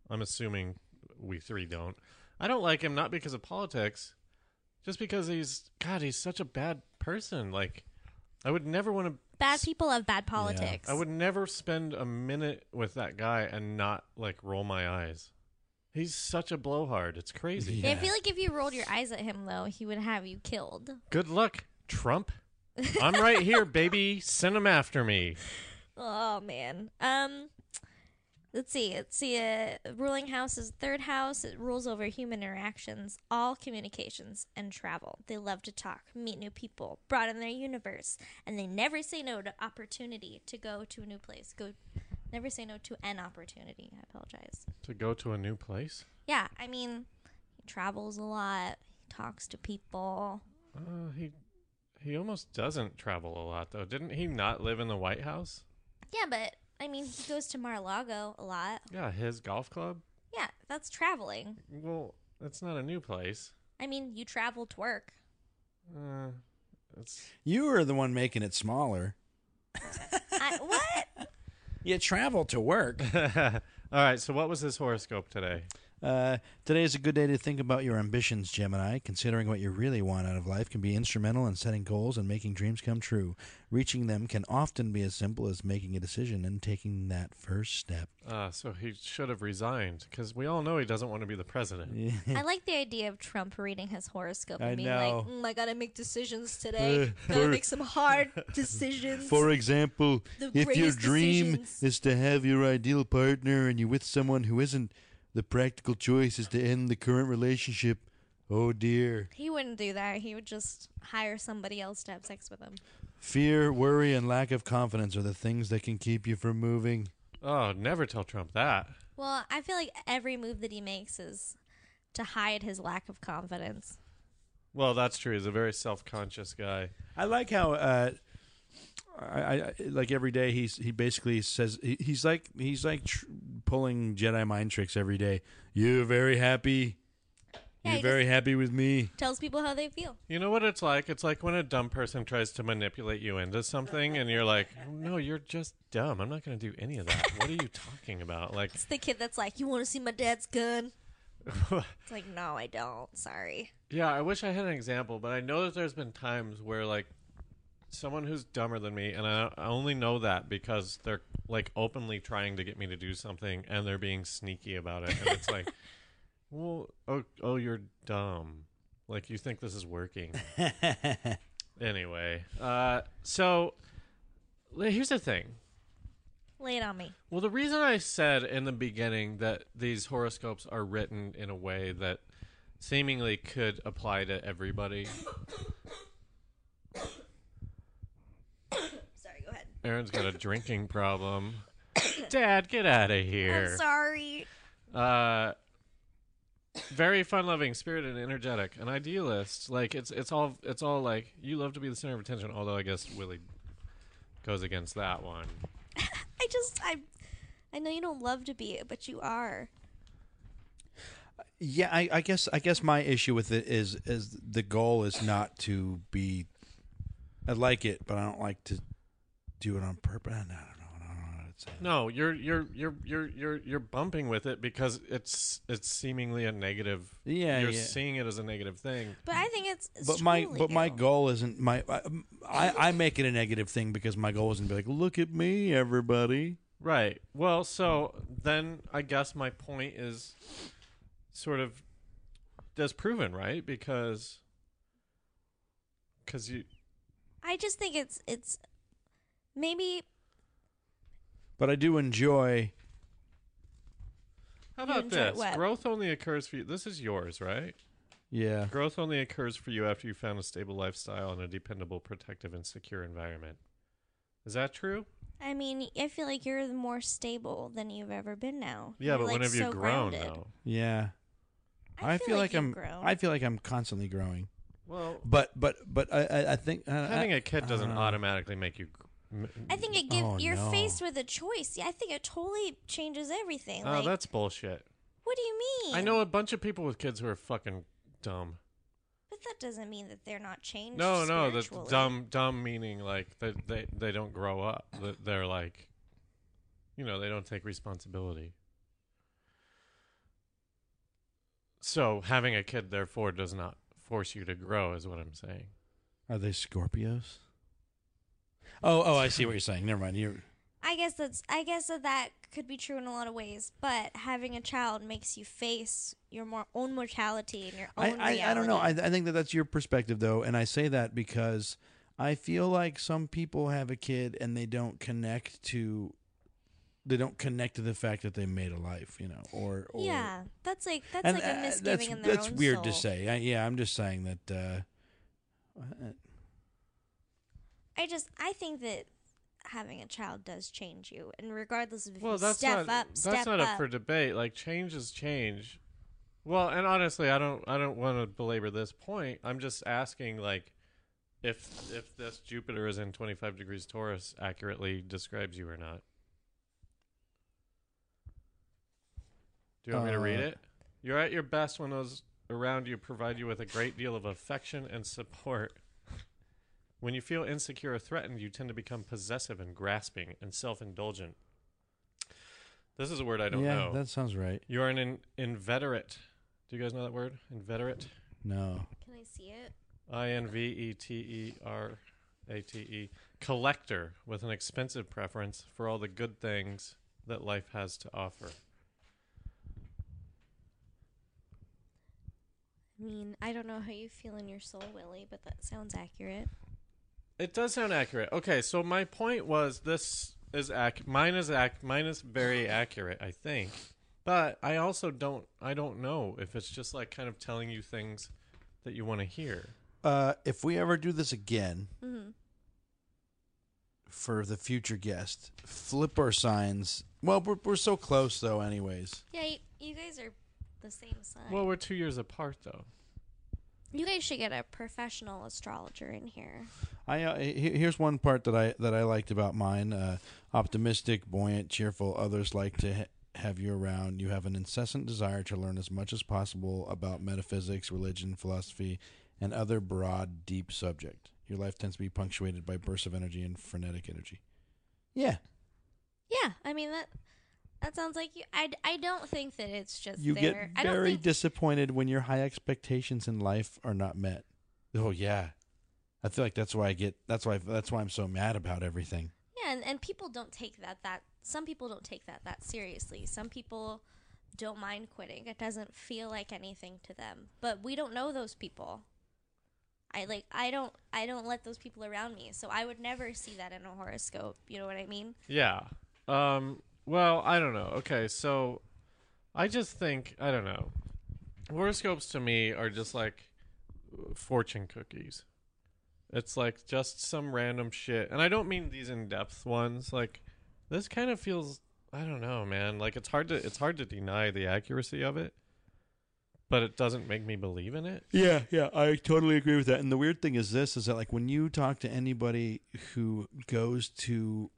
A: I'm assuming we three don't. I don't like him not because of politics, just because he's God. He's such a bad person. Like, I would never want to
D: Bad people have bad politics.
A: I would never spend a minute with that guy and not like roll my eyes. He's such a blowhard. It's crazy.
D: Yeah, I feel like if you rolled your eyes at him, though, he would have you killed.
A: Good luck, Trump. I'm right here, baby. Send him after me.
D: Oh man. Um, let's see. Let's see. Uh, ruling house is third house. It rules over human interactions, all communications, and travel. They love to talk, meet new people, broaden their universe, and they never say no to opportunity to go to a new place. Go, never say no to an opportunity. I apologize.
A: To go to a new place?
D: Yeah, I mean, he travels a lot. He talks to people.
A: Uh, he he almost doesn't travel a lot though. Didn't he not live in the White House?
D: Yeah, but I mean, he goes to Mar-a-Lago a lot.
A: Yeah, his golf club.
D: Yeah, that's traveling.
A: Well, that's not a new place.
D: I mean, you travel to work.
A: Uh, it's
B: You are the one making it smaller.
D: I, what?
B: You travel to work.
A: all right. So, what was his horoscope today?
B: Uh, today is a good day to think about your ambitions, Gemini. Considering what you really want out of life can be instrumental in setting goals and making dreams come true. Reaching them can often be as simple as making a decision and taking that first step.
A: Uh, so he should have resigned because we all know he doesn't want to be the president.
D: I like the idea of Trump reading his horoscope and
B: I
D: being
B: know.
D: like, mm, "I gotta make decisions today. gotta make some hard decisions."
C: For example,
D: The
C: if your
D: greatest
C: dream
D: decisions.
C: is to have your ideal partner and you're with someone who isn't, the practical choice is to end the current relationship. Oh dear.
D: he wouldn't do that. He would just hire somebody else to have sex with him.
C: Fear, worry, and lack of confidence are the things that can keep you from moving.
A: Oh, never tell Trump that.
D: Well, I feel like every move that he makes is to hide his lack of confidence.
A: Well, that's true. He's a very self-conscious guy.
B: I like how, uh, I, I I- like every day he's he basically says he, he's like he's like tr- pulling Jedi mind tricks every day. You're very happy.
D: Yeah,
C: you're
D: he
C: very happy with me.
D: just tells people how they feel.
A: You know what it's like? It's like when a dumb person tries to manipulate you into something, and you're like, "No, you're just dumb. I'm not going to do any of that. What are you talking about?" Like,
D: It's the kid that's like, "You want to see my dad's gun?" It's like, no, I don't. Sorry.
A: Yeah, I wish I had an example, but I know that there's been times where like someone who's dumber than me, and I, I only know that because they're like openly trying to get me to do something, and they're being sneaky about it, and it's like, well, oh, oh, you're dumb. Like you think this is working. anyway, uh, so l- here's the thing.
D: Lay it on me.
A: Well, the reason I said in the beginning that these horoscopes are written in a way that seemingly could apply to everybody,
D: Sorry, go ahead.
A: Aaron's got a drinking problem. Dad, get out of here.
D: I'm sorry.
A: Uh, very fun-loving, spirited, and energetic, an idealist. Like it's it's all it's all like you love to be the center of attention. Although I guess Willie goes against that one.
D: I just, I, I know you don't love to be it, but you are.
B: Yeah, I, I guess I guess my issue with it is is the goal is not to be. I like it, but I don't like to do it on purpose. I don't know. I don't know what to say.
A: No, you're you're you're you're you're you're bumping with it because it's it's seemingly a negative.
B: Yeah,
A: you're
B: yeah.
A: seeing it as a negative thing.
D: But I think it's. it's
B: But my
D: truly
B: but my
D: you.
B: goal isn't my I, I make it a negative thing because my goal isn't to be like look at me everybody.
A: Right. Well, so then I guess my point is sort of disproven, right? Because because you
D: I just think it's it's maybe
B: But I do enjoy.
A: how
D: You
A: about
D: enjoy
A: this?
D: what?
A: Growth only occurs for you. This is yours, right?
B: Yeah,
A: Growth only occurs for you after you found a stable lifestyle and a dependable, protective, and secure environment. Is that true?
D: I mean, I feel like you're more stable than you've ever been now.
A: Yeah,
D: You're,
A: but
D: like,
A: when have you
D: so
A: grown
D: grounded.
A: though?
B: yeah.
D: I, feel, like,
B: I'm
D: you've grown.
B: I feel like I'm constantly growing.
A: Well,
B: But but but I I, I think I- uh, I-
A: having a kid
B: I
A: doesn't
B: don't know.
A: automatically make you. gr- m-
D: I think it gives
B: Oh,
D: you're
B: no.
D: faced with a choice. Yeah, I think it totally changes everything.
A: Oh,
D: like,
A: that's bullshit.
D: what do you mean?
A: I know a bunch of people with kids who are fucking dumb.
D: but that doesn't mean that they're not changed.
A: No, no, that's
D: spiritually.
A: dumb. Dumb meaning like they they they don't grow up. That They're like, you know, they don't take responsibility. So having a kid, therefore, does not force you to grow, is what I'm saying.
B: Are they Scorpios? Oh, oh, I see what you're saying. Never mind. You're
D: I guess that's. I guess that that could be true in a lot of ways. But having a child makes you face your more own mortality and your
B: I,
D: own reality.
B: I, I don't know. I, I think that that's your perspective, though, and I say that because I feel like some people have a kid and they don't connect to, they don't connect to the fact that they made a life, you know, or, or
D: yeah, that's like that's
B: and
D: like a
B: uh,
D: misgiving
B: that's,
D: in their
B: that's
D: own
B: weird to
D: soul.
B: say. I, yeah, I'm just saying that. Uh, uh,
D: I just I think that having a child does change you, and regardless of if
A: Well,
D: you
A: that's
D: step
A: not
D: up,
A: that's
D: step
A: not
D: up.
A: up for debate. Like change is change. Well, and honestly, I don't I don't want to belabor this point. I'm just asking like if if this Jupiter is in 25 degrees Taurus accurately describes you or not. Do you want me to read
B: Uh,
A: it? You're at your best when those around you provide you with a great deal of affection and support. When you feel insecure or threatened, you tend to become possessive and grasping and self indulgent. This is a word I don't
B: yeah,
A: know.
B: that sounds right.
A: You're an in- inveterate. Do you guys know that word? Inveterate?
B: No,
D: Can I see it?
A: I N V E T E R A T E. Collector with an expensive preference for all the good things that life has to offer.
D: I mean, I don't know how you feel in your soul, Willie, but that sounds accurate.
A: It does sound accurate. Okay, so my point was this is ac- mine is ac- mine is very accurate, I think. But I also don't I don't know if it's just like kind of telling you things that you want to hear.
B: uh, if we ever do this again
D: Mm-hmm.
B: for the future guest, flip our signs. Well, we're we're so close though, anyways.
D: Yeah, you, you guys are the same sign.
A: Well, we're 2 years apart though.
D: you guys should get a professional astrologer in here.
B: I uh, he- here's one part that I that I liked about mine: uh, optimistic, buoyant, cheerful. Others like to ha- have you around. You have an incessant desire to learn as much as possible about metaphysics, religion, philosophy, and other broad, deep subject. Your life tends to be punctuated by bursts of energy and frenetic energy. Yeah,
D: Yeah, I mean that That sounds like you. I, d- I don't think that it's just
B: You
D: there.
B: get
D: I don't
B: very
D: think
B: disappointed when your high expectations in life are not met. Oh yeah, I feel like that's why I get. That's why. That's why I'm so mad about everything.
D: Yeah, and, and people don't take that that some people don't take that that seriously. Some people don't mind quitting. It doesn't feel like anything to them. But we don't know those people. I like I don't I don't let those people around me. So I would never see that in a horoscope. You know what I mean?
A: Yeah. Um, well, I don't know. Okay, so I just think I don't know. Horoscopes to me are just like fortune cookies. It's like just some random shit, and I don't mean these in-depth ones. Like this kind of feels I don't know, man. Like it's hard to it's hard to deny the accuracy of it, but it doesn't make me believe in it.
B: Yeah,
C: Yeah, I totally agree with that.
B: And the weird thing is this is that like when you talk to anybody who goes to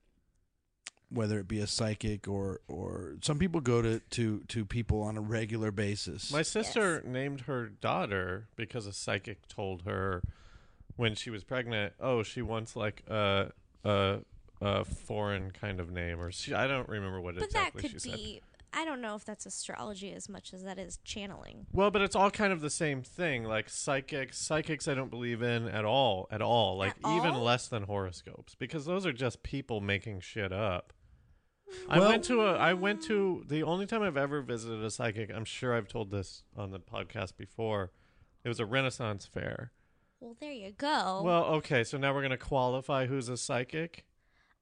B: whether it be a psychic or or some people go to to to people on a regular basis.
A: My sister named her daughter because a psychic told her when she was pregnant, oh, she wants like a a, a foreign kind of name, or she, I don't remember what
D: but that
A: exactly
D: could
A: she said.
D: be I don't know if that's astrology as much as that is channeling.
A: Well, but it's all kind of the same thing. Like psychics, psychics, I don't believe in at all, at all. Like
D: At
A: even
D: all?
A: less than horoscopes, because those are just people making shit up. I
B: Well-
A: went to a. I went to the only time I've ever visited a psychic. I'm sure I've told this on the podcast before. It was a Renaissance fair.
D: Well, there you go.
A: Well, okay, so now we're gonna qualify who's a psychic.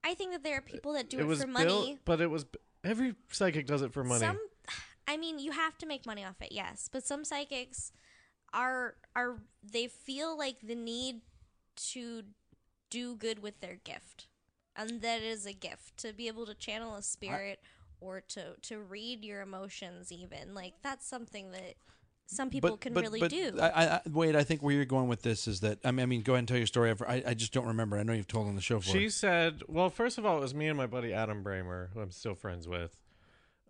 D: I think that there are people that do
A: it
D: it,
A: was
D: for money.
A: built, but it was every psychic does it for money.
D: Some, I mean, you have to make money off it, yes. But some psychics are are they feel like the need to do good with their gift, and that is a gift to be able to channel a spirit or to to read your emotions. Even like that's something that some people can really
B: but
D: do.
B: I, I, I- wait, I think where you're going with this is that I mean, I mean go ahead and tell your story. I've- I, I just don't remember. I know you've told on the show for
A: She said, well, first of all, it was me and my buddy Adam Bramer, who I'm still friends with.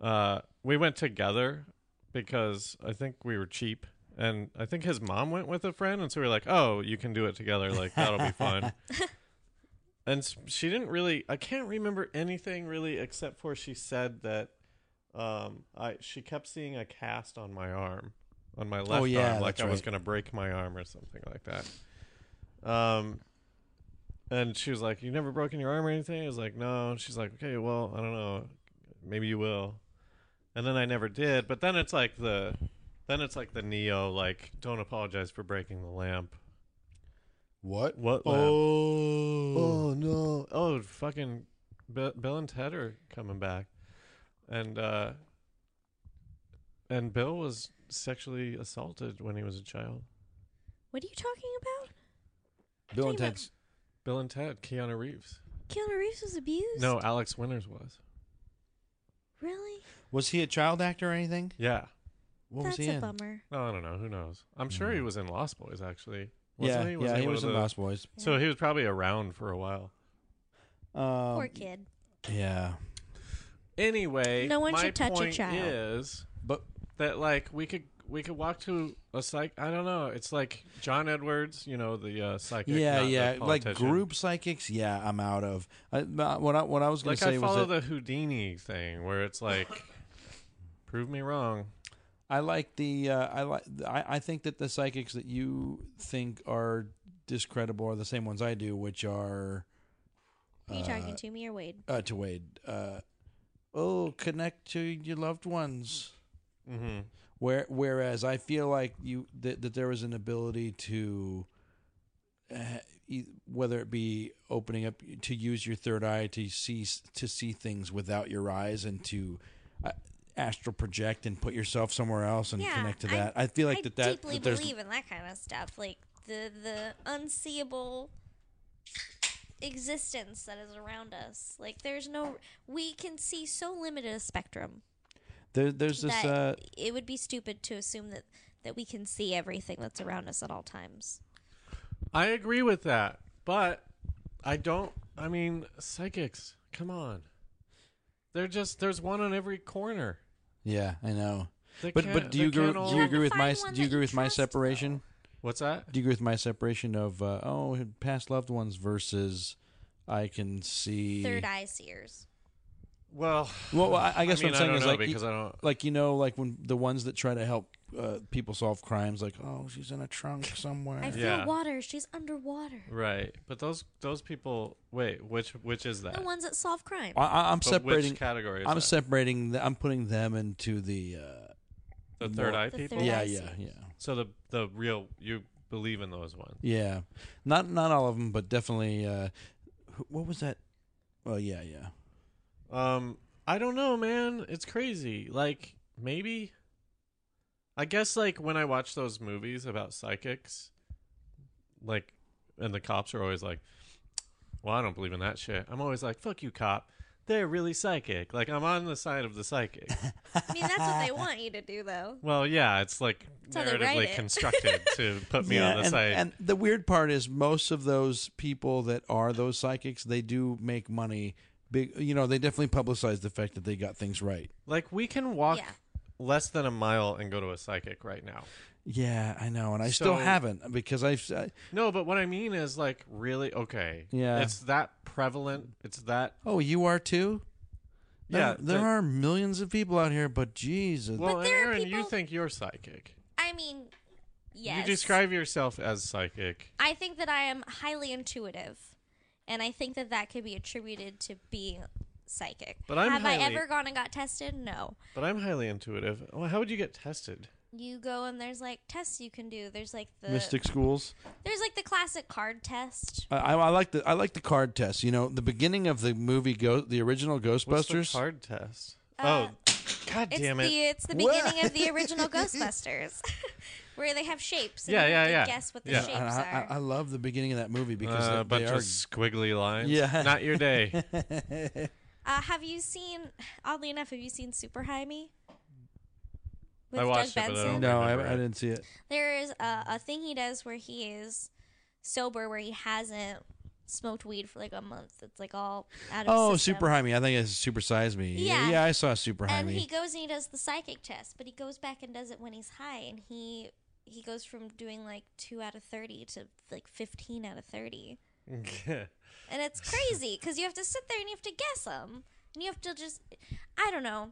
A: Uh, we went together because I think we were cheap. And I think his mom went with a friend. And so we were like, oh, you can do it together. Like, that'll be fun. and s- she didn't really, I can't remember anything really except for she said that um, I she kept seeing a cast on my arm, on my left
B: Oh, yeah,
A: arm, like
B: that's
A: I was
B: right.
A: going to break my arm or something like that. Um, and she was like, "You never broken your arm or anything?" I was like, "No." She's like, "Okay, well, I don't know. Maybe you will." And then I never did. But then it's like the, then it's like the neo like, "Don't apologize for breaking the lamp."
C: What?
A: What? Lamp?
C: Oh.
A: Oh no! Oh fucking, Bi- Bill and Ted are coming back, and uh, and Bill was sexually assaulted when he was a child.
D: what are you talking about?
B: Bill
D: Talking
B: and
D: about-
B: Ted's.
A: Bill and Ted, Keanu Reeves.
D: Keanu Reeves was abused.
A: No, Alex Winters was.
D: really,
B: Was he a child actor or anything?
A: Yeah.
B: What
D: that's
B: was he
D: a
B: in?
D: bummer.
A: No, I don't know. Who knows? I'm sure he was in Lost Boys, actually. Wasn't
B: Mm. Yeah,
A: he?
B: yeah, he
A: one
B: was
A: of
B: in
A: the-
B: Lost Boys.
A: So he was probably around for a while.
B: Um,
D: Poor kid.
B: Yeah,
A: Anyway,
D: No one
A: my
D: should touch a
A: point
D: child.
A: Is
B: but
A: that like we could we could walk to a psych? I don't know. It's like John Edwards, you know, the uh, psychic.
B: yeah,
A: not the
B: yeah, like
A: politician.
B: group psychics. Yeah, I'm out of. I, but what I, what I was going
A: Like
B: to say
A: I
B: was
A: follow
B: that
A: the Houdini thing, where it's like, prove me wrong.
B: I like the uh, I like I, I think that the psychics that you think are discreditable are the same ones I do, which are
D: Are you talking
B: uh,
D: to me or Wade?
B: uh, to Wade. Uh, oh, connect to your loved ones.
A: Mm-hmm.
B: Where, whereas I feel like you that, that there was an ability to, uh, e- whether it be opening up to use your third eye to see s- to see things without your eyes and to uh, astral project and put yourself somewhere else and
D: Yeah,
B: connect to
D: I-
B: that. I, feel like
D: I
B: that that,
D: deeply
B: that there's
D: believe in that kind of stuff, like the the unseeable existence that is around us. Like there's no, we can see so limited a spectrum
B: there, there's this
D: that
B: uh,
D: it would be stupid to assume that that we can see everything that's around us at all times.
A: I agree with that, but I don't. I mean, psychics. Come on, they're just there's one on every corner.
B: yeah I know.
A: They
B: But
A: can't-
B: but do
A: they
B: you agree,
A: can't
B: do
A: all-
B: you
D: You
B: agree
D: have
B: with
D: to
B: my
D: find
B: s-
D: one
B: do you
D: that
B: agree
D: you
B: with my
D: trust, though.
B: separation?
A: What's that?
B: Do you agree with my separation of uh, oh past loved ones versus I can see
D: Third eye seers.
A: Well,
B: Well, I, I guess
A: I mean,
B: what I'm saying
A: I don't
B: is
A: know
B: like, e
A: because I don't.
B: like you know, like when the ones that try to help uh, people solve crimes, like, oh, she's in a trunk somewhere.
D: I feel
A: Yeah.
D: water. She's underwater.
A: Right, but those those people. Wait, which which is that?
B: Uh,
D: The ones that solve crime.
B: I, I, I'm
A: But
B: separating.
A: Which category? Is
B: I'm
A: that?
B: separating. The, I'm putting them into the. Uh,
A: the third
B: more-
A: eye
D: The
A: people.
D: third
B: yeah,
D: I
B: yeah,
D: see.
B: yeah,
A: So the the real you believe in those ones.
B: yeah. Not not all of them, but definitely. Uh, wh- what was that? Well, yeah, yeah.
A: Um, I don't know, man. It's crazy. Like maybe. I guess like when I watch those movies about psychics, like, and the cops are always like, "Well, I don't believe in that shit." I'm always like, "Fuck you, cop." They're really psychic. Like I'm on the side of the psychic.
D: I mean, that's what they want you to do, though.
A: well, yeah, it's like
D: how they write
A: narratively
D: it.
A: constructed to put me on the
B: and,
A: side.
B: and the weird part is most of those people that are those psychics, they do make money. Big, you know, they definitely publicize the fact that they got things right.
A: Like we can walk
D: Yeah.
A: less than a mile and go to a psychic right now.
B: Yeah, I know, and I still
A: So-
B: haven't because I've. I,
A: No, but what I mean is like really okay.
B: Yeah.
A: It's that prevalent. It's that
B: oh, you are too. There-
A: Yeah,
B: there
A: that-
B: are millions of people out here, but Jesus,
A: Well,
D: But
A: and
D: there are
A: Aaron, you
D: people-
A: think you're psychic.
D: I mean, yes.
A: You describe yourself as psychic.
D: I think that I am highly intuitive, and I think that that could be attributed to being psychic.
A: But I'm
D: have I
A: highly-
D: ever gone and got tested? No.
A: But I'm highly intuitive. Well, how would you get tested?
D: You go and there's like tests you can do. There's like the
B: mystic schools.
D: there's like the classic card test.
B: I, I, I like the I like the card test. You know, the beginning of the movie, Go, the original
A: What's
B: Ghostbusters.
A: the card test?
D: Uh,
A: oh, god
D: It's
A: damn it.
D: the it's the
B: What?
D: beginning of the original Ghostbusters, where they have shapes. And
A: Yeah,
D: you
A: yeah,
D: have
A: yeah.
D: to Guess what the
A: Yeah.
D: shapes
B: And I, I, I
D: are.
B: love the beginning of that movie because
A: Uh,
B: they-
A: a bunch
B: they are
A: of squiggly lines.
B: Yeah.
A: Not your day.
D: Uh, have you seen? Oddly enough, have you seen Super High Me? With
A: I watched it,
D: Doug
A: but I
D: Benson.
A: don't
B: No, I,
A: remember
B: I
A: it.
B: didn't see it.
D: There is a, a thing he does where he is sober, where he hasn't smoked weed for like a month. It's like all out of
B: Oh,
D: system.
B: Super High Me. I think it's Super Size Me.
D: Yeah.
B: Yeah, I saw Super High
D: And
B: Me.
D: he goes and he does the psychic test, but he goes back and does it when he's high, and he he goes from doing like two out of thirty to like fifteen out of thirty, and it's crazy because you have to sit there and you have to guess them, and you have to just I don't know,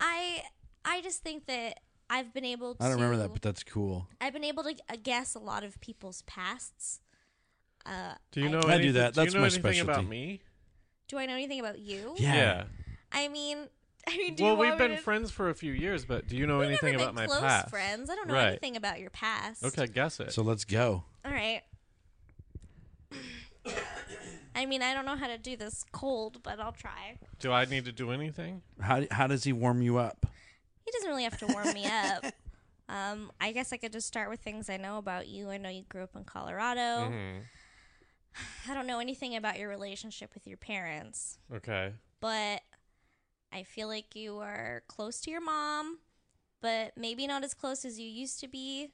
D: I I just think that I've been able. to
B: I don't remember that, but that's cool.
D: I've been able to uh, guess a lot of people's pasts. Uh,
A: Do you
D: I-
A: know
B: I do
A: anything-
B: that. That's
A: do you know
B: my
A: anything about
B: specialty.
A: me?
D: do I know anything about you?
B: Yeah.
D: I mean, I mean, do
A: Well,
D: you want
A: we've
D: me
A: been
D: to-
A: friends for a few years, but do you know
D: We've never
A: anything
D: been
A: about my
D: close
A: past?
D: friends. I don't know
A: Right.
D: anything about your past.
A: Okay, guess it.
B: So let's go.
D: All right. I mean, I don't know how to do this cold, but I'll try.
A: do I need to do anything?
B: How how does he warm you up?
D: He doesn't really have to warm me up. Um, I guess I could just start with things I know about you. I know you grew up in Colorado.
A: Mm-hmm.
D: I don't know anything about your relationship with your parents.
A: Okay.
D: but I feel like you are close to your mom, but maybe not as close as you used to be.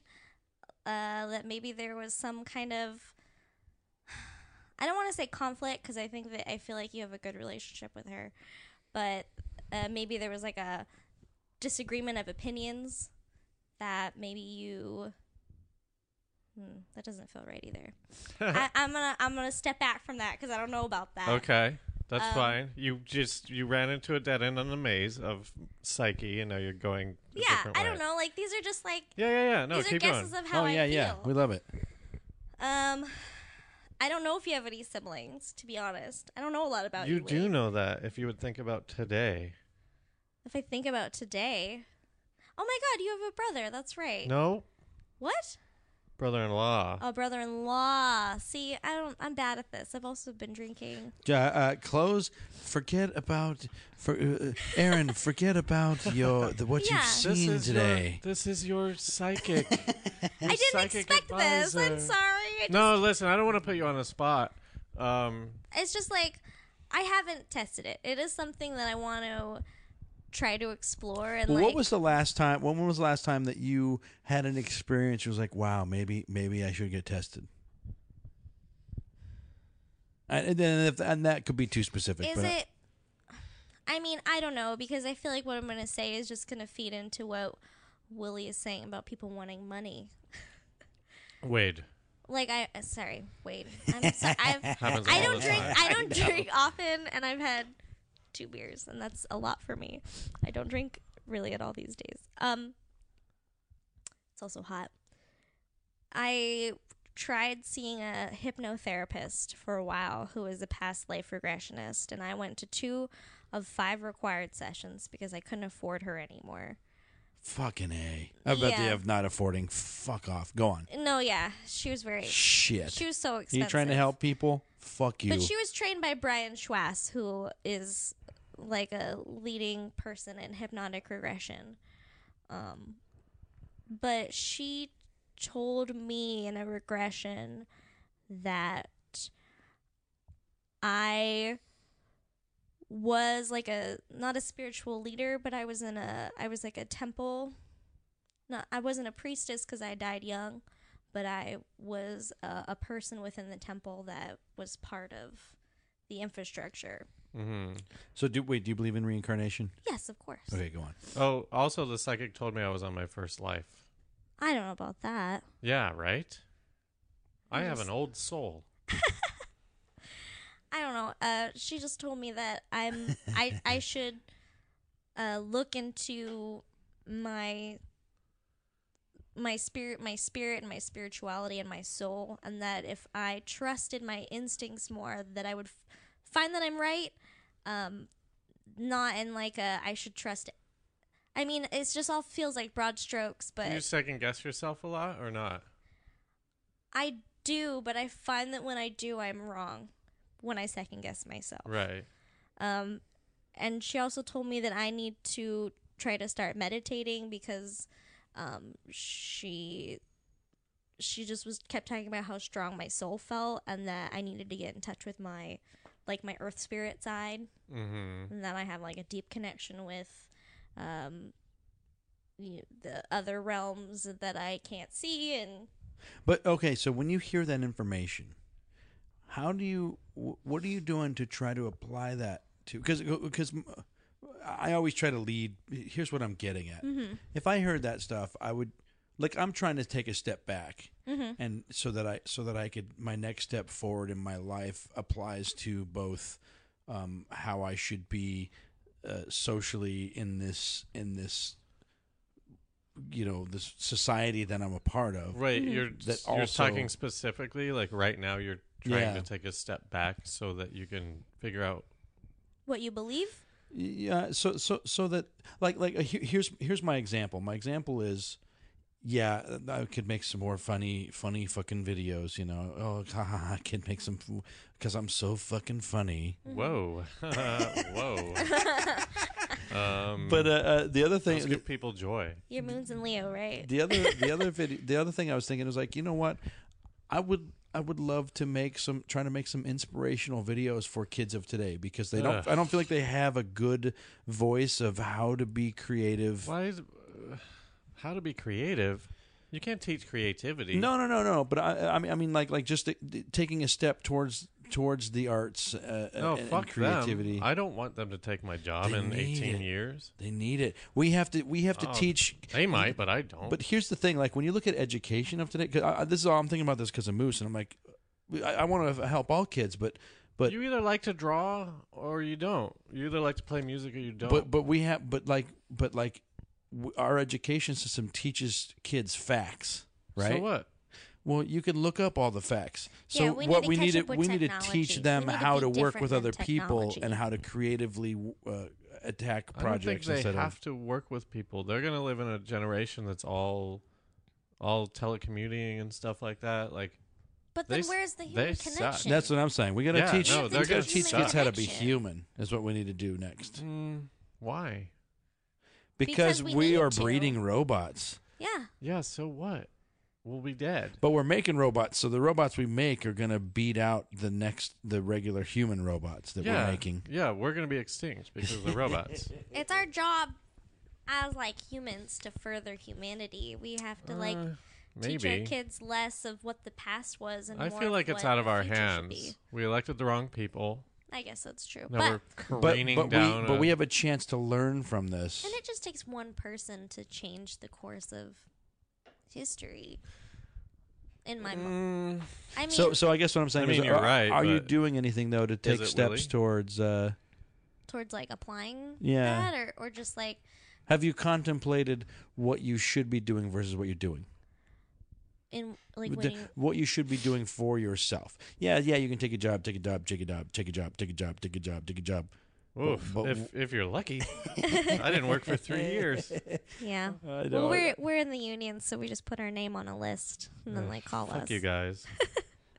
D: Uh, that maybe there was some kind of I don't want to say conflict because I think that I feel like you have a good relationship with her, but uh, maybe there was like a disagreement of opinions that maybe you. Hmm, that doesn't feel right either. I, I'm gonna I'm gonna step back from that because I don't know about that.
A: Okay, that's
D: Um,
A: fine. You just you ran into a dead end on the maze of psyche, and now you're going. a
D: Yeah,
A: different
D: I
A: way.
D: don't know. Like these are just like
A: Yeah, yeah, yeah. No,
D: these are
A: keep going.
D: guesses of how
B: oh yeah,
D: I
B: yeah. We
D: feel.
B: love it.
D: Um, I don't know if you have any siblings. To be honest, I don't know a lot about you.
A: you do
D: Wade.
A: know that if you would think about today.
D: If I think about today, oh my God, you have a brother. That's right.
A: No,
D: What?
A: brother-in-law.
D: Oh, brother-in-law. See, I don't. I'm bad at this. I've also been drinking.
B: Yeah, uh, close. Forget about for uh, Aaron. forget about your the, what
D: Yeah.
B: you've
D: This
A: this
B: seen
A: is
B: today.
A: Your, this is your psychic.
D: I didn't expect this. I'm sorry. I just-
A: No, listen. I don't want to put you on the spot. Um,
D: It's just like I haven't tested it. It is something that I want to try to explore and
B: Well,
D: like.
B: what was the last time? When was the last time that you had an experience? You was like, wow, maybe maybe I should get tested. And and then if, and that could be too specific.
D: Is
B: but I-
D: it? I mean, I don't know because I feel like what I'm going to say is just going to feed into what Willie is saying about people wanting money.
A: Wade.
D: Like I, uh, sorry, Wade. I'm sorry. I've,
A: Happens
D: I
A: all
D: don't
A: the
D: drink.
A: time.
D: I don't drink often, and I've had two beers, and that's a lot for me. I don't drink really at all these days. Um, it's also hot. I tried seeing a hypnotherapist for a while who is a past life regressionist, and I went to two of five required sessions because I couldn't afford her anymore.
B: Fucking A. I bet
D: Yeah.
B: they have not affording. Fuck off. Go on.
D: No, yeah, she was very.
B: Shit.
D: She was so
B: Are
D: expensive.
B: you trying to help people? Fuck you.
D: But she was trained by Brian Schwass, who is like a leading person in hypnotic regression. Um, but she told me in a regression that I was like a not a spiritual leader, but I was in a I was like a temple. Not I wasn't a priestess because I died young, but I was a, a person within the temple that was part of the infrastructure.
A: Mm-hmm.
B: so do wait. Do you believe in reincarnation?
D: Yes, of course.
B: Okay, go on.
A: Oh, also the psychic told me I was on my first life.
D: I don't know about that.
A: Yeah, right. I have
D: Yes.
A: an old soul.
D: I don't know. Uh, she just told me that I'm I I should uh, look into my my spirit my spirit and my spirituality and my soul and that if I trusted my instincts more that I would f- find that I'm right um not in like a I should trust I mean it's just all feels like broad strokes but
A: Do you second guess yourself a lot or not?
D: I do but I find that when I do I'm wrong when I second guess myself
A: Right.
D: Um, and she also told me that I need to try to start meditating because um, she she just was kept talking about how strong my soul felt and that I needed to get in touch with my like my earth spirit side
A: Mm-hmm.
D: and that I have like a deep connection with um, you the other realms that I can't see and
B: But okay, so when you hear that information, how do you? wh- What are you doing to try to apply that to? Because because I always try to lead. Here's what I'm getting at. If I heard that stuff, I would like I'm trying to take a step back, and so that I so that I could my next step forward in my life applies to both um, how I should be uh, socially in this in this you know this society that I'm a part of.
A: Right.
D: Mm.
A: You're
B: That
A: you're
B: also-
A: talking specifically like right now. You're trying
B: Yeah.
A: to take a step back so that you can figure out.
D: what you believe.
B: Yeah, so so so that like like uh, here- here's here's my example. My example is yeah, I could make some more funny funny fucking videos, you know. Oh, I could make some cuz I'm so fucking funny.
D: Mm-hmm.
A: Whoa. Whoa. um,
B: But uh, uh the other
A: those
B: thing
A: give people joy.
D: Your moon's in Leo, right?
B: the other the other video the other thing I was thinking was like, you know what? I would I would love to make some trying to make some inspirational videos for kids of today because they don't
A: Ugh.
B: I don't feel like they have a good voice of how to be creative.
A: Why is uh, how to be creative? You can't teach creativity.
B: No, no, no, no. But I, I mean, I mean, like, like just t- t- taking a step towards towards the arts uh,
A: No,
B: and, and
A: Oh, fuck
B: creativity.
A: them. I don't want them to take my job
B: They
A: in
B: need
A: 18
B: it.
A: years.
B: they need it. We have to. We have to
A: Oh,
B: teach.
A: They might, but I don't.
B: But here's the thing: like when you look at education of today, cause I, I- this is all I'm thinking about this because of Moose, and I'm like, I, I want to help all kids, but but
A: you either like to draw or you don't. You either like to play music or you don't.
B: but but we have but like but like w- our education system teaches kids facts, right?
A: So what?
B: Well, you can look up all the facts. So
D: Yeah, we need
B: what
D: to
B: we
D: catch
B: need to
D: up with
B: we need to
D: technology.
B: teach them
D: We need to
B: how
D: be
B: to work
D: different
B: with
D: than
B: other people
D: technology.
B: and how to creatively uh, attack
A: I don't think
B: projects
A: they
B: instead
A: have
B: of
A: to work with people. They're gonna live in a generation that's all, all telecommuting and stuff like that. Like
D: But
A: They
D: then
A: s-
D: where's the
A: they
D: human
A: suck.
D: connection?
B: That's what I'm saying. We got to
A: Yeah,
B: teach
A: no,
B: we
A: they're
B: gotta
A: gonna
B: teach
A: suck.
B: kids how to be
D: Connection.
B: human. Is what we need to do next.
A: mm, why?
D: Because
B: Because,
D: we
B: we
D: need
B: are
D: to.
B: breeding robots.
D: yeah.
A: Yeah. So what? We'll be dead.
B: But we're making robots, so the robots we make are going to beat out the next the regular human robots that
A: yeah.
B: we're making.
A: Yeah, we're gonna be extinct because of the robots.
D: it's our job as like humans to further humanity. We have to like
A: Uh,
D: teach our
A: maybe.
D: kids less of what the past was and
A: I
D: more
A: feel
D: of
A: like it's
D: what
A: out of
D: the
A: our
D: future should
A: hands.
D: be.
A: We elected the wrong people.
D: I guess that's true.
A: Now
D: but
A: we're
B: But,
A: careening
B: but,
A: down.
B: we, but
A: a-
B: we have a chance to learn from this.
D: and it just takes one person to change the course of history. In my mind,
A: Mm,
D: I mean,
B: so, so I guess what I'm saying
A: I mean,
B: is,
A: you're
B: are,
A: right,
B: are you
A: but-
B: doing anything though to take
A: it
B: steps
A: Willie?
B: towards uh,
D: towards like applying
B: Yeah.
D: that or, or just like
B: Have you contemplated what you should be doing versus what you're doing?
D: in like
B: The-
D: winning
B: what you should be doing for yourself. Yeah, yeah, you can take a job, take a job, take a job, take a job, take a job, take a job, take a job.
A: Oof,
B: But-
A: if if you're lucky, I didn't work for three years.
D: yeah
B: I
D: well we're we're in the union so we just put our name on a list and then they call
A: Fuck
D: us
A: you guys.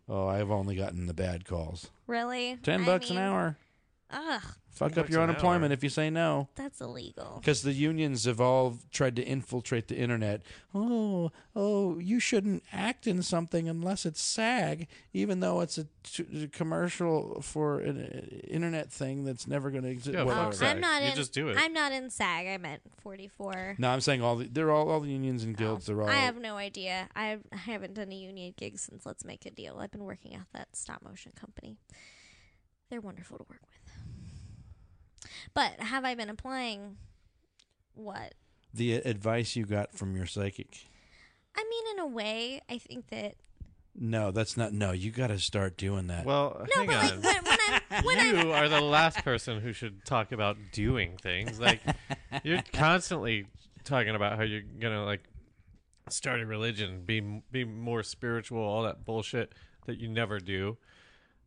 B: oh, I've only gotten the bad calls.
D: really
B: Ten
D: I
B: bucks
D: mean,
B: an hour.
D: ugh
B: Fuck
A: bucks
B: up your
A: an
B: unemployment
A: hour.
B: if you say no.
D: that's illegal
B: Because the unions have all tried to infiltrate the internet. Oh, oh, you shouldn't act in something unless it's SAG, even though it's a, t- a commercial for an uh, internet thing that's never going to exist.
A: Yeah,
D: Oh,
A: fuck SAG.
D: I'm not
A: You
D: in
A: just do it.
D: I'm not in SAG I meant 44
B: No, I'm saying all the they're all all the unions and guilds. They're all
D: I have no idea. I I haven't done a union gig since Let's Make a Deal. I've been working at that stop motion company. They're wonderful to work with. But have I been applying what?
B: the advice you got from your psychic.
D: I mean, in a way, I think that
B: No, that's not. No, you got to start doing that.
A: Well,
D: no,
A: hang
D: but
A: on.
D: like when, when I'm when I'm
A: you are the last person who should talk about doing things. Like you're constantly talking about how you're gonna like start a religion, be be more spiritual, all that bullshit that you never do.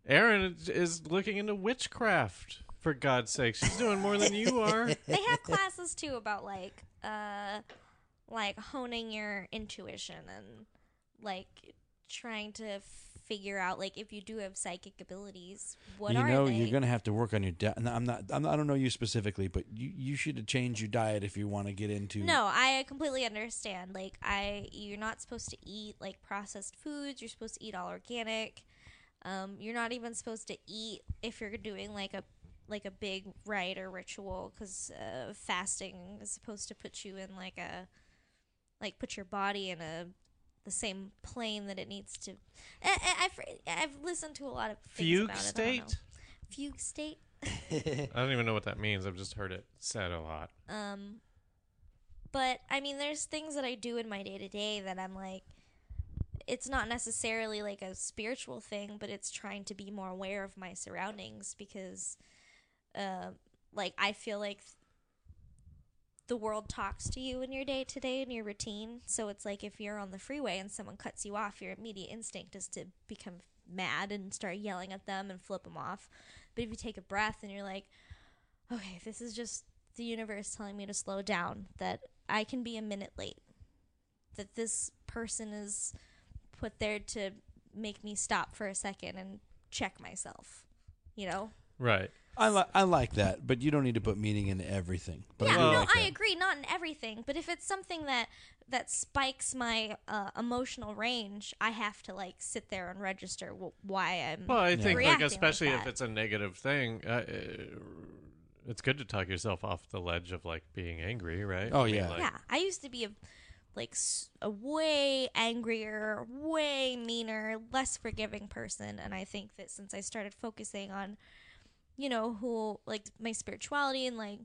A: Aaron is- is looking into witchcraft. For God's sake, she's doing more than you are.
D: they have classes too about like uh like honing your intuition and like trying to figure out like if you do have psychic abilities what
B: you
D: are
B: know
D: they
B: you're going to have to work on your diet. No, I'm not. I'm, not- I don't know you specifically, but you you should change your diet if you want to get into.
D: No, I completely understand. Like I you're not supposed to eat like processed foods. You're supposed to eat all organic. Um, you're not even supposed to eat if you're doing like a like a big rite or ritual cuz uh, fasting is supposed to put you in like a like put your body in a the same plane that it needs to. I, I, I've re- I've listened to a lot of things
A: Fugue
D: about it. I don't know.
A: state.
D: Fugue state.
A: I don't even know what that means. I've just heard it said a lot.
D: Um, but I mean, there's things that I do in my day to day that I'm like, it's not necessarily like a spiritual thing, but it's trying to be more aware of my surroundings because, uh, like, I feel like the world talks to you in your day to day and your routine. So it's like if you're on the freeway and someone cuts you off, your immediate instinct is to become mad and start yelling at them and flip them off. But if you take a breath and you're like, okay, this is just the universe telling me to slow down, that I can be a minute late, that this person is put there to make me stop for a second and check myself, you know?
A: Right.
B: I li- I like that, but you don't need to put meaning into everything. But
D: yeah,
B: I do
A: Well-
D: no,
B: like
D: I
B: that.
D: agree. Not in everything, but if it's something that that spikes my uh, emotional range, I have to like sit there and register w- why I'm.
A: Well, I think like
D: reacting
A: especially
D: like
A: if
D: that.
A: it's a negative thing, uh, it's good to talk yourself off the ledge of like being angry, right?
B: Oh,
A: I mean,
B: yeah.
A: like,
D: yeah, I used to be a like s- a way angrier, way meaner, less forgiving person, and I think that since I started focusing on, you know, who like my spirituality and like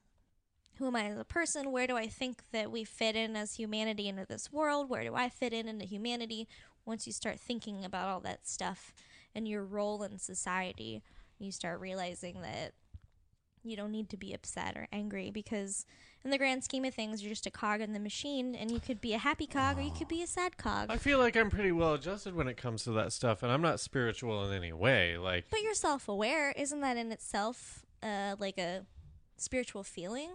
D: who am I as a person? Where do I think that we fit in as humanity into this world? Where do I fit in into humanity? Once you start thinking about all that stuff and your role in society, you start realizing that you don't need to be upset or angry because, in the grand scheme of things, you're just a cog in the machine and you could be a happy cog or you could be a sad cog.
A: I feel like I'm pretty well adjusted when it comes to that stuff, and I'm not spiritual in any way. Like,
D: But you're self aware. Isn't that in itself uh, like a spiritual feeling?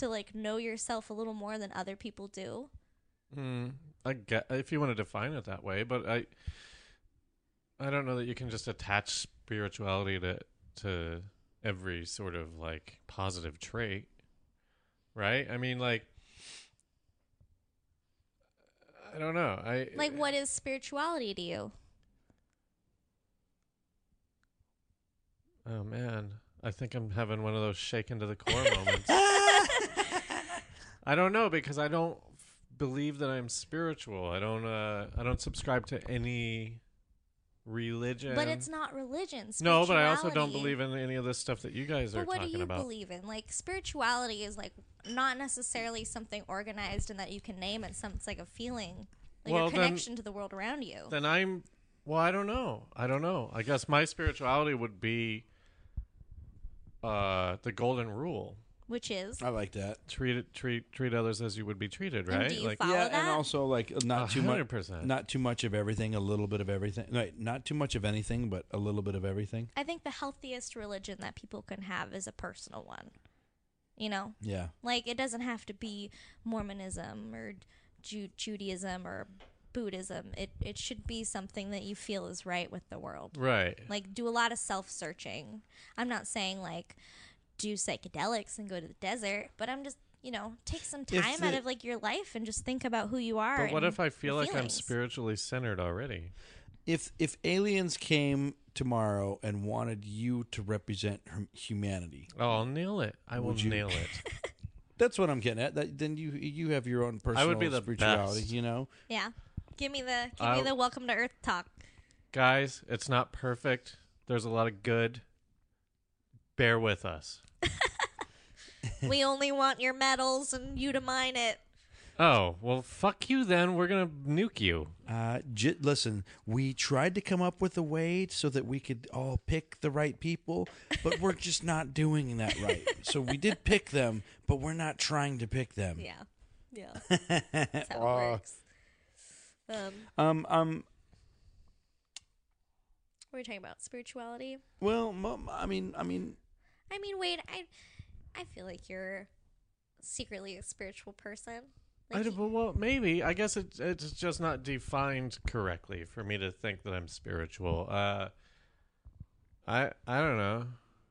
D: To like know yourself a little more than other people do?
A: mm, I get if you want to define it that way, but I, I don't know that you can just attach spirituality to to every sort of like positive trait, right? I mean, like, I don't know. I
D: Like, what is spirituality to you?
A: Oh man, I think I'm having one of those shaken to the core moments. I don't know because I don't f- believe that I'm spiritual. I don't. Uh, I don't subscribe to any religion.
D: But it's not religion.
A: no. But I also don't
D: Spirituality-
A: believe in any of this stuff that you guys are
D: But what do
A: talking
D: you
A: about.
D: believe in? Like spirituality is like not necessarily something organized and that you can name. It's something it's like a feeling, like
A: Well,
D: a
A: then-
D: connection to the world around you.
A: Then I'm. Well, I don't know. I don't know. I guess my spirituality would be uh, the golden rule:
D: which is
B: I like that.
A: treat it, treat treat others as you would be treated. Right?
D: do you
A: like
D: follow
B: yeah,
D: that?
B: and also like uh, not too much,
A: 100%.
B: not too much of everything, a little bit of everything. Right, not too much of anything, but a little bit of everything.
D: I think the healthiest religion that people can have is a personal one. You know,
B: Yeah,
D: like it doesn't have to be Mormonism or Ju- Judaism or Buddhism. It it should be something that you feel is right with the world.
A: right.
D: like do a lot of self-searching i'm not saying like do psychedelics and go to the desert but i'm just you know take some
B: If
D: time out
B: the-
D: of like your life and just think about who you are
A: But what
D: and
A: if I feel
D: your
A: like I'm
D: feelings.
A: spiritually centered already?
B: if if aliens came tomorrow and wanted you to represent hum- humanity,
A: Oh, I'll nail it. I will
B: Would you-
A: nail it.
B: that's what I'm getting at. That, then you you have your own personal
A: I would be the
B: spirituality.
A: best.
B: You know,
D: yeah give me the give
A: I'll-
D: me the welcome to earth talk
A: Guys, it's not perfect. There's a lot of good. Bear with us.
D: we only want your medals and you to mine it
A: Oh, well, fuck you then. We're going to nuke you.
B: Uh, j- listen, we tried to come up with a way so that we could all pick the right people, but we're just not doing that right. So we did pick them, but we're not trying to pick them.
D: yeah yeah that's how it works um
B: Um, um,
D: we're talking about spirituality
B: well, mum, I mean, I mean,
D: i mean wade i i feel like you're secretly a spiritual person
A: I
D: like
A: d-
D: you-
A: well, maybe. I guess it, it's just not defined correctly for me to think that I'm spiritual. Uh, I I don't know.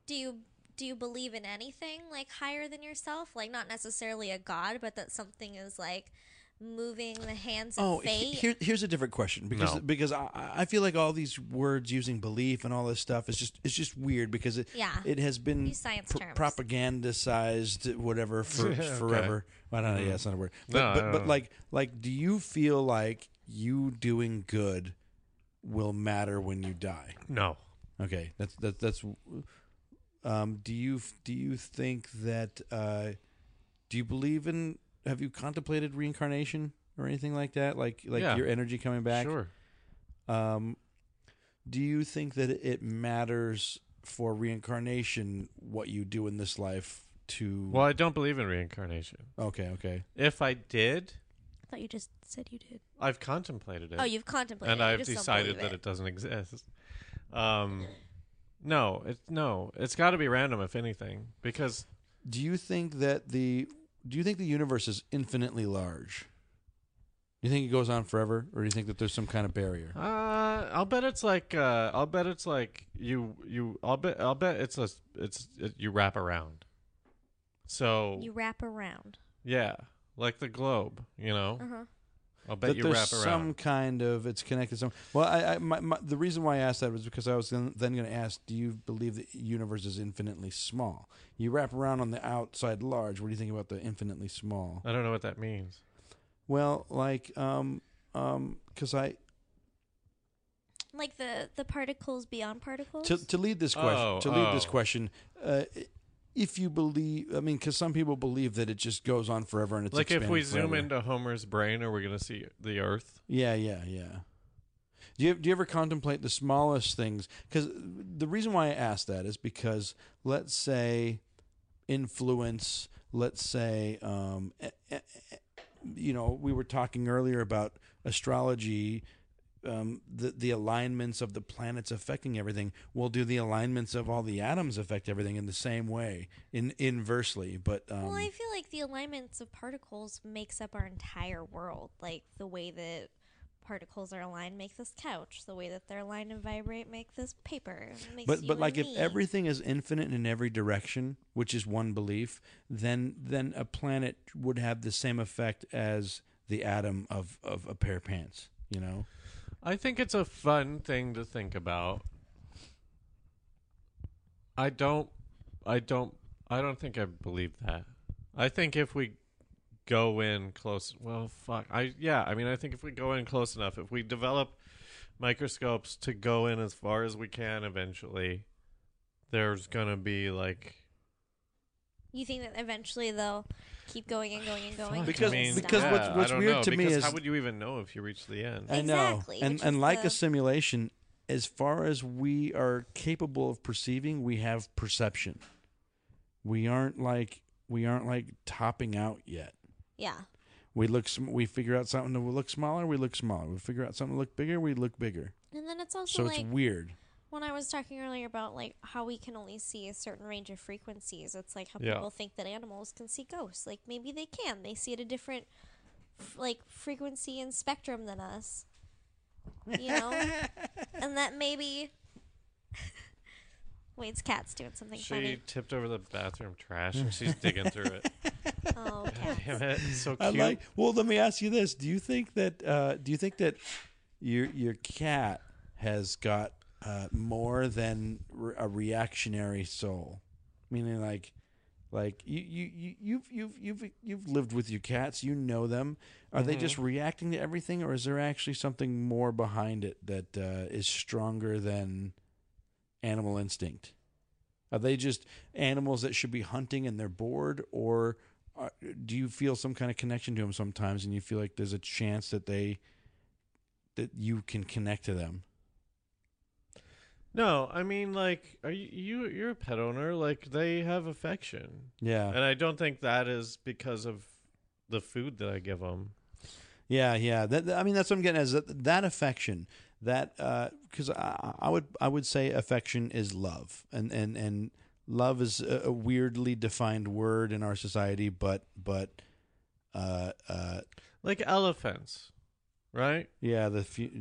D: do you do you believe in anything like higher than yourself like not necessarily a god but that something is like moving the hands of
B: oh, he-
D: fate
B: here, here's a different question because
A: No.
B: because I, I I feel like all these words using belief and all this stuff is just it's just weird because it
D: Yeah.
B: it has been
D: Use science terms.
B: propagandized whatever for
A: Yeah, okay. Mm.
B: forever. Well, I don't know. Yeah, it's not a word. But,
A: No, I
B: but,
A: don't
B: but
A: know.
B: like like do you feel like you doing good will matter when you die?
A: No.
B: Okay, that's that's that's. Um, do you do you think that uh, do you believe in? Have you contemplated reincarnation or anything like that? Like like
A: Yeah.
B: your energy coming back.
A: Sure.
B: Um, do you think that it matters for reincarnation what you do in this life? To
A: Well, I don't believe in reincarnation.
B: okay, okay.
A: If I did,
D: i thought you just said you did
A: I've contemplated it.
D: oh you've contemplated
A: and
D: it, you
A: I've
D: just don't
A: decided
D: believe
A: that it doesn't exist. Um, no, it's no, it's got to be random if anything, because
B: Do you think that the do you think the universe is infinitely large? Do you think it goes on forever, or do you think that there's some kind of barrier?
A: uh, I'll bet it's like uh, I'll bet it's like you you I'll bet I'll bet it's a it's it, you wrap around. So
D: you wrap around
A: yeah, like the globe, you know.
D: uh-huh
A: I'll bet
B: that
A: you
B: there's
A: wrap
B: some
A: around.
B: kind of it's connected. Some well, I, I my, my, the reason why I asked that was because I was then, then going to ask, do you believe the universe is infinitely small? You wrap around on the outside large. What do you think about the infinitely small?
A: I don't know what that means.
B: Well, like um um because I
D: like the the particles beyond particles
B: to to lead this question
A: Oh,
B: to lead this
A: oh.
B: question. Uh, if you believe, I mean, because some people believe that it just goes on forever and it's
A: like if we
B: expanding
A: zoom
B: forever.
A: into Homer's brain, are we gonna see the Earth?
B: Yeah, yeah, yeah. Do you, do you ever contemplate the smallest things? Because the reason why I ask that is because let's say influence, let's say, um, eh, eh, eh, you know, we were talking earlier about astrology, um, the the alignments of the planets affecting everything. Well, do the alignments of all the atoms affect everything in the same way, in inversely? But um,
D: well i feel like the alignments of particles makes up our entire world like the way that particles are aligned make this couch the way that they're aligned and vibrate make this paper it makes
B: but
D: you
B: but
D: and
B: like if
D: me.
B: everything is infinite in every direction which is one belief then then a planet would have the same effect as the atom of of a pair of pants you know
A: I think it's a fun thing to think about. I don't I don't I don't think I believe that. I think if we go in close well fuck. I yeah, I mean I think if we go in close enough, if we develop microscopes to go in as far as we can eventually, there's going to be like
D: You think that eventually they'll keep going and going and going?
A: Fuck,
B: Because-
A: I mean,
B: because
A: yeah,
B: what's- what's
A: I don't
B: weird
A: know,
B: to me
A: because
B: is-
A: how would you even know if you reach the end?
B: i know
D: Exactly,
B: and
D: which
B: and
D: is
B: like
D: the-
B: a simulation as far as we are capable of perceiving we have perception we aren't like we aren't like topping out yet.
D: Yeah.
B: We look sm- we figure out something to look smaller, we look smaller. We figure out something to look bigger, we look bigger.
D: And then it's also
B: So
D: like
B: it's weird.
D: when I was talking earlier about like how we can only see a certain range of frequencies. It's like how
A: Yeah.
D: people think that animals can see ghosts. Like maybe they can. They see at a different f- like frequency and spectrum than us. You know? and that maybe Wade's cat's doing something
A: She tipped over the bathroom trash and she's digging through it.
D: funny. Oh, cats.
A: Damn it. So
B: I
A: cute.
B: like. Well, let me ask you this: Do you think that? Uh, do you think that your your cat has got uh, more than re- a reactionary soul? Meaning, like, like you you you you've you've you've you've lived with your cats. You know them. Are they just reacting to everything, or is there actually something more behind it that uh, is stronger than animal instinct? Are they just animals that should be hunting and they're bored, or are, Uh, do you feel some kind of connection to them sometimes, and you feel like there's a chance that they that you can connect to them?
A: No, I mean like are you, you you're a pet owner, like they have affection.
B: Yeah,
A: And I don't think that is because of the food that I give them.
B: yeah, yeah. That, that- I mean, that's what I'm getting at, is that that affection that because I, I would I would say affection is love, and and and love is a, a weirdly defined word in our society, but but uh uh
A: Like elephants, right?
B: yeah the few,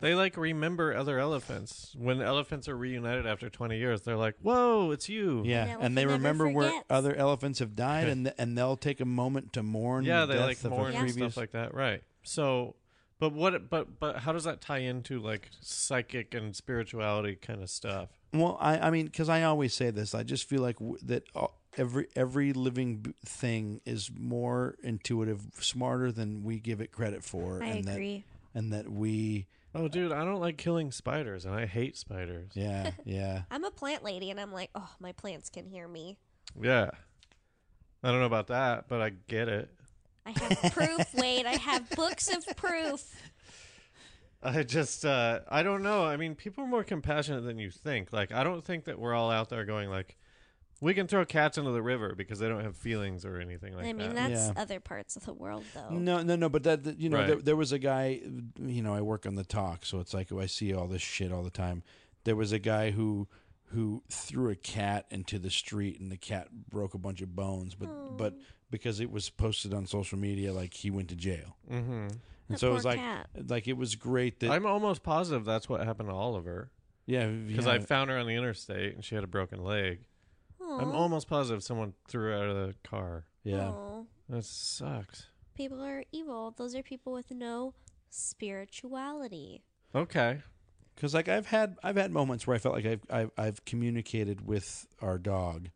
A: They like remember other elephants. When elephants are reunited after 20 years, they're like, "Whoa, it's you."
B: Yeah,
D: An
B: and they
D: elephant never
B: remember where
D: forgets.
B: other elephants have died, and th- and they'll take a moment to mourn.
A: Yeah,
B: the
A: they
B: death
A: like
B: of a
A: mourn and
B: previous-
A: stuff like that, right? So, but what? But but how does that tie into like psychic and spirituality kind of stuff?
B: Well, I I mean, because I always say this, I just feel like w- that all, every every living b- thing is more intuitive, smarter than we give it credit for.
D: I
B: and
D: agree.
B: That, and that we,
A: Oh, dude, I don't like killing spiders, and I hate spiders.
B: yeah, yeah.
D: I'm a plant lady and I'm like, "Oh, my plants can hear me."
A: Yeah, I don't know about that, but I get it.
D: I have proof, Wade. I have books of proof.
A: I just, uh, I don't know. I mean, people are more compassionate than you think. Like, I don't think that we're all out there going like, we can throw cats into the river because they don't have feelings or anything like
D: I mean,
A: that.
D: that's
B: Yeah.
D: other parts of the world, though.
B: No, no, no. But that that, you know,
A: Right.
B: there, there was a guy. You know, I work on the talk, so it's like I see all this shit all the time. There was a guy who who threw a cat into the street, and the cat broke a bunch of bones. But but
D: Oh.
B: because it was posted on social media, like he went to jail.
A: hmm
B: And
D: That
B: so it
D: poor
B: was like
D: cat.
B: like it was great that
A: I'm almost positive that's what happened to Oliver.
B: yeah
A: because
B: yeah,
A: I found her on the interstate and she had a broken leg. I'm
D: Aw.
A: almost positive someone threw her out of the car.
B: yeah
D: Aw.
A: That sucks.
D: Oh, People are evil. Those are people with no spirituality.
A: Okay.
B: because like I've had I've had moments where I felt like I've I've, I've communicated with our dog,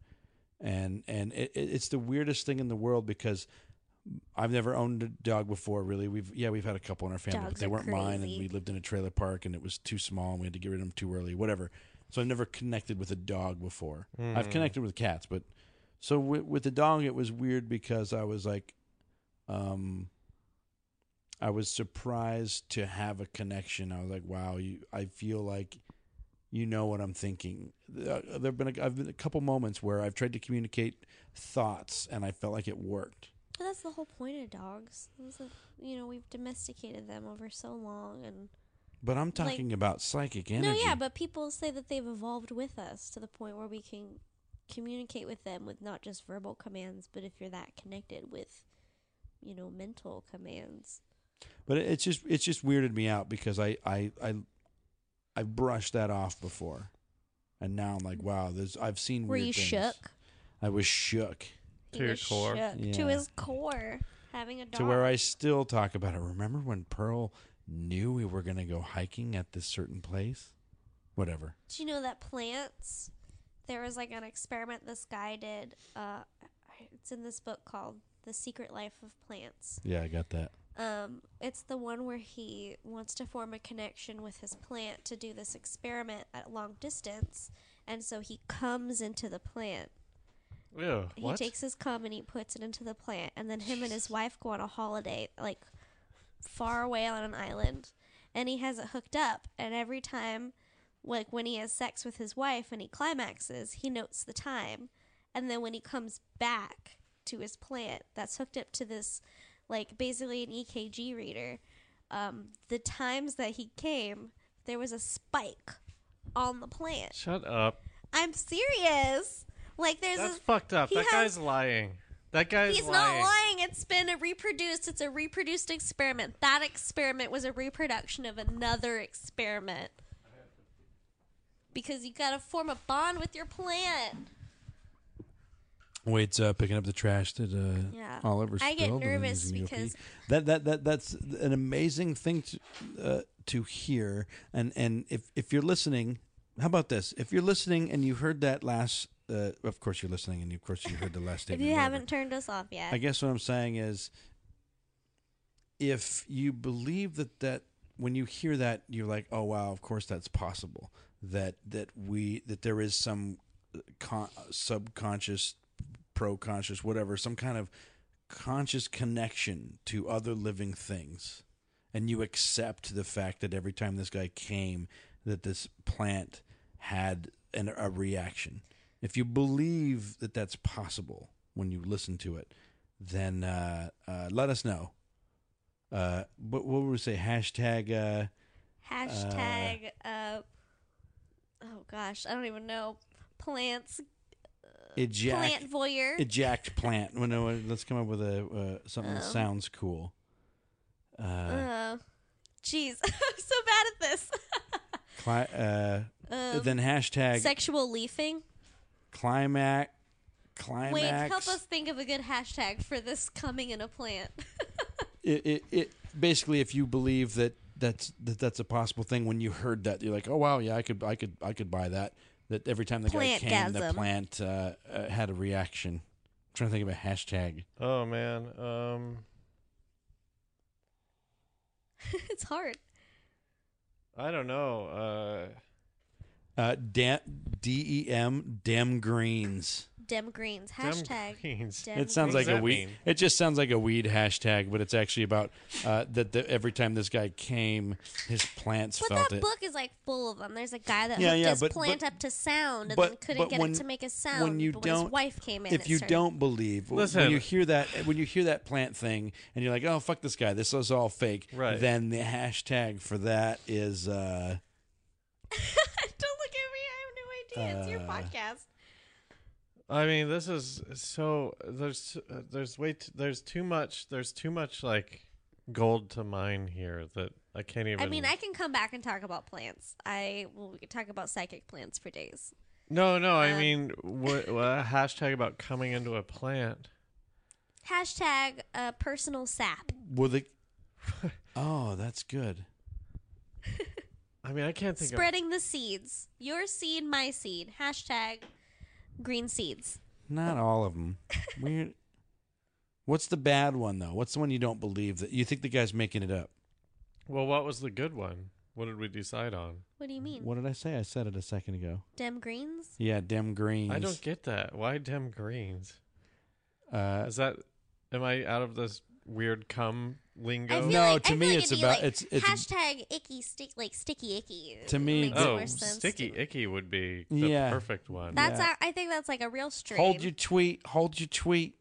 B: and and it, it- it's the weirdest thing in the world because I've never owned a dog before. Really, we've yeah we've had a couple in our family,
D: Dogs
B: but they
D: are
B: weren't mine, and
D: crazy.
B: we lived in a trailer park, and it was too small, and we had to get rid of them too early, whatever. So I've never connected with a dog before. I've connected with cats, but so with, with the dog, it was weird because I was like, um, I was surprised to have a connection. I was like, wow, you, I feel like you know what I'm thinking. There have been a, I've been a couple moments where I've tried to communicate thoughts and I felt like it worked.
D: But that's the whole point of dogs. That's the- you know, we've domesticated them over so long, and
B: But I'm talking about psychic
D: no,
B: energy.
D: yeah. But people say that they've evolved with us to the point where we can communicate with them with not just verbal commands, but if you're that connected with, you know, mental commands.
B: But it- it's just it's just weirded me out because I I I I brushed that off before, and now I'm like, wow, there's I've seen.
D: Were
B: weird
D: you
B: things.
D: shook?
B: I was shook
A: To
D: He
A: your
D: was
A: core.
D: shook
B: Yeah.
D: To his core, having a dog.
B: to where I still talk about it. Remember when Pearl knew we were going to go hiking at this certain place? Whatever.
D: Do you know that plants? There was like an experiment this guy did. Uh, it's in this book called The Secret Life of Plants.
B: Yeah, I got that.
D: Um, it's the one where he wants to form a connection with his plant to do this experiment at long distance. And so he comes into the plant.
A: Ew, what?
D: He takes his cum and he puts it into the plant. And then him and his wife go on a holiday, like far away on an island. And he has it hooked up. And every time, like when he has sex with his wife and he climaxes, he notes the time. And then when he comes back to his plant, that's hooked up to this, like basically an EKG reader. Um, the times that he came, there was a spike on the plant.
A: Shut up.
D: I'm serious. Like there's
A: That's
D: a,
A: fucked up.
D: he
A: That
D: has-
A: guy's lying. That guy's
D: He's
A: lying.
D: not lying. It's been a reproduced. It's a reproduced experiment. That experiment was a reproduction of another experiment. Because you gotta form a bond with your plant.
B: Wade's uh, picking up the trash that uh,
D: Yeah.
B: Oliver
D: I
B: spilled.
D: get
B: and he's
D: nervous
B: gonna go
D: because-
B: pee. that that that that's an amazing thing to uh, to hear. And and if if you're listening, how about this? If you're listening and you heard that last, uh, of course you're listening, and of course you heard the last
D: If
B: statement.
D: you
B: whatever.
D: haven't turned us off yet,
B: I guess what I'm saying is, if you believe that that when you hear that you're like, oh wow, of course that's possible. That that we that there is some uh, con- subconscious, pro-conscious, whatever, some kind of conscious connection to other living things, and you accept the fact that every time this guy came, that this plant had an, a reaction. If you believe that that's possible when you listen to it, then uh, uh, let us know. Uh, what, what would we say? Hashtag. Uh,
D: hashtag. Uh, oh gosh, I don't even know. Plants,
B: ejac-
D: plant voyeur.
B: Eject plant. Well, no, uh, let's come up with a uh, something that
D: Um,
B: sounds cool. Uh,
D: Uh, Jeez, I'm so bad at this.
B: cli- uh,
D: Um,
B: then hashtag
D: sexual leafing.
B: climax. Climax.
D: Wait, help us think of a good hashtag for this coming in a plant.
B: It, it, it basically, if you believe that that's that that's a possible thing, when you heard that, you're like, oh wow, yeah, I could, I could, I could buy that. That every time the guy came, the
D: Plantgasm.
B: plant uh, uh, had a reaction. I'm trying to think of a hashtag.
A: Oh man. Um
D: it's hard.
A: I don't know. Uh
B: Uh, dam, D E M, dem greens.
D: Dem Greens.
A: Dem
D: Hashtag.
A: Greens.
D: Dem
B: It sounds
A: What
B: like
A: does
B: a
A: that
B: weed.
A: mean?
B: It just sounds like a weed hashtag, but it's actually about uh, that the, every time this guy came, his plants
D: But
B: felt
D: that
B: it.
D: book is like full of them. There's a guy that
B: Yeah,
D: hooked
B: yeah,
D: his
B: but-
D: plant
B: but-
D: up to sound and
B: but-
D: then couldn't
B: but
D: get
B: when-
D: it to make a sound.
B: when you
D: but
B: don't-
D: his wife came in.
B: if
D: it
B: you
D: started-
B: don't believe when
A: Listen.
B: you hear that when you hear that plant thing and you're like oh fuck this guy this is all fake
A: Right.
B: then the hashtag for that is uh
D: don't look at me. I have no idea. it's your
B: Uh,
D: podcast.
A: I mean, this is so there's uh, there's way t- there's too much there's too much like gold to mine here that I can't even
D: I mean, I can come back and talk about plants. I will we could talk about psychic plants for days.
A: No, no, I
D: um,
A: mean what, what a hashtag about coming into a plant.
D: Hashtag uh, personal sap.
B: will the oh that's good
A: I mean, I can't think of
D: Spreading the seeds. Your seed, my seed. Hashtag green seeds.
B: not all of them weird what's the bad one though what's the one you don't believe that you think the guy's making it up
A: Well, what was the good one? What did we decide on?
D: What do you mean?
B: what did I say I said it a second ago
D: Dem greens?
B: yeah dem greens
A: I don't get that. Why dem greens?
B: uh,
A: Is that am I out of this weird cum lingo?
D: I feel
B: No,
D: like,
B: to
D: I feel
B: me
D: like
B: it's
D: it'd be
B: about-
D: like
B: it's- it's-
D: hashtag icky stick like sticky icky.
B: To me,
D: makes
B: that-
D: it
A: oh,
D: more sense
A: sticky
D: to-
A: icky would be the
B: Yeah.
A: perfect one.
D: That's
B: Yeah.
D: our, I think that's like a real stream.
B: hold your tweet hold your tweet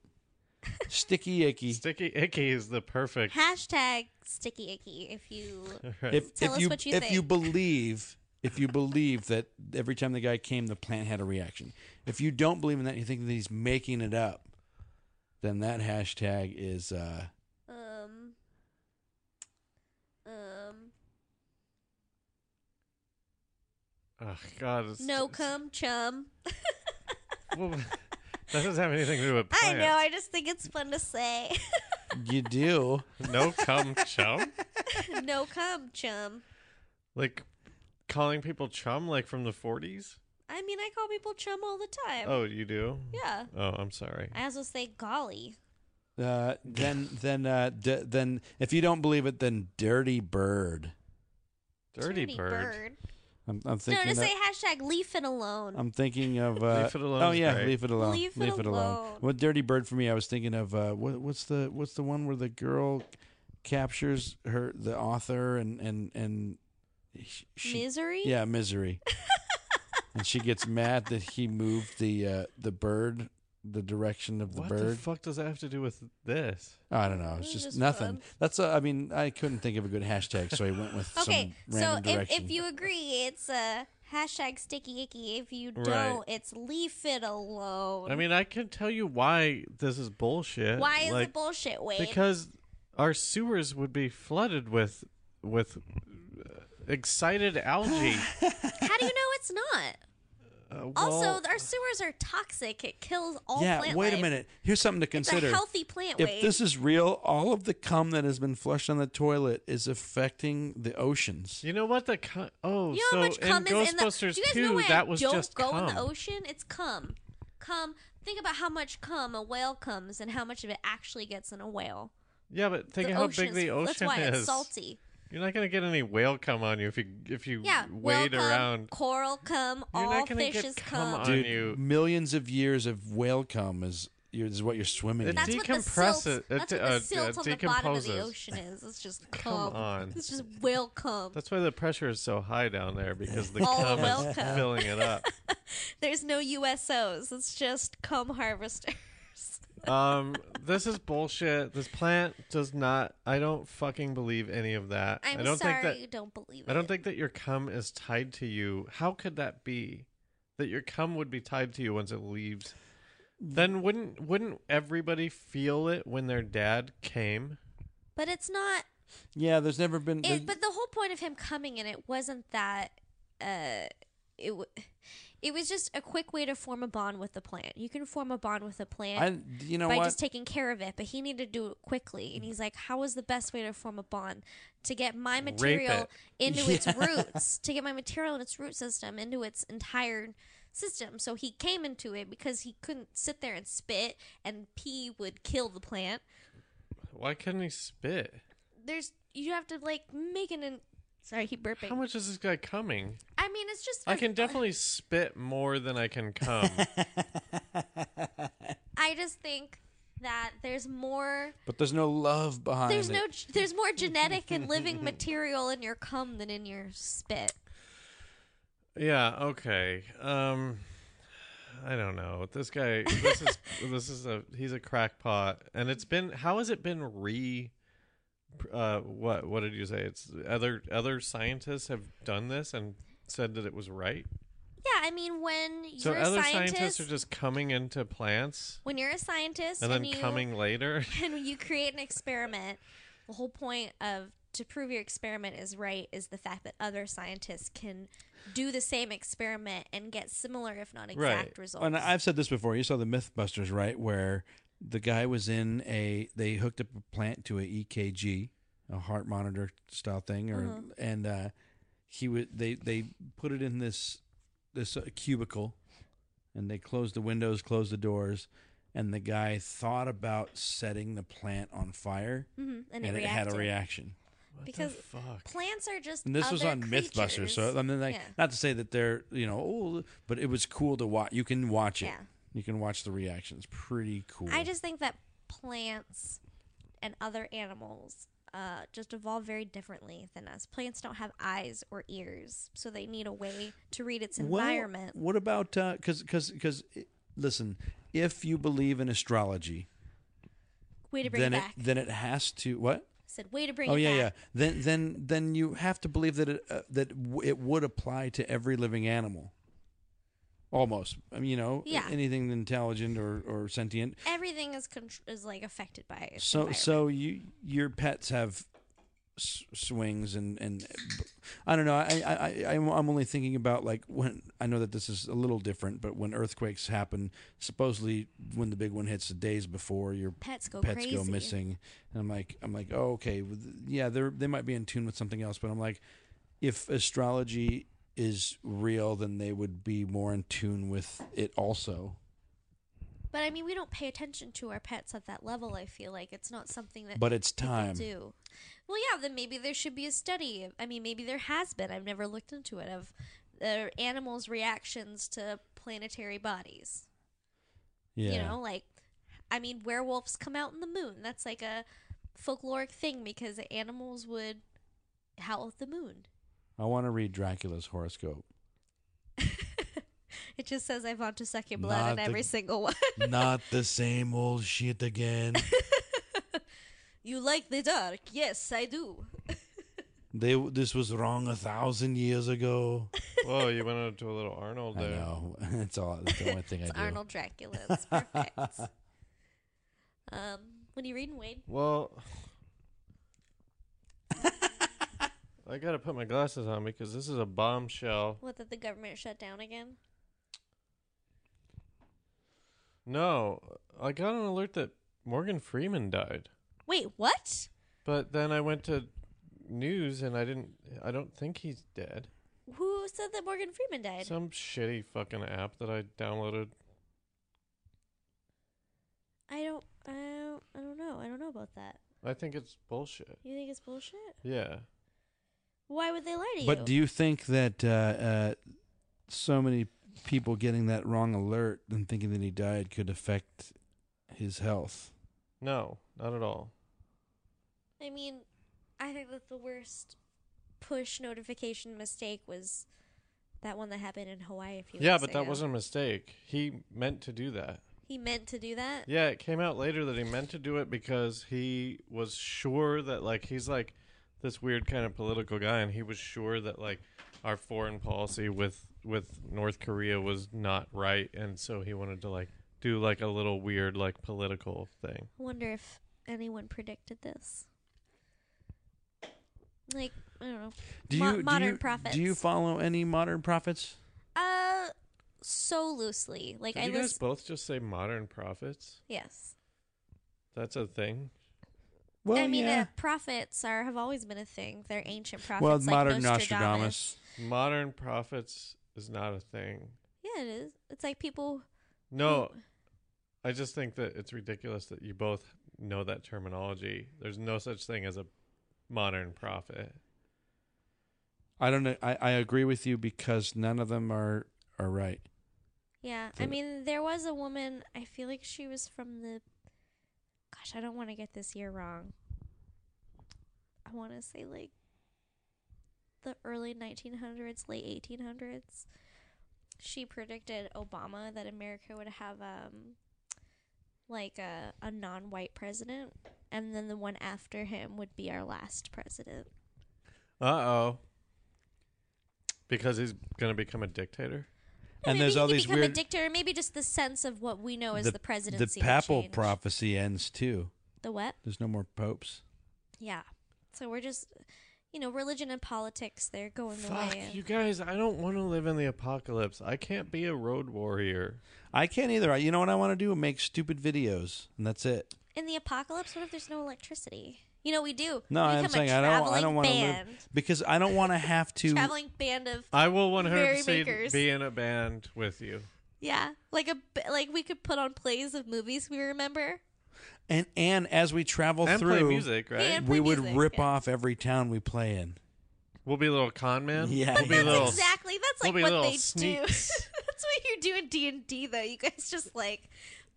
B: sticky icky
A: Sticky icky is the perfect.
D: hashtag sticky icky if you
A: Right.
B: if,
D: Tell
B: if
D: us
B: you,
D: what you
B: if you
D: think.
B: believe if you believe that every time the guy came the plant had a reaction if you don't believe in that you think that he's making it up then that hashtag is uh
D: um um
A: oh God, it's,
D: no cum chum.
A: Well, that doesn't have anything to do
B: Oh,
A: with
D: I know.
A: plants.
D: I just think it's fun to say.
B: you do
A: No cum chum.
D: no cum chum.
A: Like calling people chum, like from the forties.
D: I mean, I call people chum all the time.
A: Oh, you do?
D: Yeah.
A: Oh, I'm sorry.
D: I also say golly.
B: uh, then then uh, d- then if you don't believe it then dirty bird
A: Dirty, bird.
B: i'm, I'm
D: No,
B: thinking
D: just
B: of-
D: say hashtag leave it alone.
B: I'm thinking of uh,
A: Leave it alone
B: Oh
A: is
B: yeah,
A: great.
B: leave it alone.
D: Leave it alone.
B: What dirty bird for me? I was thinking of uh, what, what's the what's the one where the girl captures her the author and and and sh- she,
D: Misery?
B: yeah misery, and she gets mad that he moved the uh, the bird the direction of the
A: what the
B: bird.
A: fuck does that have to do with this?
B: I don't know.
D: It's
B: It's just,
D: just
B: nothing.
D: fun.
B: That's a, I mean, I couldn't think of a good hashtag, so I went with
D: Okay,
B: some
D: so
B: random
D: if,
B: direction.
D: if you agree, it's a hashtag sticky icky. If you
A: Right.
D: don't, it's leave it alone.
A: I mean, I can tell you why this is bullshit.
D: Why is
A: Like,
D: it bullshit, Wade?
A: Because our sewers would be flooded with with uh, excited algae.
D: How do you know it's not?
A: Uh,
D: also,
A: well,
D: our sewers are toxic. It kills all
B: yeah,
D: plant
B: wait
D: life.
B: a minute. Here's something to
D: It's a
B: consider.
D: healthy plant,
B: if
D: Wade.
B: this is real, all of the cum that has been flushed on the toilet is affecting the oceans.
A: you know what the cu- oh
D: you know
A: so
D: how much cum
A: in
D: is in the.
A: Ghostbusters
D: Do you guys
A: 2
D: know why
A: that
D: I
A: was
D: don't
A: just
D: go
A: cum.
D: in the ocean? It's cum. Cum. Think about how much cum a whale comes and how much of it actually gets in a whale.
A: Yeah, but think
D: the
A: of how
D: ocean
A: big
D: is-
A: the ocean
D: That's why
A: is.
D: it's salty.
A: You're not gonna get any whale cum on you if you if you
D: Yeah, whale
A: wade
D: cum,
A: around.
D: coral cum,
A: You're
D: all
A: not gonna get
D: fishes
A: cum
D: cum.
A: on
B: Dude,
A: you.
B: millions of years of whale cum is, is what you're swimming
A: It
B: in.
D: That's
A: de-
D: what the
A: Decompress
D: silt.
A: it. It
D: That's
A: de-
D: what the
A: uh,
D: silt
A: uh,
D: on the bottom of the
A: decomposes.
D: ocean is. It's just
A: Come
D: cum.
A: on.
D: It's just whale cum.
A: That's why the pressure is so high down there because the
D: All
A: cum
D: whale
A: is
D: cum.
A: filling it up.
D: There's no USOs. It's just cum harvesters.
A: Um, this is bullshit. This plant does not. I don't fucking believe any of that.
D: I'm
A: I do not
D: sorry
A: think
D: you
A: that.
D: don't believe it.
A: I don't think that your cum is tied to you. How could that be? That your cum would be tied to you once it leaves. Then wouldn't wouldn't everybody feel it when their dad came?
D: But it's not.
B: yeah, there's never been.
D: It,
B: there-
D: but the whole point of him coming in it wasn't that. Uh, it. W- it was just a quick way to form a bond with the plant. You can form a bond with a plant.
B: I, you know
D: by
B: what?
D: just taking care of it, but he needed to do it quickly. And he's like, "How is the best way to form a bond? To get my material
A: it.
D: into its roots, to get my material in its root system into its entire system." So he came into it because he couldn't sit there and spit, and pee would kill the plant.
A: Why couldn't he spit?
D: There's you have to like make it in. Sorry, he burping.
A: How much is this guy coming?
D: I mean, it's just
A: I can definitely spit more than I can come.
D: I just think that there's more.
B: but there's no love behind
D: There's
B: it.
D: no. There's more genetic and living material in your cum than in your spit.
A: yeah, okay. Um I don't know. This guy this is this is a he's a crackpot and it's been how has it been re uh what what did you say? It's other other scientists have done this and said that it was right.
D: Yeah, I mean, when you're
A: So
D: a
A: other
D: scientist,
A: scientists are just coming into plants
D: when you're a scientist
A: and then
D: you,
A: coming later.
D: and you create an experiment, the whole point of to prove your experiment is right is the fact that other scientists can do the same experiment and get similar, if not exact,
A: Right.
D: results.
B: And I've said this before. You saw the MythBusters, right? Where the guy was in a they hooked up a plant to a EKG, a heart monitor style thing, or
D: Uh-huh.
B: and uh, he would they they put it in this this uh, cubicle, and they closed the windows, closed the doors, and the guy thought about setting the plant on fire,
D: Mhm, and,
B: and,
D: it,
B: it had a
D: reacted.
B: reaction.
D: because
A: fuck?
D: plants are just.
B: And this was
D: other
B: on MythBusters,
D: creatures.
B: so I mean, like,
D: Yeah.
B: not to say that they're you know, oh, but it was cool to watch. You can watch it.
D: Yeah.
B: You can watch the reactions. Pretty cool.
D: I just think that plants and other animals uh, just evolve very differently than us. Plants don't have eyes or ears, so they need a way to read its
B: Well,
D: environment.
B: what about uh, because because because eh, listen, if you believe in astrology,
D: way to bring
B: then
D: it
B: it,
D: back.
B: then it has to what?
D: said, way to bring
B: oh
D: it
B: yeah, yeah.
D: back.
B: Then then then you have to believe that it uh, that w- it would apply to every living animal. Almost, I mean, you know,
D: Yeah.
B: anything intelligent or, or sentient.
D: Everything is con- is like affected by it.
B: So so you your pets have s- swings and and I don't know. I I I I'm I'm only thinking about like when I know that this is a little different, but when earthquakes happen, supposedly when the big one hits, the days before your
D: pets go
B: pets
D: crazy.
B: go missing, and I'm like I'm like oh okay well, th- yeah they're they might be in tune with something else, but I'm like if astrology is real, then they would be more in tune with it also.
D: But I mean, we don't pay attention to our pets at that level. I feel like it's not something that
B: But it's
D: people
B: time.
D: do. Well, yeah, then maybe there should be a study. I mean, maybe there has been. I've never looked into it of uh, animals' reactions to planetary bodies.
B: Yeah.
D: You know, like I mean, werewolves come out in the moon. That's like a folkloric thing because animals would howl at the moon.
B: I want to read Dracula's horoscope.
D: It just says I want to suck your blood
C: Not
D: in
C: the-
D: every single one.
C: Not the same old shit again.
D: you like the dark? Yes, I do.
C: they this was wrong a thousand years ago.
A: Whoa, you went into a little Arnold
C: I
A: there.
C: know. That's all. That's the only thing I
D: It's
C: do.
D: Arnold Dracula. It's perfect. um, what are you reading, Wade?
A: Well, I gotta put my glasses on because this is a bombshell.
D: What that the government shut down again?
A: No, I got an alert that Morgan Freeman died,
D: Wait, what?
A: but then I went to news and I didn't. I don't think he's dead.
D: Who said that Morgan Freeman died?
A: Some shitty fucking app that I downloaded.
D: I don't. I don't. I don't know. I don't know about that.
A: I think it's bullshit.
D: You think it's bullshit?
A: Yeah.
D: Why would they lie to you?
B: But do you think that uh, uh, so many people getting that wrong alert and thinking that he died could affect his health?
A: No, not at all.
D: I mean, I think that the worst push notification mistake was that one that happened in Hawaii a few
A: yeah,
D: weeks
A: but
D: ago.
A: that wasn't a mistake. He meant to do that.
D: He meant to do that.
A: Yeah, it came out later that he meant to do it because he was sure that like he's like this weird kind of political guy and he was sure that like our foreign policy with with North Korea was not right and so he wanted to like do like a little weird like political thing.
D: I wonder if anyone predicted this. Like, I don't know.
B: Do
D: Mo-
B: you do
D: modern
B: you-
D: prophets.
B: Do you follow any modern prophets?
D: Uh, so loosely. Like,
A: Did
D: I
A: you guys
D: list-
A: both just say modern prophets?
D: Yes.
A: That's a thing.
B: Well,
D: I mean,
B: yeah.
D: uh, prophets are have always been a thing. They're ancient prophets.
B: well,
D: like
B: modern
D: Nostradamus.
B: Nostradamus.
A: Modern prophets is not a thing.
D: Yeah, it is. It's like people.
A: No,
D: Mm.
A: I just think that it's ridiculous that you both know that terminology. There's no such thing as a modern prophet.
B: I don't know. I, I agree with you because none of them are are right.
D: Yeah, I
B: So-
D: mean, there was a woman. I feel like she was from the. Gosh, I don't want to get this year wrong. I want to say like the early 1900s, late 1800s. She predicted Obama that America would have um like a, a non-white president and then the one after him would be our last president.
A: Uh oh. Because he's going to become a dictator?
B: And
D: maybe
B: there's
D: he
B: all
D: could
B: these
D: become
B: weird
D: a dictator, maybe just the sense of what we know as the, presidency.
B: The
D: would
B: papal
D: change.
B: prophecy ends too.
D: The what?
B: There's no more popes.
D: Yeah. So we're just, you know, religion and politics, they're going the
A: Fuck,
D: way. of-
A: you guys, I don't want to live in the apocalypse. I can't be a road warrior.
B: I can't either. I, you know what I want to do? Make stupid videos, and that's it.
D: In the apocalypse, what if there's no electricity? You know, we do.
B: No,
D: we
B: I'm
D: become a
B: saying I don't. I
D: traveling
B: don't want to live
D: band.
B: because I don't want to have to.
D: Traveling band of
A: I will
D: Merrymakers.
A: 100% be in a band with you.
D: yeah, like a b- like we could put on plays of movies we remember.
B: And and as we travel
A: and
B: through,
A: play music, right?
D: And play
B: we would
D: music,
B: rip
D: yeah.
B: off every town we play in.
A: We'll be a little con man.
B: Yeah.
A: We'll be
B: That's
A: little.
D: exactly. That's
A: we'll
D: like
A: be
D: what
A: little
D: they do.
A: sneaks.
D: that's what you do in D and D though. You guys just like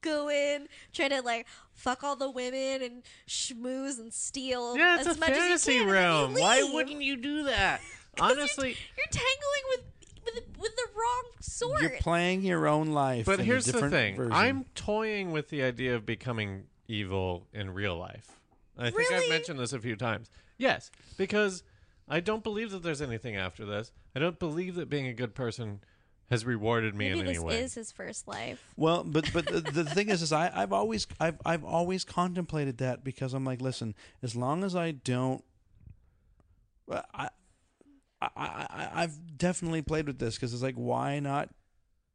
D: go in, try to like fuck all the women and schmooze and steal
A: yeah, it's
D: as
A: a
D: much as you
A: fantasy
D: can.
A: realm.
D: And then you
A: Why
D: leave.
A: wouldn't you do that?
D: 'Cause you're-
A: Honestly.
D: you're, tangling with with with the wrong sword.
B: You're playing your own life.
A: But
B: in a
A: here's the
B: different
A: thing:
B: version.
A: I'm toying with the idea of becoming evil in real life. I think
D: Really?
A: I've mentioned this a few times. Yes, because I don't believe that there's anything after this. I don't believe that being a good person has rewarded me
D: Maybe
A: in
D: this
A: any way.
D: is his first life.
B: Well, but but the, the thing is, is I, I've always I've I've always contemplated that because I'm like, listen, as long as I don't, well, I, I I I've definitely played with this because it's like, why not,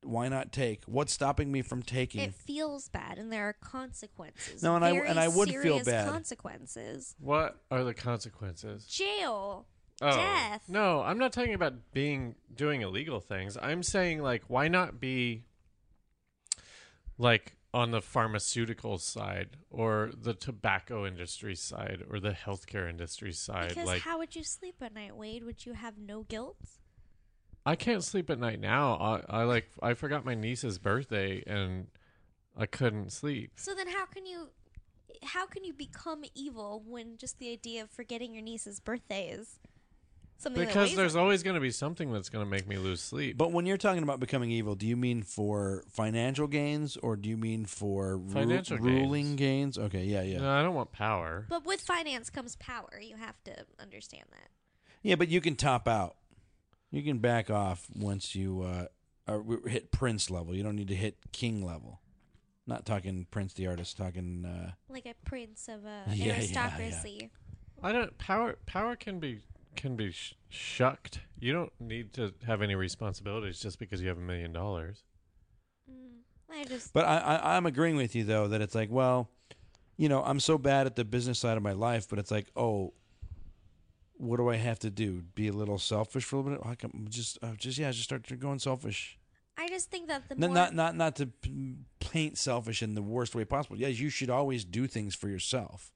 B: why not take? What's stopping me from taking?
D: It feels bad, and there are consequences.
B: Mm. No, and I-
D: Very
B: and I would feel
D: serious
B: bad.
D: Consequences,
A: What are the consequences?
D: jail,
A: Oh,
D: death.
A: no, I'm not talking about being doing illegal things. I'm saying like, why not be like on the pharmaceutical side or the tobacco industry side or the healthcare industry side?
D: Because
A: like,
D: how would you sleep at night, Wade? Would you have no guilt?
A: I can't sleep at night now. I, I like I forgot my niece's birthday and I couldn't sleep.
D: So then, how can you, how can you become evil when just the idea of forgetting your niece's birthday is
E: Something that
A: Because
E: weighs
A: there's always going to be something that's going to make me lose sleep.
B: But when you're talking about becoming evil, do you mean for financial gains or do you mean for ru-
A: Financial gains.
B: ruling gains? Okay, yeah, yeah.
A: No, uh, I don't want power.
D: But with finance comes power. You have to understand that.
B: Yeah, but you can top out. You can back off once you uh, are, hit prince level. You don't need to hit king level. Not talking Prince the artist, talking uh,
D: Like a prince of uh,
B: Yeah, yeah, yeah.
D: aristocracy.
A: I don't power power can be can be sh- shucked. You don't need to have any responsibilities just because you have a million dollars.
D: I just
B: But I, I, I'm agreeing with you though that it's like, well, you know, I'm so bad at the business side of my life, but it's like, oh, what do I have to do? Be a little selfish for a little bit? I can just, uh, just yeah, just start going selfish.
D: I just think that the
B: No,
D: more
B: not not not to p- paint selfish in the worst way possible. Yes, you should always do things for yourself.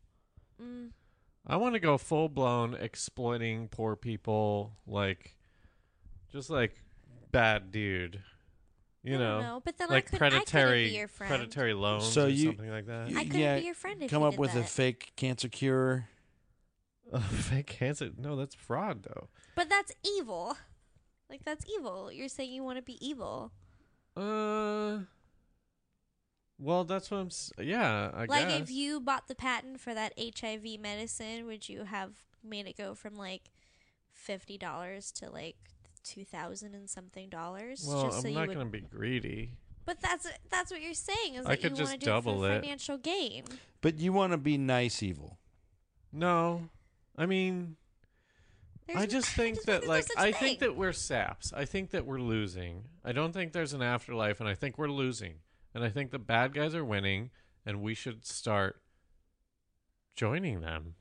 A: I want to go full blown exploiting poor people, like just like bad dude. You
D: I
A: know,
D: don't know, but then I
A: like
D: couldn't- I couldn't
A: predatory
D: be your friend.
A: predatory loans
B: So
A: or
B: you-
A: something like that.
D: I couldn't be your friend if
B: come
D: you
B: up
D: did
B: with a
D: that.
B: fake cancer cure.
A: Oh, fake cancer? No, that's fraud though.
D: But that's evil. Like that's evil. You're saying you want to be evil.
A: Uh, well, that's what I'm. s- Yeah, I
D: like
A: guess.
D: if you bought the patent for that HIV medicine, would you have made it go from like fifty dollars to like two thousand and something dollars?
A: well,
D: just
A: I'm
D: so you
A: not
D: would
A: gonna be greedy.
D: But that's that's what you're saying is
A: I
D: that
A: could
D: you
A: just
D: want to do it
A: double
D: for
A: it.
D: financial gain.
B: But you want to be nice evil.
A: No, I mean, I
D: There's-
A: just think
D: don't
A: that like
D: there's such
A: I
D: thing.
A: think that we're saps. I think that we're losing. I don't think there's an afterlife, and I think we're losing. And I think the bad guys are winning, and we should start joining them.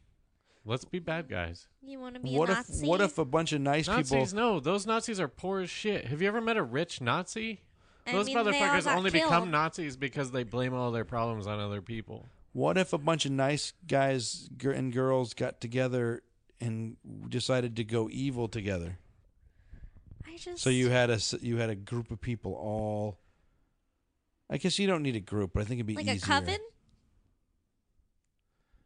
A: Let's be bad guys.
D: you want to be
B: What
D: a
B: if
D: Nazi.
B: what if a bunch of nice people
A: Nazis? No, those Nazis are poor as shit. Have you ever met a rich Nazi?
D: I
A: Those
D: mean, they all
A: motherfuckers
D: got
A: only
D: killed.
A: become Nazis because they blame all their problems on other people.
B: What if a bunch of nice guys gir- and girls got together and decided to go evil together?
D: I just
B: So you had a s- you had a group of people all. I guess you don't need a group, but I think it'd be
D: like
B: easier.
D: a coven,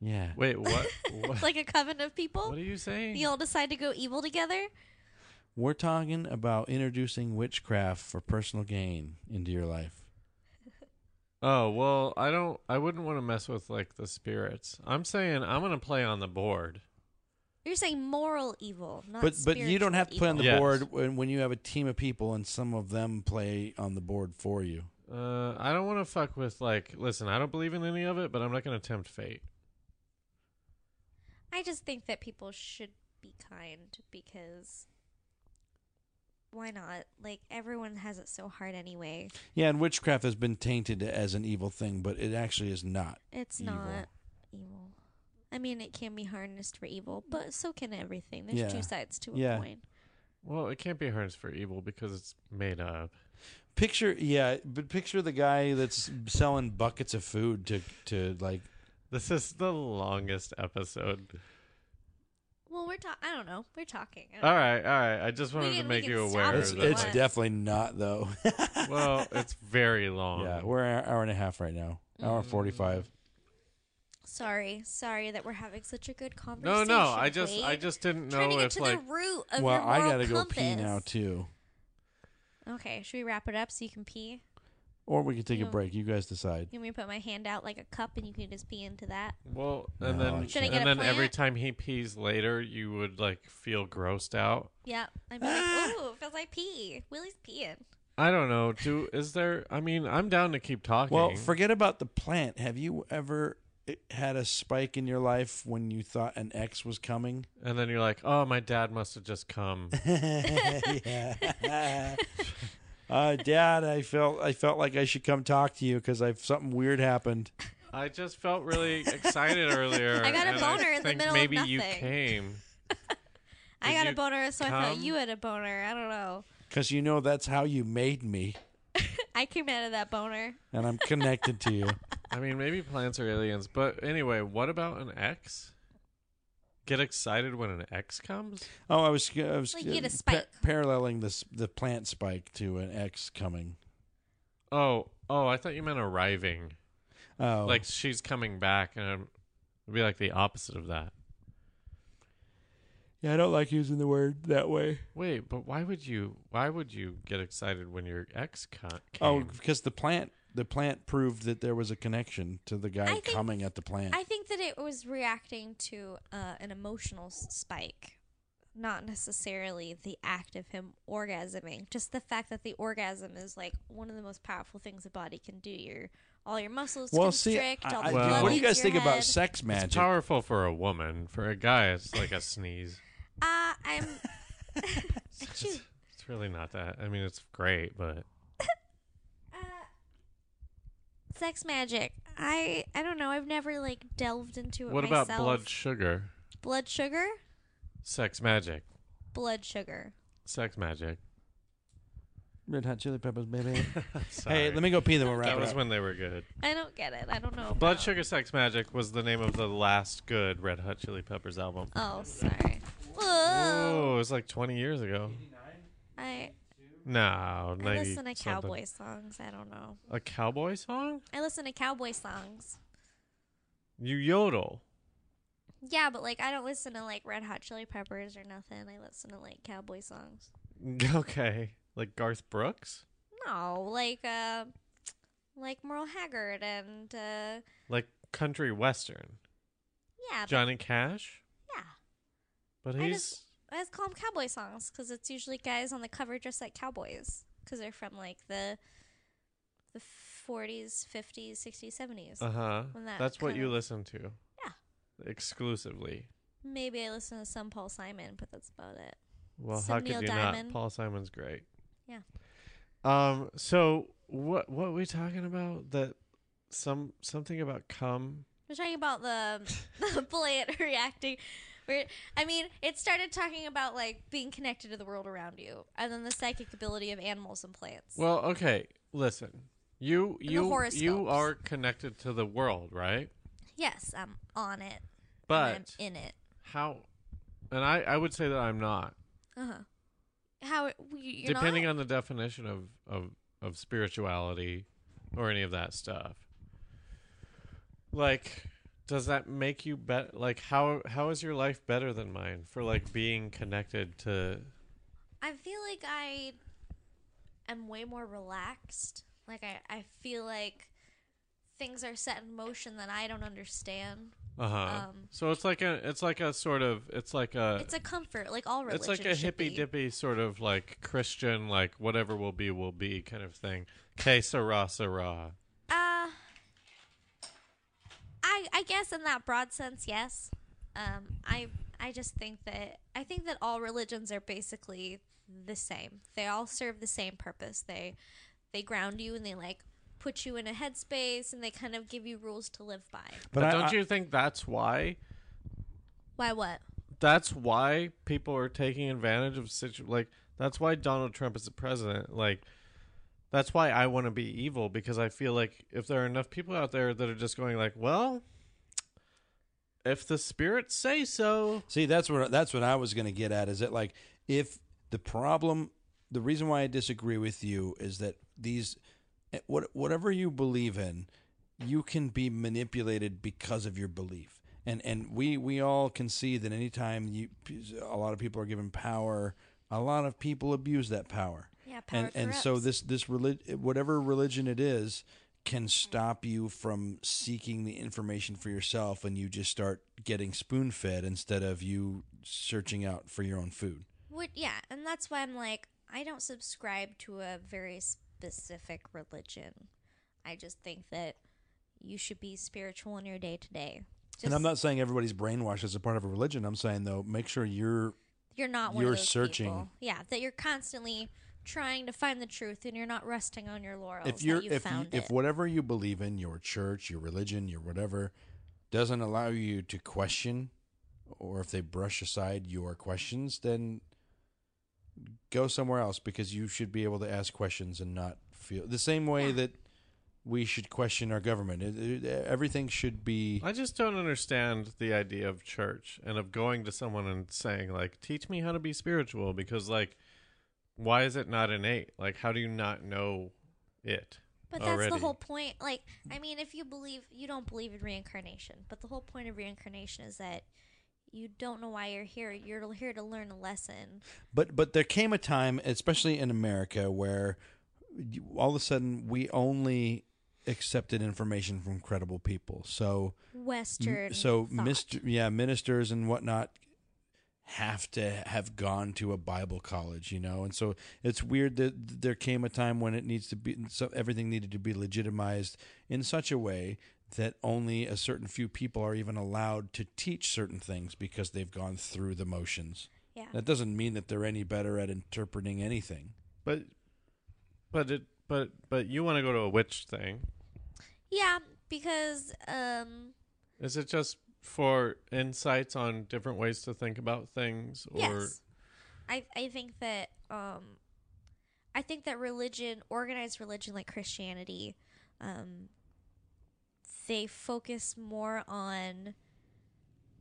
B: Yeah.
A: Wait, what? what?
D: like a coven of people.
A: what are you saying?
D: You all decide to go evil together.
B: We're talking about introducing witchcraft for personal gain into your life.
A: Oh well, I don't. I wouldn't want to mess with like the spirits. I'm saying I'm gonna play on the board.
D: You're saying moral evil, not
B: but but you don't
D: spiritual
B: have to play on the
A: evil. Yes.
B: board when, when you have a team of people and some of them play on the board for you.
A: Uh, I don't want to fuck with like. Listen, I don't believe in any of it, but I'm not gonna tempt fate.
D: I just think that people should be kind because why not? Like everyone has it so hard anyway.
B: Yeah, and witchcraft has been tainted as an evil thing, but it actually is not.
D: It's
B: Evil.
D: not evil. I mean, it can be harnessed for evil, but so can everything. There's
B: Yeah.
D: two sides to a
B: Yeah.
D: coin.
A: Well, it can't be harnessed for evil because it's made up.
B: Picture, yeah, but picture the guy that's selling buckets of food to to like.
A: This is the longest episode.
D: Well, we're talking. I don't know. We're talking. I don't
A: All right, all right. I just wanted to
D: can- we
A: make
D: can
A: you
D: stop
A: aware.
D: if
B: It's,
D: you
A: that,
B: it's
D: want.
B: definitely not though.
A: well, it's very long.
B: yeah, we're an hour and a half right now. Hour
D: Mm.
B: forty five.
D: Sorry, sorry that we're having such a good
A: no,
D: conversation.
A: no. I just, I
D: Wade.
A: just didn't know
D: trying to get
A: if
D: to
A: like.
D: the root of
B: Well,
D: your
B: I
D: moral
B: gotta go
D: compass.
B: pee now too,
D: Okay, should we wrap it up so you can pee?
B: or we could take a
D: No.
B: break. You guys decide.
D: You want me to put my hand out like a cup and you can just pee into that?
A: Well, and
B: No, I
A: then
B: can't. Should I
A: and
D: get a
A: then every
D: plant?
A: time he pees later, you would like feel grossed out.
D: Yeah, I'd be like, ooh, feels like pee. Willie's peeing.
A: I don't know. Do is there? I mean, I'm down to keep talking.
B: Well, forget about the plant. Have you ever eh, had a spike in your life when you thought an ex was coming?
A: and then you're like, oh, my dad must have just come.
B: yeah. uh, Dad, I felt I felt like I should come talk to you because I've something weird happened.
A: I just felt really excited earlier.
D: I got a
A: and
D: boner in the
A: think
D: middle of
A: Maybe you
D: nothing.
A: came.
D: I
A: Did
D: got a
A: you
D: boner, so I thought
A: come?
D: you had a boner. I don't know.
B: Because you know that's how you made me,
D: I came out of that boner.
B: and I'm connected to you.
A: I mean, maybe plants are aliens, but anyway, what about an ex? Get excited when an ex comes?
B: Oh, I was I was
D: Like you had a
B: uh,
D: spike.
B: paralleling this the plant spike to an ex coming.
A: Oh, oh, I thought you meant arriving.
B: Oh,
A: Like she's coming back, and it'd be like the opposite of that.
F: Yeah, I don't like using the word that way.
A: Wait, but why would you? Why would you get excited when your ex con-
B: Oh,
A: came?
B: because the plant the plant proved that there was a connection to the guy
D: I think-
B: coming at the plant.
D: I think that it was reacting to uh, an emotional s- spike, not necessarily the act of him orgasming. Just the fact that the orgasm is like one of the most powerful things the body can do. Your all your muscles
B: well, see, I,
D: constrict. all the
B: I-
A: Well-
D: blood
B: what do you
D: leaves
B: guys
D: your
B: think about
D: head.
B: sex
A: it's
B: magic?
A: powerful for a woman. For a guy, it's like a sneeze.
D: Uh, I'm. Achoo.
A: It's really not that. I mean, it's great, but
D: Uh, sex magic. I I don't know. I've never like delved into it.
A: what about
D: myself.
A: blood sugar?
D: blood sugar?
A: Sex magic.
D: Blood sugar.
A: Sex magic.
F: Red Hot Chili Peppers, baby.
B: Hey,
A: Sorry.
B: let me go pee. Then we'll wrap
A: That
B: it
A: was
B: up.
A: when they were good.
D: I don't get it. I don't know.
A: Blood
D: about-
A: Sugar Sex Magic was the name of the last good Red Hot Chili Peppers album.
D: Oh, sorry. Whoa.
A: Oh, it was like 20 years ago.
D: I,
A: No,
D: I
A: 90
D: listen to
A: something.
D: cowboy songs. I don't know.
A: A cowboy song?
D: I listen to cowboy songs.
A: You yodel.
D: Yeah, but like I don't listen to like Red Hot Chili Peppers or nothing. I listen to like cowboy songs.
A: Okay. Like Garth Brooks?
D: No, like uh, like Merle Haggard and uh,
A: Like country western.
D: yeah, but-
A: Johnny Cash?
D: yeah.
A: But
D: I
A: he's
D: just I just call them cowboy songs because it's usually guys on the cover dressed like cowboys because they're from like the the 40s, 50s, 60s, 70s.
A: uh-huh.
D: when that
A: That's what
D: kind
A: you
D: of-
A: listen to. Yeah. Exclusively.
D: Maybe I listen to some Paul Simon, but that's about it.
A: Well,
D: Some
A: how could
D: Neil
A: you
D: Diamond.
A: not? Paul Simon's great.
D: Yeah.
A: Um. So what what we talking about? That some something about cum.
D: We're talking about the, the plant reacting. We're, I mean, it started talking about like being connected to the world around you, and then the psychic ability of animals and plants.
A: Well, okay. Listen, you
D: the
A: you you
D: horoscopes.
A: are connected to the world, right?
D: yes, I'm on it. and
A: But
D: I'm in it.
A: how? And I I would say that I'm not.
D: Uh huh. How you
A: depending on the definition of, of of spirituality or any of that stuff like does that make you bet like how how is your life better than mine for like being connected to
D: I feel like I am way more relaxed. Like I, I feel like things are set in motion that I don't understand.
A: uh-huh
D: Um,
A: so it's like a it's like a sort of it's like a
D: It's a comfort, like all religion.
A: Uh, it's like a
D: should
A: hippy
D: be.
A: dippy sort of like Christian, like whatever will be will be kind of thing. Que sera sera.
D: Uh, I I guess in that broad sense, yes. Um, I I just think that I think that all religions are basically the same. They all serve the same purpose. They they ground you and they like put you in a headspace and they kind of give you rules to live by.
A: But,
B: I-
A: don't
B: I-
A: you think that's why
D: Why what?
A: that's why people are taking advantage of situ like that's why Donald Trump is the president. Like that's why I want to be evil because I feel like if there are enough people out there that are just going like, well, if the spirits say so,
B: See, that's what that's what I was going to get at. Is that like if the problem, the reason why I disagree with you is that these, Eh, what whatever you believe in, you can be manipulated because of your belief. And and we we all can see that anytime you, a lot of people are given power, a lot of people abuse that power.
D: Yeah, power
B: and and so
D: corrupts.
B: this this relig- whatever religion it is can stop you from seeking the information for yourself and you just start getting spoon fed instead of you searching out for your own food
D: Would yeah, and that's why I'm like I don't subscribe to a very specific religion. I just think that you should be spiritual in your day to day.
B: and i'm not saying everybody's brainwashed as a part of a religion i'm saying though make sure you're
D: you're not one
B: You're
D: of those
B: searching.
D: people. Yeah, that you're constantly trying to find the truth and you're not resting on your laurels.
B: if you're
D: that you
B: if you,
D: found
B: if
D: it.
B: whatever you believe in your church your religion your whatever doesn't allow you to question or if they brush aside your questions then go somewhere else because you should be able to ask questions and not feel the same way that we should question our government It- it- everything should be
A: I just don't understand the idea of church and of going to someone and saying like, teach me how to be spiritual because like, why is it not innate? Like, how do you not know it?
D: but that's the
A: already?
D: whole point. Like, I mean, if you believe you don't believe in reincarnation, but the whole point of reincarnation is that you don't know why you're here. You're here to learn a lesson.
B: But but there came a time, especially in America, where you- all of a sudden we only accepted information from credible people. So m-
D: Western.
B: so
D: thought.
B: mist- yeah, ministers and whatnot have to have gone to a Bible college, you know. And so it's weird that there came a time when it needs to be so everything needed to be legitimized in such a way that only a certain few people are even allowed to teach certain things because they've gone through the motions.
D: Yeah.
B: That doesn't mean that they're any better at interpreting anything.
A: But but it but but you want to go to a witch thing.
D: Yeah, because um
A: Is it just for insights on different ways to think about things or
D: yes. I I think that um I think that religion, organized religion like Christianity, um they focus more on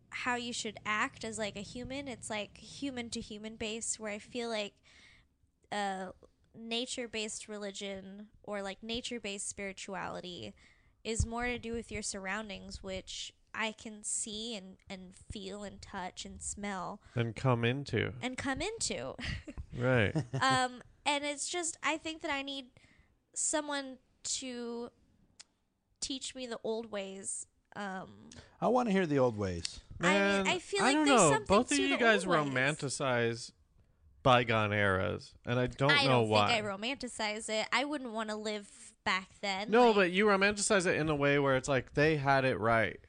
D: how you should act as like a human. It's like human to human based where I feel like uh nature based religion or like nature based spirituality is more to do with your surroundings which I can see and, and feel and touch and smell
A: and come into.
D: and come into.
A: Right.
D: um, and it's just, I think that I need someone to teach me the old ways. Um,
B: I want to hear the old ways.
D: I
A: Man,
D: mean, I feel
A: I
D: like
A: don't
D: there's
A: know.
D: something
A: Both
D: to
A: of you
D: the
A: guys
D: old ways.
A: romanticize bygone eras, and I don't
D: I
A: know
D: don't
A: why.
D: think I romanticize it. I wouldn't want to live back then.
A: no,
D: Like,
A: but you romanticize it in a way where it's like they had it right.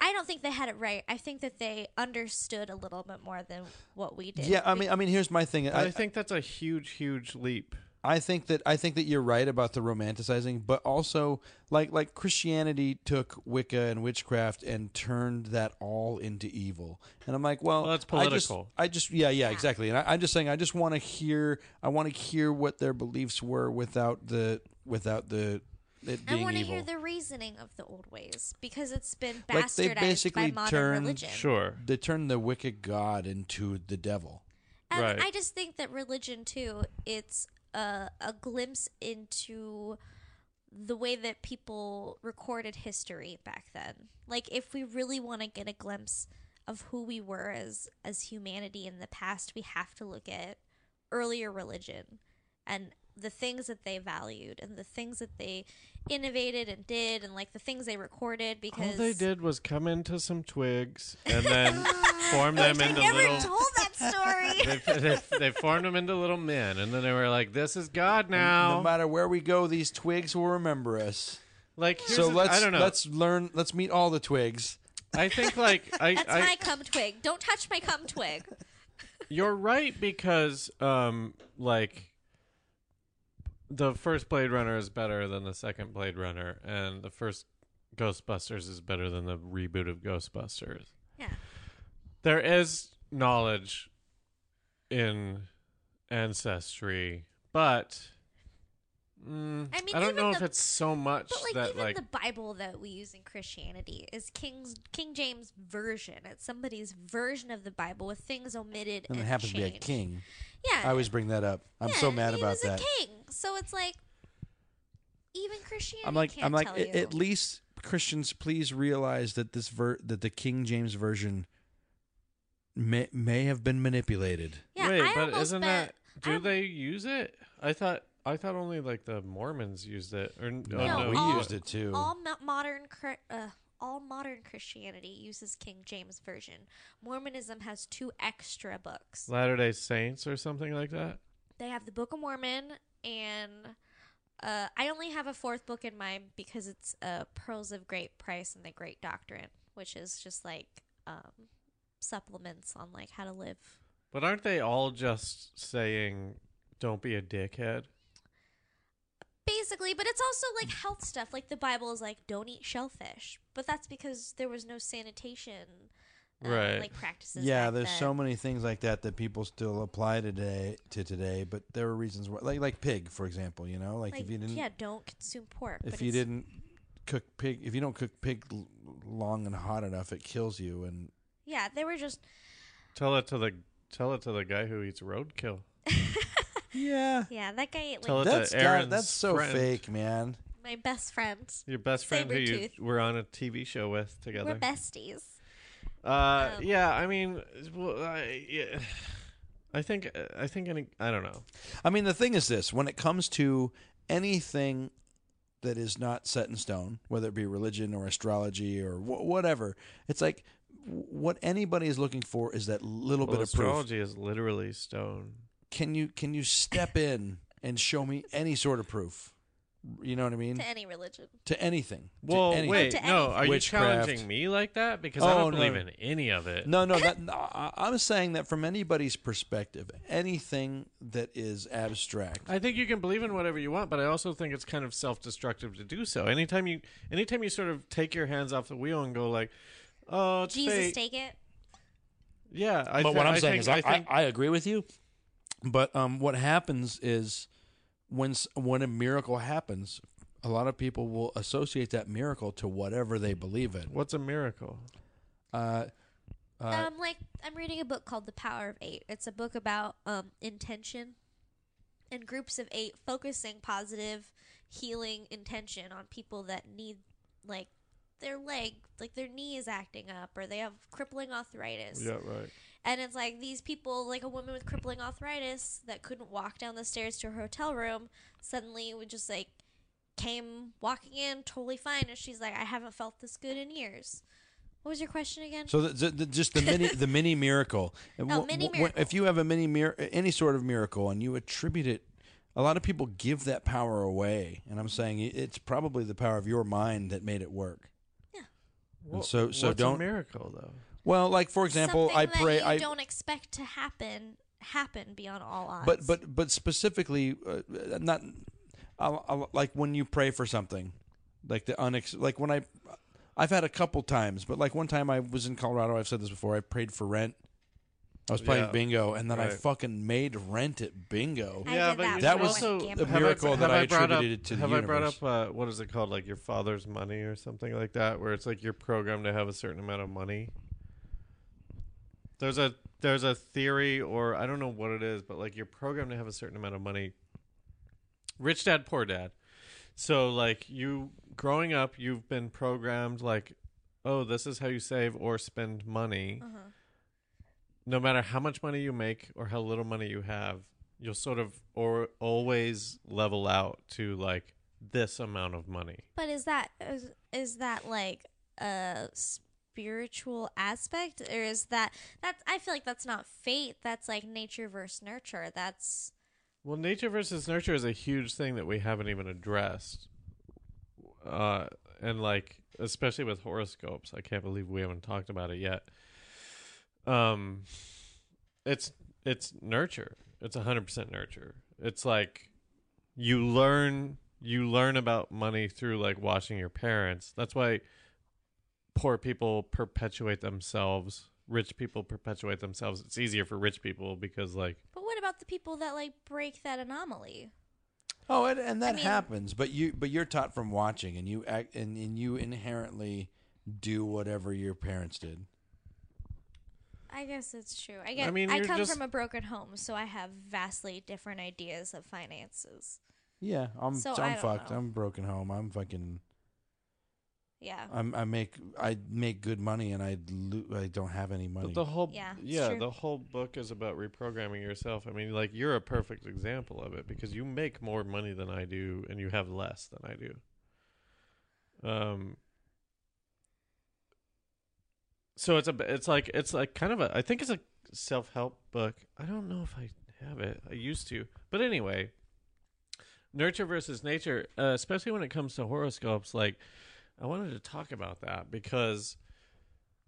D: I don't think they had it right. I think that they understood a little bit more than what we did.
B: Yeah, I mean I mean here's my thing.
A: I, I think that's a huge, huge leap.
B: I think that I think that you're right about the romanticizing, but also like like Christianity took Wicca and witchcraft and turned that all into evil. And I'm like, well,
A: Well, that's
B: I just-
A: political.
B: I just, yeah, yeah, exactly. And I, I'm just saying, I just want to hear, I want to hear what their beliefs were without the without the it
D: I
B: being
D: want to
B: evil.
D: hear the reasoning of the old ways because it's been
B: Like,
D: bastardized
B: they basically
D: by modern
B: turned-
D: religion.
A: Sure.
B: they turned the wicked god into the devil.
D: Um,
A: Right.
D: I just think that religion too, it's a, a glimpse into the way that people recorded history back then. Like if we really want to get a glimpse of who we were as as humanity in the past, we have to look at earlier religion and the things that they valued and the things that they innovated and did and like the things they recorded because
A: All Oh, they did was come into some twigs and then form them
D: I
A: into
D: never
A: little.
D: told that story.
A: they, they, they formed them into little men, and then they were like, "This is God
B: No
A: now."
B: matter where we go, these twigs will remember us.
A: like, here's
B: so
A: the-
B: let's
A: I don't know.
B: let's learn. Let's meet all the twigs.
A: I think like I,
D: That's
A: I
D: my cum twig. Don't touch my cum twig.
A: You're right because um like the first Blade Runner is better than the second Blade Runner and the first Ghostbusters is better than the reboot of Ghostbusters.
D: Yeah.
A: There is knowledge in ancestry, but mm,
D: I mean,
A: I don't
D: even
A: know if
D: the-
A: it's so much
D: But like
A: that
D: even
A: like
D: the Bible that we use in Christianity is King's King James version. It's somebody's version of the Bible with things omitted and,
B: And it happens to be a
D: changed.
B: king.
D: Yeah,
B: I always bring that up. I'm so
D: yeah,
B: mad
D: he
B: about
D: was
B: that.
D: A king, so it's like even Christianity.
B: I'm like
D: can't
B: I'm like
D: tell
B: "A-
D: you.
B: at least Christians please realize that this ver- that the King James version may may have been manipulated.
D: Yeah,
A: wait,
D: I
A: but
D: almost
A: isn't
D: bet,
A: that do
D: I-
A: they use it? I thought I thought only like the Mormons used it or no,
B: No,
A: oh, no
B: we
D: all-
B: used it too.
D: All mo- modern cr- uh, all modern Christianity uses King James version. Mormonism has two extra books.
A: Latter Day Saints or something like that.
D: they have the Book of Mormon, and uh, I only have a fourth book in mind because it's uh, Pearls of Great Price and the Great Doctrine, which is just like um, supplements on like how to live.
A: But aren't they all just saying, "Don't be a dickhead"?
D: Basically, but it's also like health stuff. Like the Bible is like, don't eat shellfish, but that's because there was no sanitation, uh,
A: Right.
D: Like practices.
B: Yeah,
D: back
B: there's
D: then.
B: so many things like that that people still apply today to today, but there are reasons why like like pig for example, you know, like,
D: Like,
B: if you didn't
D: yeah, don't consume pork.
B: if
D: but
B: you
D: it's-
B: didn't cook pig if you don't cook pig l- long and hot enough, it kills you and
D: yeah, they were just
A: Tell it to the tell it to the guy who eats roadkill.
B: yeah.
D: yeah. That guy ate like
A: Tell it
B: That's
A: to
B: got-
A: Aaron's
B: that's so
A: friend.
B: fake, man.
D: my best friend.
A: Your best friend who you
D: Sabretooth.
A: were on a TV show with together.
D: We're besties.
A: Uh,
D: Um,
A: yeah, I mean, well, I, yeah. I think I think any I don't know.
B: I mean, the thing is this when it comes to anything that is not set in stone, whether it be religion or astrology or wh- whatever, it's like w- what anybody is looking for is that little
A: Well,
B: bit of proof.
A: astrology is literally stone.
B: Can you can you step in and show me any sort of proof? You know what I mean?
D: to any religion.
B: To anything. to
A: Well,
B: anything.
A: wait,
D: to
A: no, are you
B: Witchcraft.
A: challenging me like that? Because
B: Oh,
A: I don't
B: no.
A: believe in any of it.
B: No, no, that, no, I- I'm saying that from anybody's perspective, anything that is abstract.
A: I think you can believe in whatever you want, but I also think it's kind of self-destructive to do so. Anytime you, anytime you sort of take your hands off the wheel and go like, "Oh, it's
D: Jesus,
A: fate."
D: take it.
A: Yeah, I
B: but
A: thi-
B: what I'm
A: I think-
B: saying is, I,
A: I think
B: I, I agree with you. But um, what happens is when s- when a miracle happens, a lot of people will associate that miracle to whatever they believe in.
A: what's a miracle?
B: Uh, uh,
D: um, like I'm reading a book called The Power of Eight. It's a book about um, intention and groups of eight focusing positive, healing intention on people that need like their leg, like their knee is acting up or they have crippling arthritis.
A: right.
D: And it's like these people, like a woman with crippling arthritis that couldn't walk down the stairs to her hotel room, suddenly would just like came walking in totally fine. And she's like, I haven't felt this good in years. What was your question again?
B: so the, the, the- just the mini the mini miracle. And
D: Oh, mini miracle.
B: If you have a mini mir- any sort of miracle and you attribute it, a lot of people give that power away. And I'm saying it- it's probably the power of your mind that made it work.
A: Wha-
B: so- so
A: what's
B: don't-
A: a miracle though.
B: Well, like for example,
D: Something
B: I pray
D: that you
B: I
D: don't expect to happen happen beyond all odds.
B: but but but specifically uh, not I'll, I'll, like when you pray for something like the unex like when i i've had a couple times but like one time i was in colorado i've said this before i prayed for rent i was playing
A: Yeah.
B: bingo and then i
A: Right.
B: fucking made rent at bingo
D: I
A: yeah,
D: did
A: but
D: that
A: you
B: That
A: should
B: was
A: also
D: a
A: have I-
B: miracle that
A: have
B: I
A: brought up-
B: attributed to the
A: Have I brought
B: universe.
A: up uh, what is it called, like your father's money or something like that, where it's like you're programmed to have a certain amount of money? There's a there's a theory, or I don't know what it is, but like you're programmed to have a certain amount of money. Rich dad, poor dad. So like you growing up, you've been programmed like, oh, this is how you save or spend money
D: uh
A: no matter how much money you make or how little money you have, you'll sort of or always level out to like this amount of money.
D: But is that is, is that like a spiritual aspect or is that that's I feel like that's not fate, that's like nature versus nurture. That's
A: Well, nature versus nurture is a huge thing that we haven't even addressed. Uh, and like, especially with horoscopes, I can't believe we haven't talked about it yet. Um, it's it's nurture. It's hundred percent nurture. It's like you learn you learn about money through like watching your parents. That's why poor people perpetuate themselves. Rich people perpetuate themselves. It's easier for rich people because like
D: but what about the people that like break that anomaly?
B: oh and, and that
D: I mean-
B: happens but you but you're taught from watching and you act and, and you inherently do whatever your parents did
D: I guess it's true. I get I,
A: mean, you're
D: come
A: just-
D: from a broken home, so I have vastly different ideas of finances.
B: yeah i'm
D: So I
B: i'm
D: don't
B: fucked
D: know.
B: i'm broken home i'm fucking
D: Yeah.
B: I'm, i make i make good money and i lo- i don't have any money
A: But the whole
D: Yeah, it's
A: yeah,
D: true.
A: the whole book is about reprogramming yourself. I mean, like you're a perfect example of it because you make more money than I do and you have less than I do. Um So it's a b- it's like it's like kind of a I think it's a self-help book. I don't know if I have it. I used to. But anyway, nurture versus nature, uh, especially when it comes to horoscopes like I wanted to talk about that because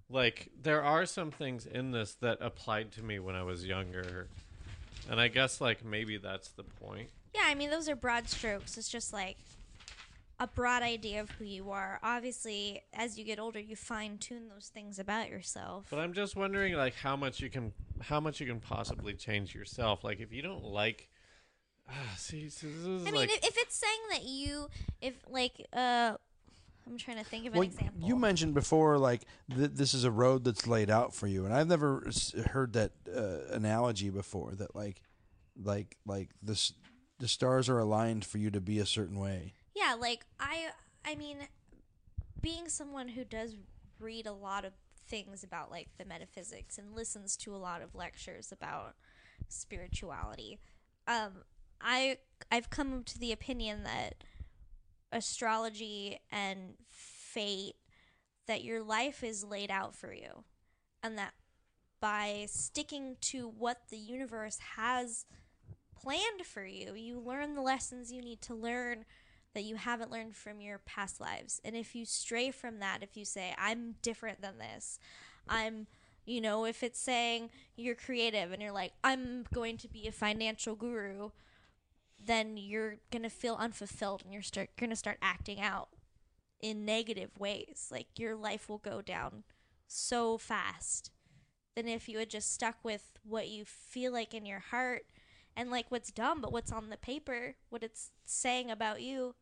A: like there are some things in this that applied to me when I was younger. And I guess like maybe that's the point.
D: Yeah, I mean, those are broad strokes. It's just like a broad idea of who you are. Obviously, as you get older, you fine tune those things about yourself.
A: But I'm just wondering like how much you can how much you can possibly change yourself. Like if you don't like ah, see, so this is
D: I mean,
A: like
D: if, if it's saying that you, if like, uh, I'm trying to think of
B: Well,
D: an example.
B: You mentioned before, like th- this is a road that's laid out for you, and I've never s- heard that uh, analogy before. That like, like, like this, the stars are aligned for you to be a certain way.
D: yeah, like I, I mean, being someone who does read a lot of things about like the metaphysics and listens to a lot of lectures about spirituality. Um, I I've come to the opinion that astrology and fate that your life is laid out for you and that by sticking to what the universe has planned for you you learn the lessons you need to learn that you haven't learned from your past lives and if you stray from that if you say i'm different than this i'm you know if it's saying you're creative and you're like i'm going to be a financial guru then you're gonna feel unfulfilled and you're start gonna start acting out in negative ways. Like your life will go down so fast than if you had just stuck with what you feel like in your heart and like what's dumb, but what's on the paper, what it's saying about you.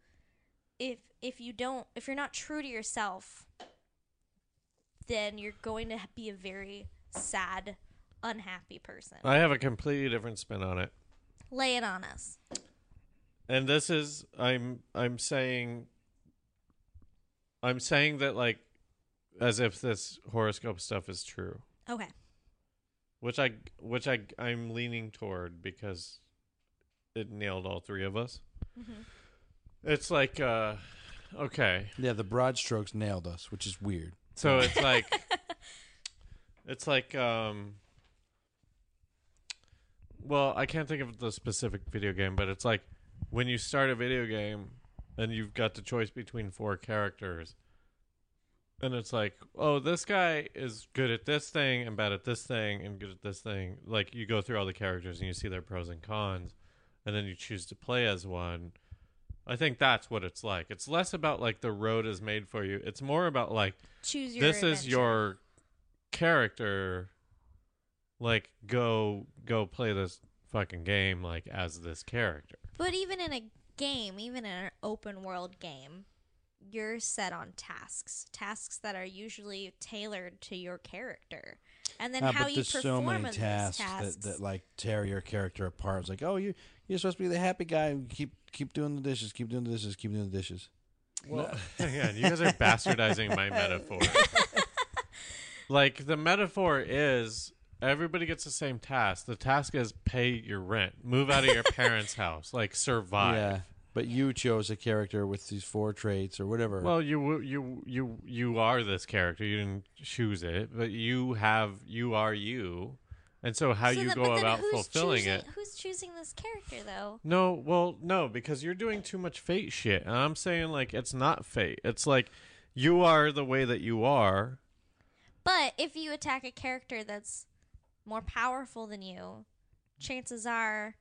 D: If if you don't, if you're not true to yourself, then you're going to be a very sad, unhappy person.
A: I have a completely different spin on it.
D: Lay it on us.
A: and this is i'm i'm saying i'm saying that like as if this horoscope stuff is true
D: Okay.
A: which i which i i'm leaning toward because it nailed all three of us it's like uh okay
B: Yeah, the broad strokes nailed us, which is weird.
A: so it's like it's like um well, I can't think of the specific video game, but it's like when you start a video game and you've got the choice between four characters and it's like, "Oh, this guy is good at this thing and bad at this thing and good at this thing." Like you go through all the characters and you see their pros and cons and then you choose to play as one. I think that's what it's like. It's less about like the road is made for you. It's more about like
D: Choose your.
A: this is
D: adventure.
A: your character like go go play this fucking game like as this character
D: But even in a game, even in an open world game, you're set on tasks, tasks that are usually tailored to your character, and then
B: Ah,
D: how
B: but
D: you
B: there's
D: perform
B: so
D: on
B: many
D: those
B: tasks,
D: tasks.
B: That, that like tear your character apart. It's like, oh, you you're supposed to be the happy guy. who Keep keep doing the dishes. Keep doing the dishes. Keep doing the dishes.
A: well yeah you guys are bastardizing my metaphor like the metaphor is everybody gets the same task the task is pay your rent move out of your parents house like survive
B: Yeah, but you chose a character with these four traits or whatever.
A: Well, you w- you you you are this character. You didn't choose it, but you have you are you, and so how
D: So
A: you
D: then- but
A: go
D: then
A: about
D: who's
A: fulfilling
D: choosing,
A: it.
D: Who's choosing this character though?
A: No, well, no, because you're doing too much fate shit. And I'm saying like it's not fate. It's like you are the way that you are.
D: But if you attack a character that's more powerful than you, chances are,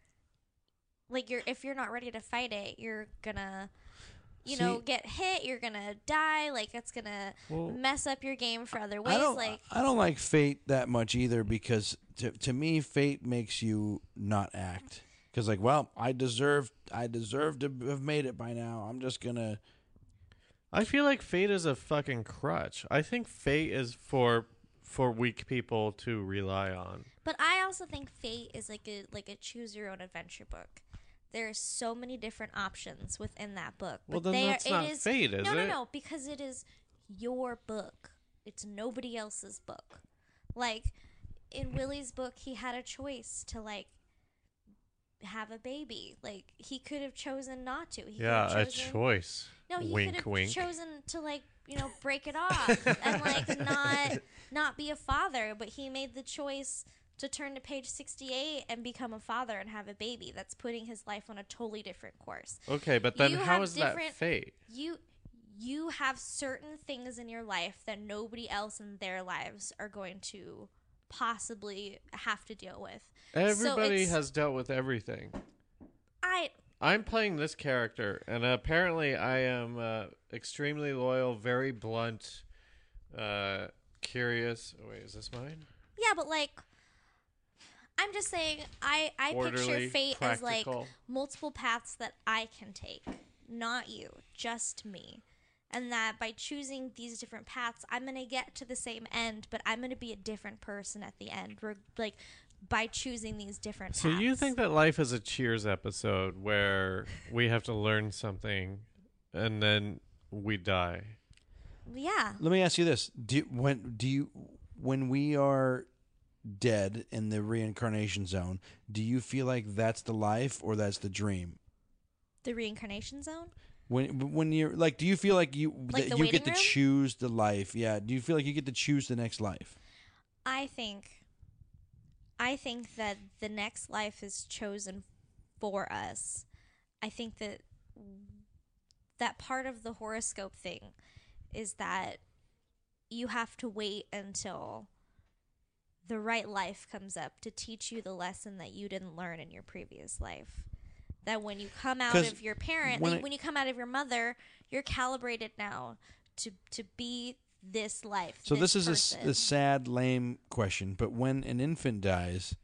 D: like you're if you're not ready to fight it, you're gonna, you know,
B: See-
D: get hit. You're gonna die. Like it's gonna mess up your game for other
B: I
D: ways.
B: don't
D: Like
B: I don't like fate that much either because to to me fate makes you not act because like well I deserve I deserve to have made it by now. I'm just gonna
A: I feel like fate is a fucking crutch. I think fate is for for weak people to rely on.
D: But I also think Fate is like a like a choose your own adventure book. There are so many different options within that book.
A: Well,
D: but
A: then
D: they
A: that's
D: are,
A: not
D: it is,
A: Fate, is
D: no, No,
A: it?
D: no, because it is your book. It's nobody else's book. Like in Willie's book, he had a choice to like have a baby. Like he could have chosen not to. He could have
A: yeah, a
D: chosen-
A: choice.
D: no, he could
A: wink,
D: have
A: wink.
D: chosen to like you know break it off and like not not be a father, but he made the choice to turn to page sixty eight and become a father and have a baby. That's putting his life on a totally different course.
A: okay, but then
D: You
A: how
D: have
A: is that
D: different-
A: fate?
D: You you have certain things in your life that nobody else in their lives are going to possibly have to deal with.
A: Everybody
D: it's-
A: has dealt with everything.
D: I
A: I'm playing this character, and apparently, I am uh, extremely loyal, very blunt, uh, curious. oh, Wait, is this mine?
D: Yeah, but like, I'm just saying, I I
A: Orderly,
D: picture fate as like
A: practical.
D: multiple paths that I can take, not you, just me, and that by choosing these different paths, I'm gonna get to the same end, but I'm gonna be a different person at the end. We're like by choosing these different.
A: So you
D: paths.
A: think that life is a Cheers episode where we have to learn something, and then we die?
D: Yeah.
B: Let me ask you this: Do you, when do you when we are dead in the reincarnation zone, do you feel like that's the life or that's the dream?
D: The reincarnation zone?
B: When when you're like, do you feel like you
D: Like the
B: that you get
D: waiting
B: to
D: room?
B: choose the life? Yeah. Do you feel like you get to choose the next life?
D: I think I think that the next life is chosen for us. I think that that part of the horoscope thing is that you have to wait until the right life comes up to teach you the lesson that you didn't learn in your previous life. That when you come out
B: 'Cause
D: of your parent,
B: when
D: when,
B: I-
D: when you come out of your mother, you're calibrated now to to be this life.
B: So this, is a s-
D: person.
B: a, sad, lame question. But when an infant dies,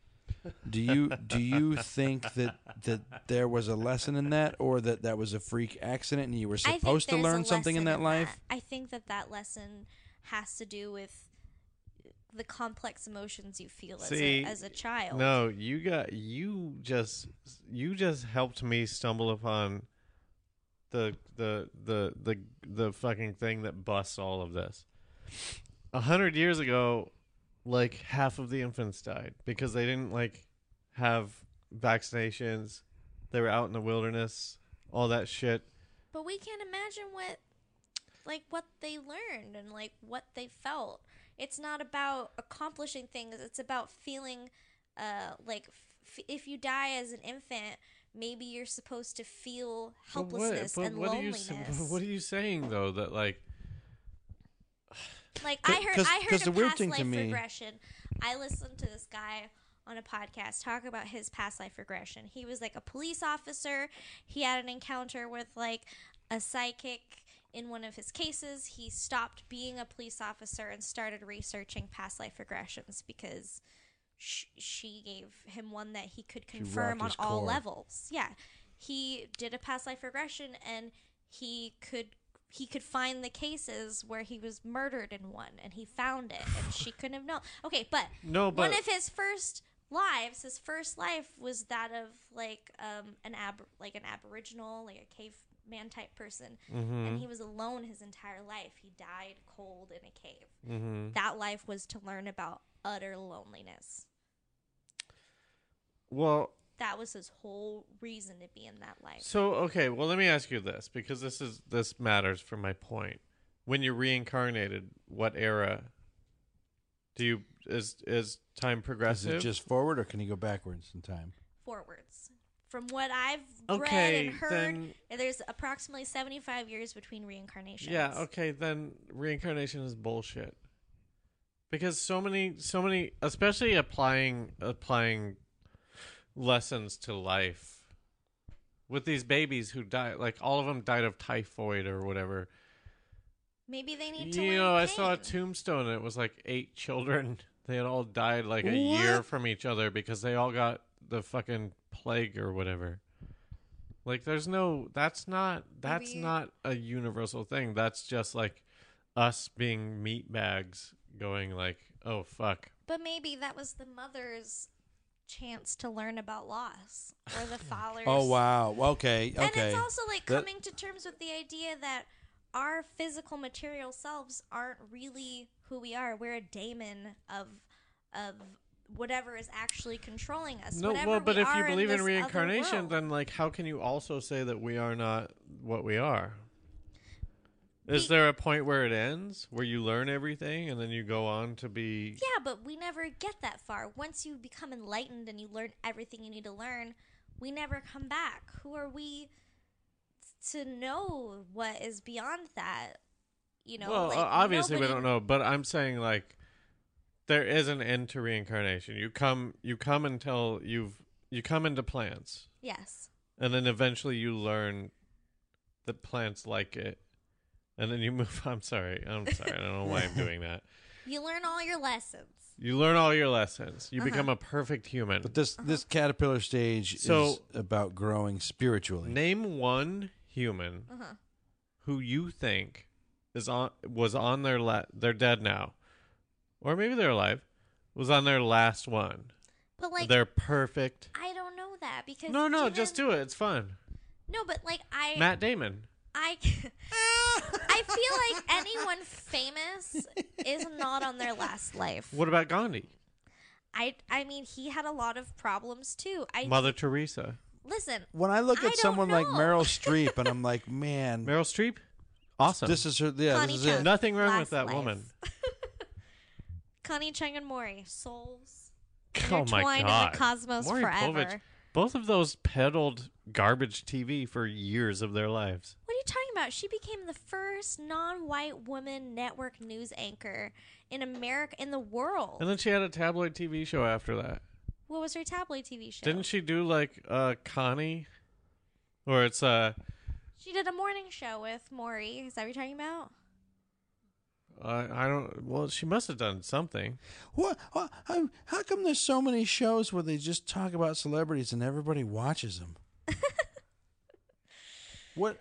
B: do you do you think that that there was a lesson in that, or that that was a freak accident and you were
D: I think
B: supposed to
D: there's a
B: learn something in
D: lesson
B: that life?
D: I think that that lesson has to do with the complex emotions you feel
A: See,
D: as, a, as a child.
A: No, you got you just you just helped me stumble upon the the the the the fucking thing that busts all of this. A hundred years ago, like half of the infants died because they didn't like have vaccinations. They were out in the wilderness, all that shit.
D: But we can't imagine what like what they learned and like what they felt. It's not about accomplishing things, it's about feeling uh like f- if you die as an infant, maybe you're supposed to feel
A: But what-
D: helplessness
A: but
D: and
A: what
D: loneliness.
A: Are you, s- what are you saying though? That like
D: Like
B: C-
D: I heard,
B: 'cause-
D: I
B: 'cause
D: heard
B: the
D: a
B: weird
D: past
B: thing to
D: life
B: me-
D: regression. I listened to this guy on a podcast talk about his past life regression. He was like a police officer. He had an encounter with like a psychic in one of his cases. He stopped being a police officer and started researching past life regressions because sh- she gave him one that he could confirm
B: rocked
D: on
B: his
D: all
B: core.
D: levels. Yeah, he did a past life regression, and he could he could find the cases where he was murdered in one, and he found it, and she couldn't have known. Okay, but
A: no, but
D: one of his first lives, his first life was that of like um an ab like an aboriginal, like a caveman type person,
B: Mm-hmm.
D: and he was alone his entire life. He died cold in a cave.
B: Mm-hmm.
D: That life was to learn about utter loneliness.
A: well,
D: That was his whole reason to be in that life.
A: So okay, well let me ask you this because this is this matters for my point. When you're reincarnated, what era do you is is time
B: Is
A: progressive?
B: it just forward, or can you go backwards in time?
D: Forwards. From what I've read
A: Okay,
D: and heard,
A: then-
D: there's approximately 75 years between reincarnations.
A: yeah, okay, then reincarnation is bullshit. Because so many so many especially applying applying lessons to life with these babies who die like all of them died of typhoid or whatever.
D: Maybe they need to
A: You
D: learn
A: know, I saw a
D: pain.
A: tombstone and it was like eight children. They had all died like a year from each other because they all got the fucking plague or whatever. Like there's no that's not that's
D: Maybe-
A: not a universal thing. That's just like us being meat bags going like, "Oh fuck."
D: But maybe that was the mother's chance to learn about loss or the father's.
B: Oh wow. Okay.
D: And
B: Okay.
D: it's also like
B: That-
D: coming to terms with the idea that our physical material selves aren't really who we are. We're a daemon of of whatever is actually controlling us.
A: No,
D: whatever
A: well, but
D: we
A: if you
D: are
A: believe in,
D: this other
A: reincarnation,
D: world.
A: then like how can you also say that we are not what we are? Is
D: Be-
A: there a point where it ends, where you learn everything and then you go on to be
D: Yeah, but we never get that far. Once you become enlightened and you learn everything you need to learn, we never come back. Who are we to know what is beyond that? You know,
A: well,
D: like,
A: uh, obviously
D: nobody-
A: we don't know, but I'm saying like there is an end to reincarnation. You come, you come until you've you come into plants,
D: Yes,
A: and then eventually you learn that plants like it, and then you move. I'm sorry, I'm sorry, I don't know why I'm doing that.
D: you learn all your lessons.
A: You learn all your lessons.
D: Uh-huh.
A: You become a perfect human.
B: but this this caterpillar stage is
A: So-
B: about growing spiritually.
A: Name one human
D: Uh-huh.
A: who you think is on was on their la- they're dead now, or maybe they're alive. Was on their last one.
D: But like,
A: they're perfect.
D: I don't know that because
A: No, no,
D: human-
A: just do it. It's fun.
D: no. But like, I
A: Matt Damon.
D: I I feel like anyone famous is not on their last life.
A: What about Gandhi?
D: I I mean, he had a lot of problems too. I
A: Mother Teresa.
D: listen.
B: When I look
D: I
B: at
D: don't
B: someone like
D: know.
B: Meryl Streep and I'm like, man,
A: Meryl Streep? Awesome.
B: this is her. Yeah,
D: Connie
B: this is
D: Chung.
B: it.
A: Nothing wrong
D: Last
A: with that
D: life.
A: woman.
D: Connie Chung and Maury, souls.
A: Oh my
D: intertwined in the
A: god.
D: cosmos
A: Maury
D: forever.
A: Povich, both of those peddled garbage TV for years of their lives.
D: What are you talking about? She became the first non-white woman network news anchor in America in the world.
A: And then she had a tabloid TV show after that.
D: what was her tabloid TV show?
A: Didn't she do like uh Connie? Or it's uh,
D: She did a morning show with Maury. Is that what you're talking about?
A: uh I don't well she must have done something.
B: What? what how, how come there's so many shows where they just talk about celebrities and everybody watches them? what?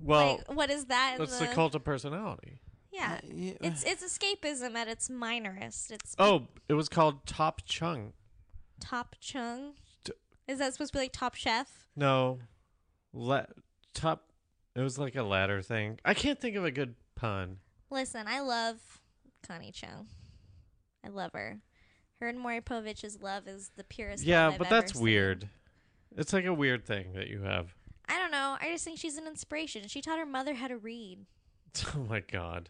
A: Well
D: like, what is that? in
A: that's the cult of personality.
D: Yeah,
B: yeah.
D: it's it's escapism at its minorest. It's
A: Oh, it was called Top Chung.
D: Top Chung. Is that supposed to be like Top Chef?
A: No, la- top. It was like a ladder thing. I can't think of a good pun.
D: Listen, I love Connie Chung. I love her. Her and Maury Povich's love is the purest.
A: yeah,
D: love I've
A: but that's
D: ever seen.
A: weird. It's like a weird thing that you have.
D: I don't know. I just think she's an inspiration. She taught her mother how to read.
A: Oh my god.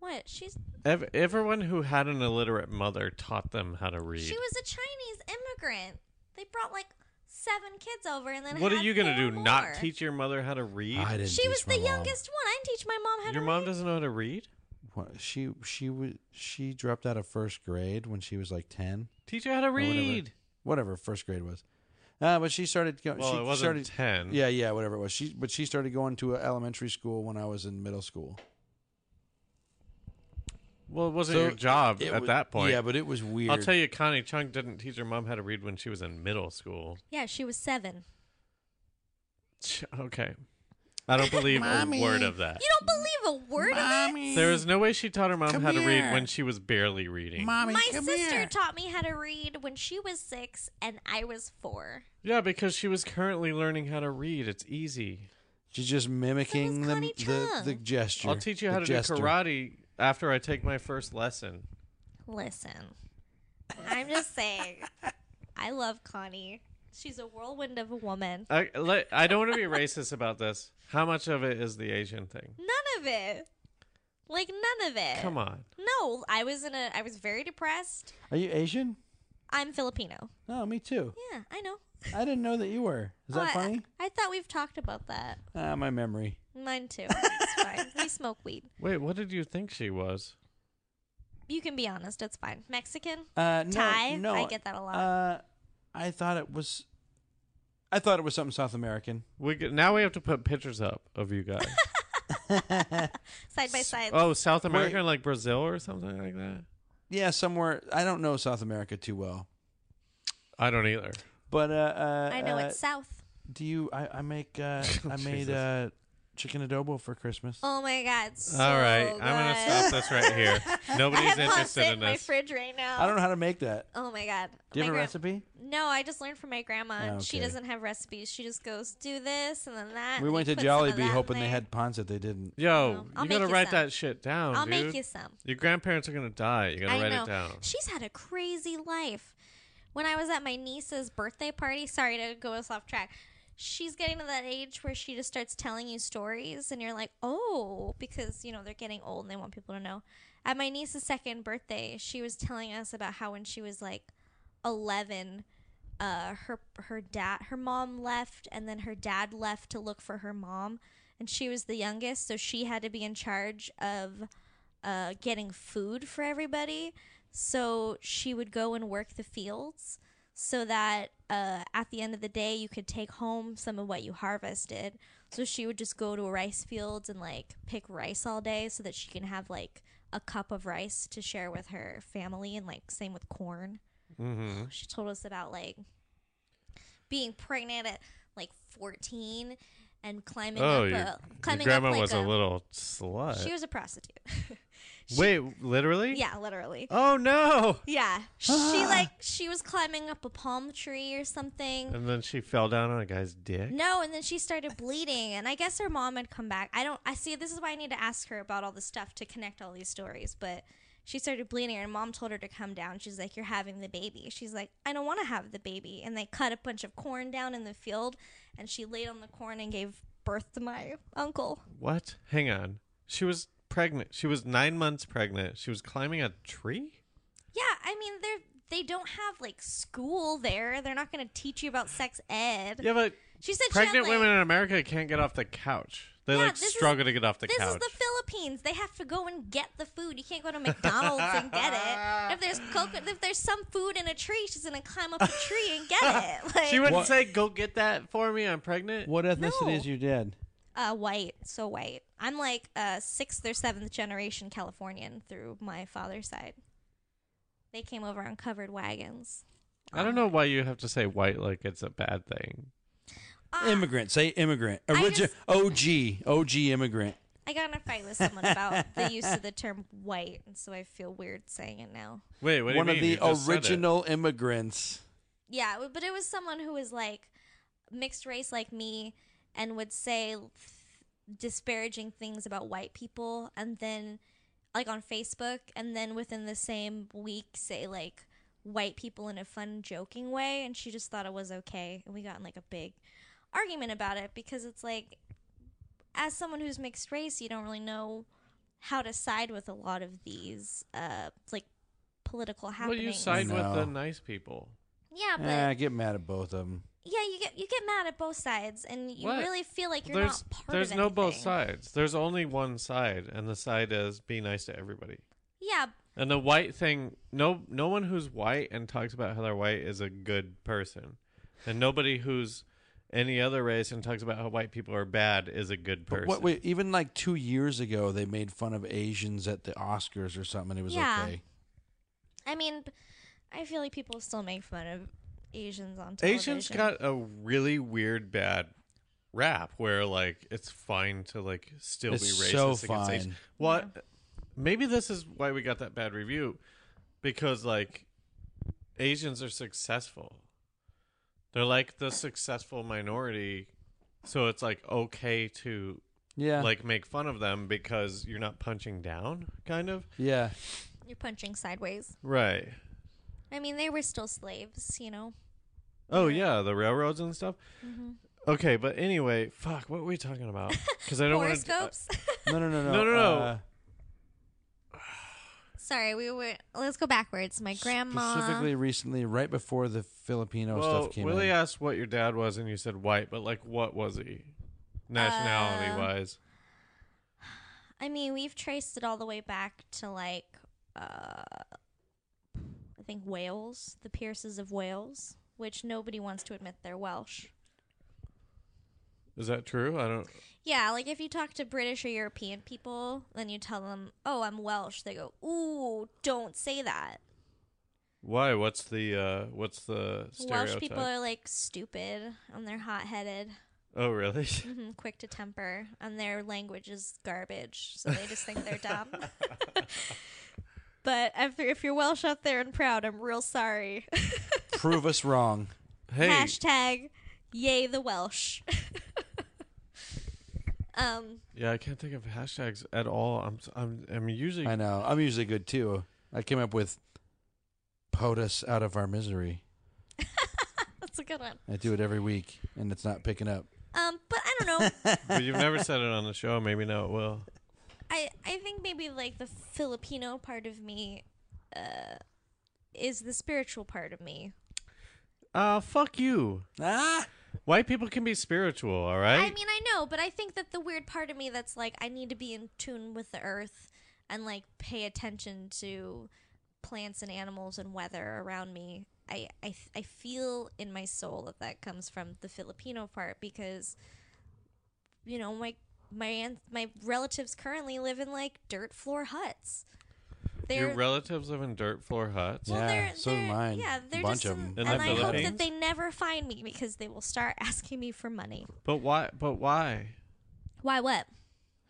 D: What? She's
A: Ev- everyone who had an illiterate mother taught them how to read.
D: she was a Chinese immigrant. They brought like seven kids over, and then
A: what are
D: had
A: you gonna
D: four
A: do? Not
D: more.
A: teach your mother how to read?
B: I didn't.
D: She
B: teach
D: was
B: my
D: the
B: mom.
D: youngest one. I didn't teach my mom how
A: your
D: to
A: mom
D: read.
A: doesn't know how to read.
B: What- She she was she dropped out of first grade when she was like ten.
A: Teach her how to
B: or Oh, whatever-
A: read.
B: Whatever, first grade was. Uh, but she started going.
A: Well,
B: she
A: it wasn't
B: started,
A: ten.
B: Yeah, yeah, whatever it was. She but she started going to a elementary school when I was in middle school.
A: Well, it wasn't
B: So
A: your job
B: it
A: at
B: was-
A: that point.
B: Yeah, but it was weird.
A: I'll tell you, Connie Chung didn't teach her mom how to read when she was in middle school.
D: Yeah, she was seven.
A: Ch- Okay. I don't believe a
B: Mommy.
A: word of that.
D: You don't believe a word of it?
B: Mommy,
A: There is no way she taught her mom
B: Come
A: how to read
B: here.
A: when she was barely reading.
B: Mommy,
D: My
B: come
D: sister
B: here.
D: taught me how to read when she was six and I was four.
A: Yeah, because she was currently learning how to read. It's easy.
B: She's just mimicking the,
D: Connie
B: the
D: Chung.
B: the gesture.
A: I'll teach you
B: the
A: how to
B: gesture.
A: do karate after I take my first lesson.
D: Listen, I'm just saying, I love Connie. She's a whirlwind of a woman.
A: I let, I don't want to be racist about this. How much of it is the Asian thing?
D: None of it. Like none of it.
A: Come on.
D: No, I was in a I was very depressed.
G: Are you Asian?
D: I'm Filipino.
G: No, me too.
D: Yeah, I know.
G: I didn't know that you were. Is
D: Oh,
G: that
D: I-
G: funny?
D: I, thought we've talked about that.
G: Ah, my memory.
D: Mine too. It's fine. We smoke weed.
A: Wait, what did you think she was?
D: You can be honest, it's fine. Mexican?
G: Uh, no,
D: Thai?
G: No,
D: I get that a lot.
G: Uh, I thought it was. I thought it was something South American.
A: We get, now we have to put pictures up of you guys.
D: side by side.
A: oh, South America, like Brazil or something like that.
G: Yeah, somewhere. I don't know South America too well,
A: I don't either.
G: but uh, uh
D: I know
G: uh,
D: it's south.
G: Do you? I, I make. Uh, I made
A: Jesus.
G: uh, chicken adobo for Christmas.
D: Oh my god. it's
A: All right,
D: so
A: I'm gonna
D: good.
A: stop this right here.
D: I
A: Nobody's
D: have pasta
A: interested
D: in,
A: in
D: my
A: this.
D: fridge right now.
G: I don't know how to make that.
D: oh my god.
G: Do you
D: My
G: have a
D: gran-
G: recipe? Oh,
D: No, I just learned from my grandma. and She
G: Okay.
D: doesn't have recipes. She just goes do this and then that.
G: We
D: and
G: went
D: you
G: to
D: put some of
G: Jollibee
D: that in
G: hoping they
D: there.
G: had puns that they didn't.
A: Yo,
D: I'll
A: you
D: make
A: gotta
D: you
A: write
D: some.
A: that shit down,
D: I'll
A: dude.
D: make you some.
A: Your grandparents are gonna die. You gotta
D: I
A: write
D: know.
A: it down.
D: She's had a crazy life. When I was at my niece's birthday party, sorry to go us off track. She's getting to that age where she just starts telling you stories, and you're like, oh, because, you know, they're getting old and they want people to know. At my niece's second birthday, she was telling us about how when she was like 11, uh, her her dad her mom left and then her dad left to look for her mom and she was the youngest so she had to be in charge of uh, getting food for everybody so she would go and work the fields so that uh, at the end of the day you could take home some of what you harvested so she would just go to rice fields and like pick rice all day so that she can have like a cup of rice to share with her family and like same with corn
A: Mm-hmm.
D: she told us about like being pregnant at like 14 and climbing
A: Oh,
D: up
A: your,
D: a
A: your
D: climbing
A: grandma
D: up like
A: was a,
D: a
A: little slut.
D: she was a prostitute.
A: Wait, literally?
D: Yeah, literally.
A: Oh no!
D: Yeah. She like she was climbing up a palm tree or something.
A: And then she fell down on a guy's dick.
D: No, and then she started bleeding, and I guess her mom had come back. I don't. I see. This is why I need to ask her about all the stuff to connect all these stories. But she started bleeding, and her mom told her to come down. She's like, "You're having the baby." She's like, "I don't want to have the baby." And they cut a bunch of corn down in the field, and she laid on the corn and gave birth to my uncle.
A: What? Hang on. She was pregnant. She was nine months pregnant. She was climbing a tree.
D: Yeah, I mean, they're they don't have like school there. They're not going to teach you about sex ed.
A: Yeah, but
D: She said she had,
A: pregnant
D: like-
A: women in America can't get off the couch. They
D: Yeah,
A: like
D: this is-
A: struggle to get off the
D: this
A: couch.
D: is the Philippines. They have to go and get the food. You can't go to McDonald's and get it. If there's coconut, if there's some food in a tree, she's gonna climb up a tree and get it. Like,
A: she wouldn't
H: What-
A: say, "Go get that for me. I'm pregnant."
H: What ethnicity
D: No.
H: is your dad?
D: uh, white, so white. I'm like uh, sixth or seventh generation Californian through my father's side. They came over on covered wagons.
A: I don't know why you have to say white like it's a bad thing.
D: Ah,
B: Immigrant. Say immigrant.
D: I
B: Origi-
D: just-
B: OG. OG immigrant.
D: I got in a fight with someone about the use of the term white, and so I feel weird saying it now.
A: Wait, what do
B: One
A: you
B: of
A: mean?
B: the
A: You just said it.
B: original immigrants.
D: Yeah, w- but it was someone who was like mixed race like me and would say th- disparaging things about white people and then like on Facebook and then within the same week say like white people in a fun joking way and she just thought it was okay and we got in like a big argument about it because it's like as someone who's mixed race you don't really know how to side with a lot of these uh like political
A: Well,
D: happenings
A: you side with the
B: No.
A: nice people.
D: yeah but
B: Ah, I get mad at both of them.
D: yeah, you get you get mad at both sides, and you
A: What?
D: really feel like you're
A: there's
D: not part
A: there's
D: of
A: no both
D: anything.
A: sides. There's only one side, and the side is be nice to everybody.
D: Yeah,
A: And the white thing, no, no one who's white and talks about how they're white is a good person, and nobody who's any other race and talks about how white people are bad is a good person.
B: But what, wait, even like two years ago, they made fun of Asians at the Oscars or something. It was
D: Yeah.
B: okay.
D: I mean, I feel like people still make fun of Asians on television.
A: Asians got a really weird bad rap, where like it's fine to like still
B: It's
A: be racist
B: so
A: against
B: fine.
A: Asians. What? Maybe this is why we got that bad review, because like Asians are successful. They're like the successful minority, so it's like okay to
H: Yeah.
A: like make fun of them because you're not punching down, kind of.
B: Yeah.
D: you're punching sideways.
A: Right.
D: I mean, they were still slaves, you know.
A: Oh yeah, the railroads and stuff.
D: Mm-hmm.
A: Okay, but anyway, fuck. What were we talking about? Because I don't uh, want to.
D: Horoscopes.
H: No, no, no, no.
A: No, no, no.
H: Uh,
D: Sorry, we were. Let's go backwards. My grandma.
B: Specifically, recently, right before the Filipino
A: well,
B: stuff came
A: Willie
B: in.
A: asked what your dad was, and you said white, but like, what was he? Nationality wise,
D: Uh, I mean, we've traced it all the way back to like, uh, I think Wales, the Pierces of Wales, which nobody wants to admit they're Welsh.
A: is that true? I don't.
D: Yeah, like if you talk to British or European people, then you tell them, "Oh, I'm Welsh." They go, "Ooh, don't say that."
A: Why? What's the uh what's the stereotype?
D: Welsh people are like stupid and they're hot-headed,
A: oh really?
D: mhm, quick to temper, and their language is garbage, so they just think they're dumb. but if, if you're Welsh out there and proud, I'm real sorry.
B: Prove us wrong.
A: hey,
D: Hashtag, yay the Welsh. um,
A: yeah, I can't think of hashtags at all. I'm s- I'm I'm usually
B: I know. I'm usually good too. I came up with "Put us out of our misery."
D: that's a good one.
B: I do it every week, and it's not picking up.
D: Um, but I don't know.
A: but you've never said it on the show. Maybe now it will.
D: I I think maybe like the Filipino part of me uh is the spiritual part of me.
A: Uh, fuck you.
B: Ah,
A: White people can be spiritual, all right?
D: I mean, I know, but I think that the weird part of me that's like I need to be in tune with the earth and like pay attention to plants and animals and weather around me. I I th- I feel in my soul that that comes from the Filipino part because you know, my my aunt, my relatives currently live in like dirt floor huts.
A: Your relatives live in dirt floor huts.
B: Yeah,
D: Well, they're,
B: so do
D: they're,
B: mine.
D: Yeah,
B: A
D: they're
B: bunch
D: just
B: of 'em.
D: in-
A: In
D: And
A: the
D: I hope that
A: Philippines?
D: they never find me because they will start asking me for money.
A: But why? But why?
D: Why what?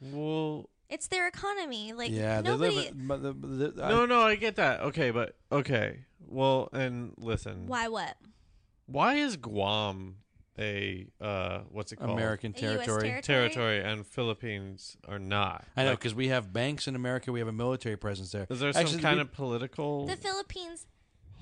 A: Well,
D: It's their economy. Like
I: yeah, they
D: nobody.
I: live. In, but the, the, I-
A: No, no, I get that. Okay, but okay. Well, and listen.
D: why what?
A: Why is Guam a uh what's it called?
B: American
D: A US
B: territory.
A: territory and Philippines are not.
B: I know
A: Like,
B: because we have banks in America. We have a military presence there.
A: is there
B: Actually,
A: some
B: the
A: kind
B: peop-
A: of political
D: The Philippines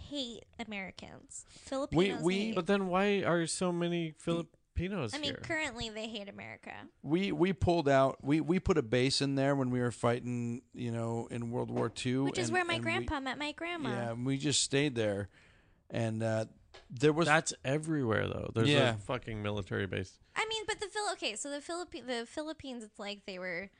D: hate Americans.
J: Filipinos.
B: we-
J: hate-
A: But then why are so many Filipinos
D: I mean,
A: here?
D: currently they hate America.
B: we we pulled out. We we put a base in there when we were fighting. You know, in World War II,
D: Which is
B: and-
D: where my
B: and we-
D: grandpa met my grandma.
B: yeah, and we just stayed there, and uh, there was
A: That's everywhere though. There's
B: Yeah.
A: a fucking military base.
D: I mean, but the Phil okay, so the Philippi- the Philippines, it's like they were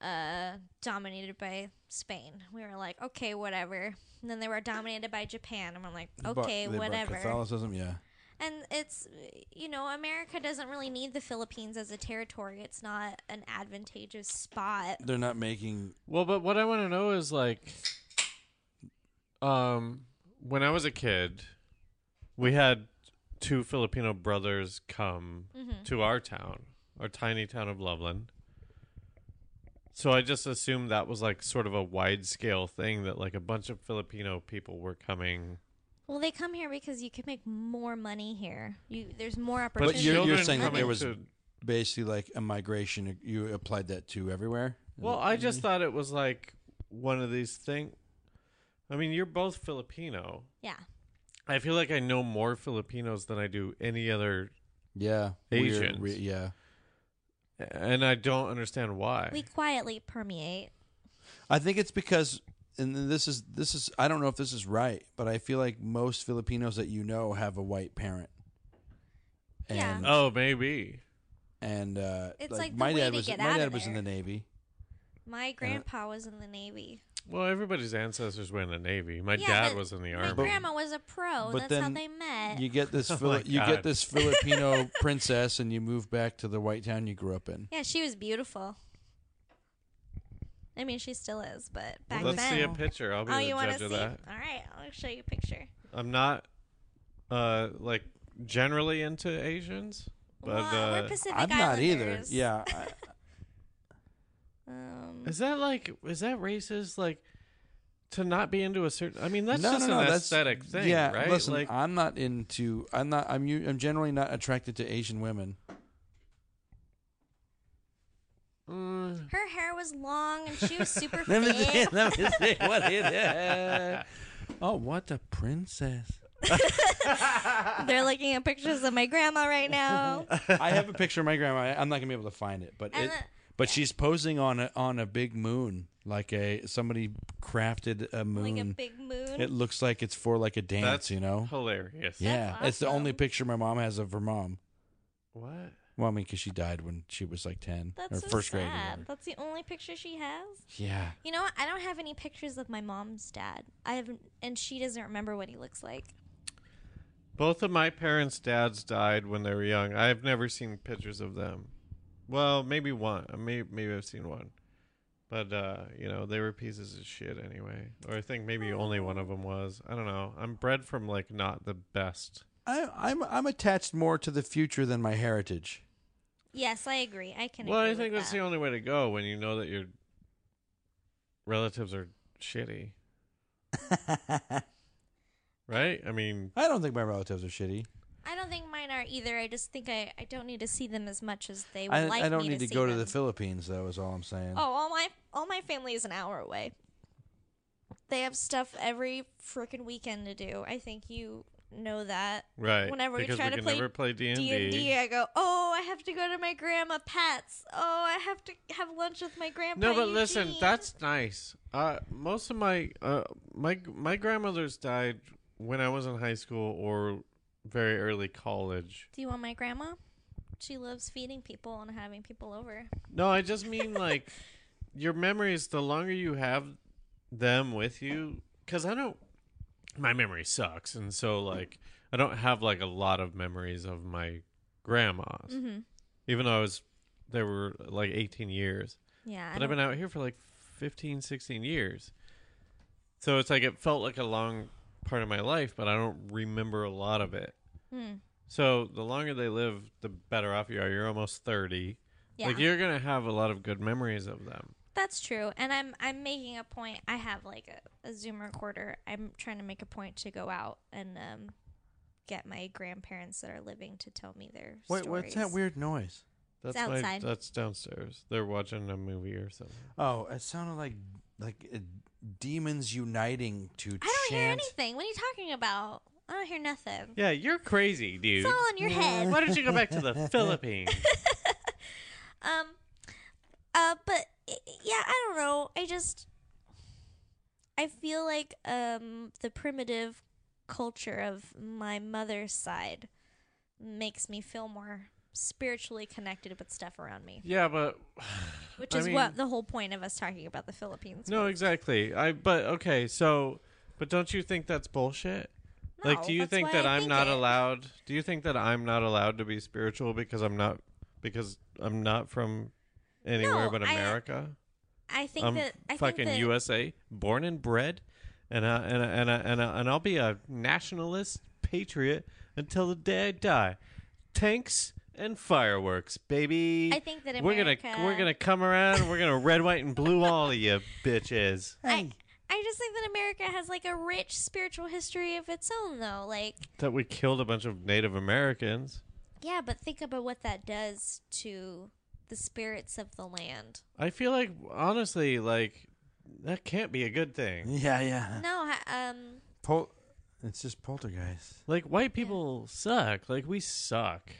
D: uh dominated by Spain. We were like, okay, whatever. And then they were dominated by Japan, and we're like,
B: they brought-
D: okay,
B: they brought
D: whatever.
B: Catholicism, yeah.
D: And it's you know, America doesn't really need the Philippines as a territory. It's not an advantageous spot.
B: They're not making
A: Well, but what I want to know is like, um, when I was a kid, we had two Filipino brothers come to our town, our tiny town of Loveland. So I just assumed that was like sort of a wide scale thing that like a bunch of Filipino people were coming.
D: Well, they come here because you can make more money here. You there's more
B: But
D: opportunity.
B: you're- you're
A: children
B: saying that
A: coming
B: there was-
A: to-
B: basically like a migration. You applied that to everywhere.
A: well, I just
B: Mm-hmm.
A: thought it was like one of these things. I mean, you're both Filipino.
D: yeah.
A: I feel like I know more Filipinos than I do any other,
B: yeah, weird,
A: Asians.
B: we- yeah,
A: and I don't understand why.
D: We quietly permeate.
B: I think it's because, and this is this is I don't know if this is right, but I feel like most Filipinos that you know have a white parent. And,
D: Yeah.
A: oh, maybe.
B: and uh,
D: It's like the
B: my
D: way
B: dad
D: to
B: was
D: get
B: my
D: out
B: dad
D: of
B: was in the
D: there.
B: navy.
D: My grandpa was in the Navy.
A: Well, everybody's ancestors were in the Navy. My
D: Yeah,
A: dad
D: but
A: was in the
D: My
A: army.
D: grandma was a pro.
B: but
D: That's how
B: then
D: they met.
B: You get this Fili-
A: Oh my
B: you
A: God.
B: get this Filipino princess, and you move back to the white town you grew up in.
D: yeah, she was beautiful. I mean, she still is, but back
A: Let's
D: then.
A: see a picture. I'll be
D: oh,
A: the
D: you want to
A: judge
D: see?
A: of
D: All
A: that.
D: right, I'll show you a picture.
A: I'm not uh like generally into Asians, but
D: Well, we're
A: uh,
D: Pacific
B: I'm not either.
D: Islanders.
B: Yeah, I,
D: Um,
A: is that like is that racist? Like to not be into a certain. I mean, that's just an
B: that's-
A: aesthetic thing,
B: yeah,
A: right?
B: Listen,
A: like
B: I'm not into. I'm not. I'm. u- I'm generally not attracted to Asian women.
A: mm,
D: her hair was long and she was super
B: Let me see.
D: fit.
B: Let me see what it is. Oh, what a princess!
D: They're looking at pictures of my grandma right now.
B: I have a picture of my grandma. I- I'm not gonna be able to find it, but
D: And
B: it,
D: the-
B: but she's posing on a on a big moon, like a somebody crafted a moon.
D: Like a big moon.
B: it looks like it's for like a dance,
A: that's
B: you know.
A: hilarious.
B: yeah, it's the only
D: awesome.
B: picture my mom has of her mom.
A: What?
B: Well, I mean, because she died when she was like ten
D: That's
B: or
D: so
B: first grade. or
D: sad.
B: whatever.
D: That's the only picture she has.
B: Yeah.
D: You know what? I don't have any pictures of my mom's dad. I have, and she doesn't remember what he looks like.
A: Both of my parents' dads died when they were young. I've never seen pictures of them. Well, maybe one. Maybe, maybe I've seen one. But, uh, you know, they were pieces of shit anyway. Or I think maybe only one of them was. I don't know. I'm bred from, like, not the best.
B: I, I'm I'm attached more to the future than my heritage.
D: Yes, I agree. I can.
A: Well,
D: agree
A: I think
D: with
A: that's
D: that.
A: the only way to go when you know that your relatives are shitty. right? I mean,
B: I don't think my relatives are shitty.
D: I don't think mine are either. I just think I, I don't need to see them as much as they would
B: I,
D: like.
B: I don't
D: me
B: need to,
D: see
B: go to
D: them.
B: the Philippines though. Is all I'm saying.
D: Oh, all my all my family is an hour away. They have stuff every freaking weekend to do. I think you know that.
A: right.
D: Whenever we
A: because
D: try
A: we
D: to
A: can
D: play
A: never play D&D.
D: D and D, I go. Oh, I have to go to my grandma Pat's. Oh, I have to have lunch with my grandpa.
A: No, but listen,
D: Eugene."
A: that's nice. Uh, most of my uh, my my grandmothers died when I was in high school or very early college.
D: Do you want my grandma? She loves feeding people and having people over.
A: No, I just mean like your memories. The longer you have them with you, because I don't. My memory sucks, and so like I don't have like a lot of memories of my grandmas, even though I was there were like 18 years.
D: Yeah.
A: but
D: I don't-
A: I've been out here for like 15, 16 years. So it's like it felt like a long part of my life, but I don't remember a lot of it.
D: Hmm.
A: So the longer they live, the better off you are. You're almost 30.
D: yeah.
A: Like you're going to have a lot of good memories of them.
D: That's true. And I'm I'm making a point. I have like a, a Zoom recorder. I'm trying to make a point to go out and um, get my grandparents that are living to tell me their
B: Wait,
D: stories.
B: what's that weird noise?
A: That's
D: It's
A: my-
D: outside.
A: that's downstairs. They're watching a movie or something.
B: Oh, it sounded like like uh, demons uniting to
D: I don't hear
B: chant.
D: anything. What are you talking about? I don't hear nothing.
A: Yeah, you're crazy, dude.
D: It's all in your head.
A: Why don't you go back to the Philippines?
D: Um,
K: Uh, but i- yeah, I don't know. I just
D: I feel like um the primitive culture of my mother's side makes me feel more spiritually connected with stuff around me,
A: yeah, but
D: which
A: I
D: is
A: mean-
D: what the whole point of us talking about the Philippines.
A: no,
D: was.
A: exactly. I but okay, so but don't you think that's bullshit? like,
D: No,
A: do you
D: that's
A: think
D: why
A: that
D: I
A: I'm
D: think
A: not
D: it.
A: allowed? Do you think that I'm not allowed to be spiritual because I'm not because I'm not from anywhere
D: No,
A: but
D: I- uh,
A: America?
D: I think
A: I'm
D: that I
A: um, fucking
D: think that,
A: USA, born and bred, and I, and I, and I, and, I, and I'll be a nationalist patriot until the day I die. Tanks and fireworks, baby.
D: I think that
A: we're gonna
D: America-
A: we're gonna come around. and We're gonna red, white, and blue all of you bitches.
D: I, I just think that America has like a rich spiritual history of its own, though. Like,
A: That we killed a bunch of Native Americans.
D: yeah, but think about what that does to the spirits of the land.
A: I feel like honestly, like that can't be a good thing.
B: Yeah, yeah.
D: No, ha- um,
B: Pol- it's just poltergeist.
A: Like white people suck. Like we suck.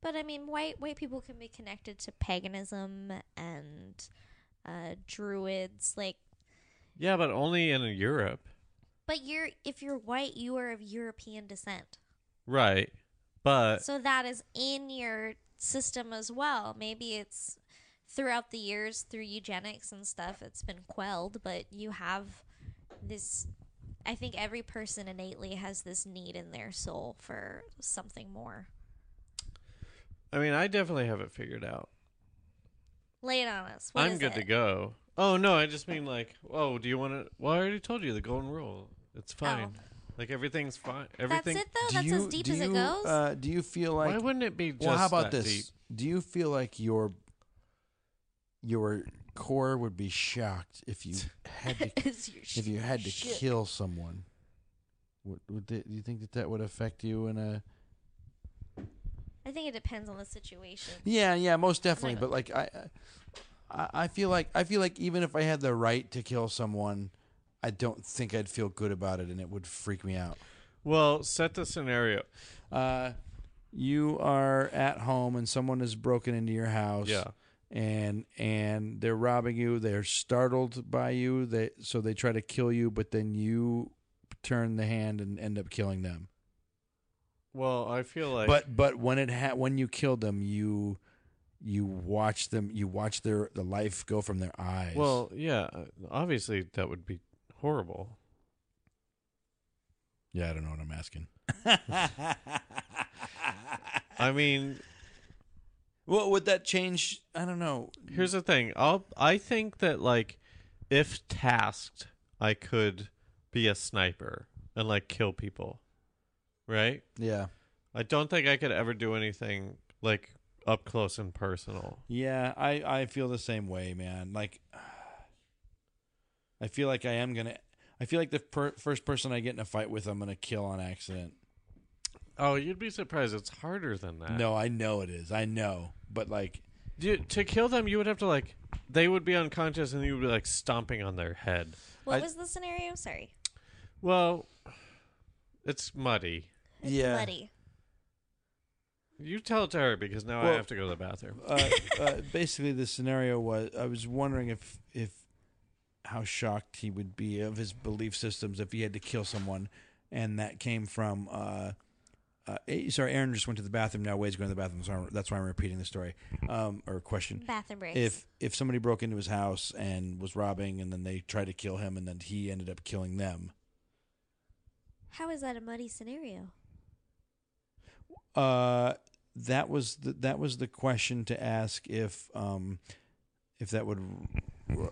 D: but I mean, white white people can be connected to paganism and uh, druids. Like,
A: Yeah, but only in Europe.
D: but you're if you're white, you are of European descent,
A: Right.
B: Uh,
A: But
D: so that is in your system as well. Maybe it's throughout the years through eugenics and stuff, it's been quelled, but you have this. I think every person innately has this need in their soul for something more.
A: I mean, I definitely have it figured out.
D: Lay it on us. What
A: I'm
D: is
A: good to
D: it?
A: go. Oh no, I just mean like, oh, do you want to? Well, I already told you the golden rule. It's fine. Like everything's fine. Everything.
D: Oh. That's it, though. That's as deep
B: do
D: as it
B: you,
D: goes.
B: Uh, do you feel like?
A: Why wouldn't it be just?
B: well, how about
A: that
B: this?
A: deep?
B: Do you feel like your your core would be shocked if you had to
D: Is your sh-
B: if you had to
D: shit.
B: kill someone? Would, would they, do you think that that would affect you in a?
D: I think it depends on the situation.
B: Yeah, yeah, most definitely.
D: Like-
B: But like I, I, I feel like I feel like even if I had the right to kill someone, I don't think I'd feel good about it, and it would freak me out.
A: Well, set the scenario.
B: Uh, you are at home, and someone has broken into your house.
A: Yeah.
B: and and they're robbing you. They're startled by you. They so they try to kill you, but then you turn the hand and end up killing them.
A: Well, I feel like.
B: but but when it ha- when you kill them, you you watch them. You watch their the life go from their eyes.
A: well, yeah. uh, Obviously, that would be horrible.
B: yeah, I don't know what I'm asking.
A: I mean,
B: Well, would that change? I don't know.
A: here's the thing. I'll. I think that like, if tasked, I could be a sniper and like kill people, right?
B: Yeah,
A: I don't think I could ever do anything like up close and personal.
L: Yeah, I I feel the same way, man. Like I feel like I am going to I feel like the per- first person I get in a fight with I'm going to kill on accident.
A: Oh, you'd be surprised. It's harder than that.
L: No, I know it is. I know. But like
A: Dude, to kill them, you would have to like they would be unconscious and you would be like stomping on their head.
D: What
B: I-
D: was the scenario? Sorry.
A: Well, it's muddy.
D: It's
B: Yeah.
D: muddy.
A: You tell it to her because now I
L: Well-
A: have to go to the bathroom.
L: uh, uh, basically the scenario was I was wondering if if how shocked he would be of his belief systems if he had to kill someone, and that came from. Uh, uh, eh, sorry, Aaron just went to the bathroom. Now Wade's going to the bathroom, so I'm- that's why I'm repeating the story um, or question.
D: Bathroom breaks.
L: If if somebody broke into his house and was robbing, and then they tried to kill him, and then he ended up killing them.
D: How is that a muddy scenario?
L: Uh, that was the, that was the question to ask if um if that would r-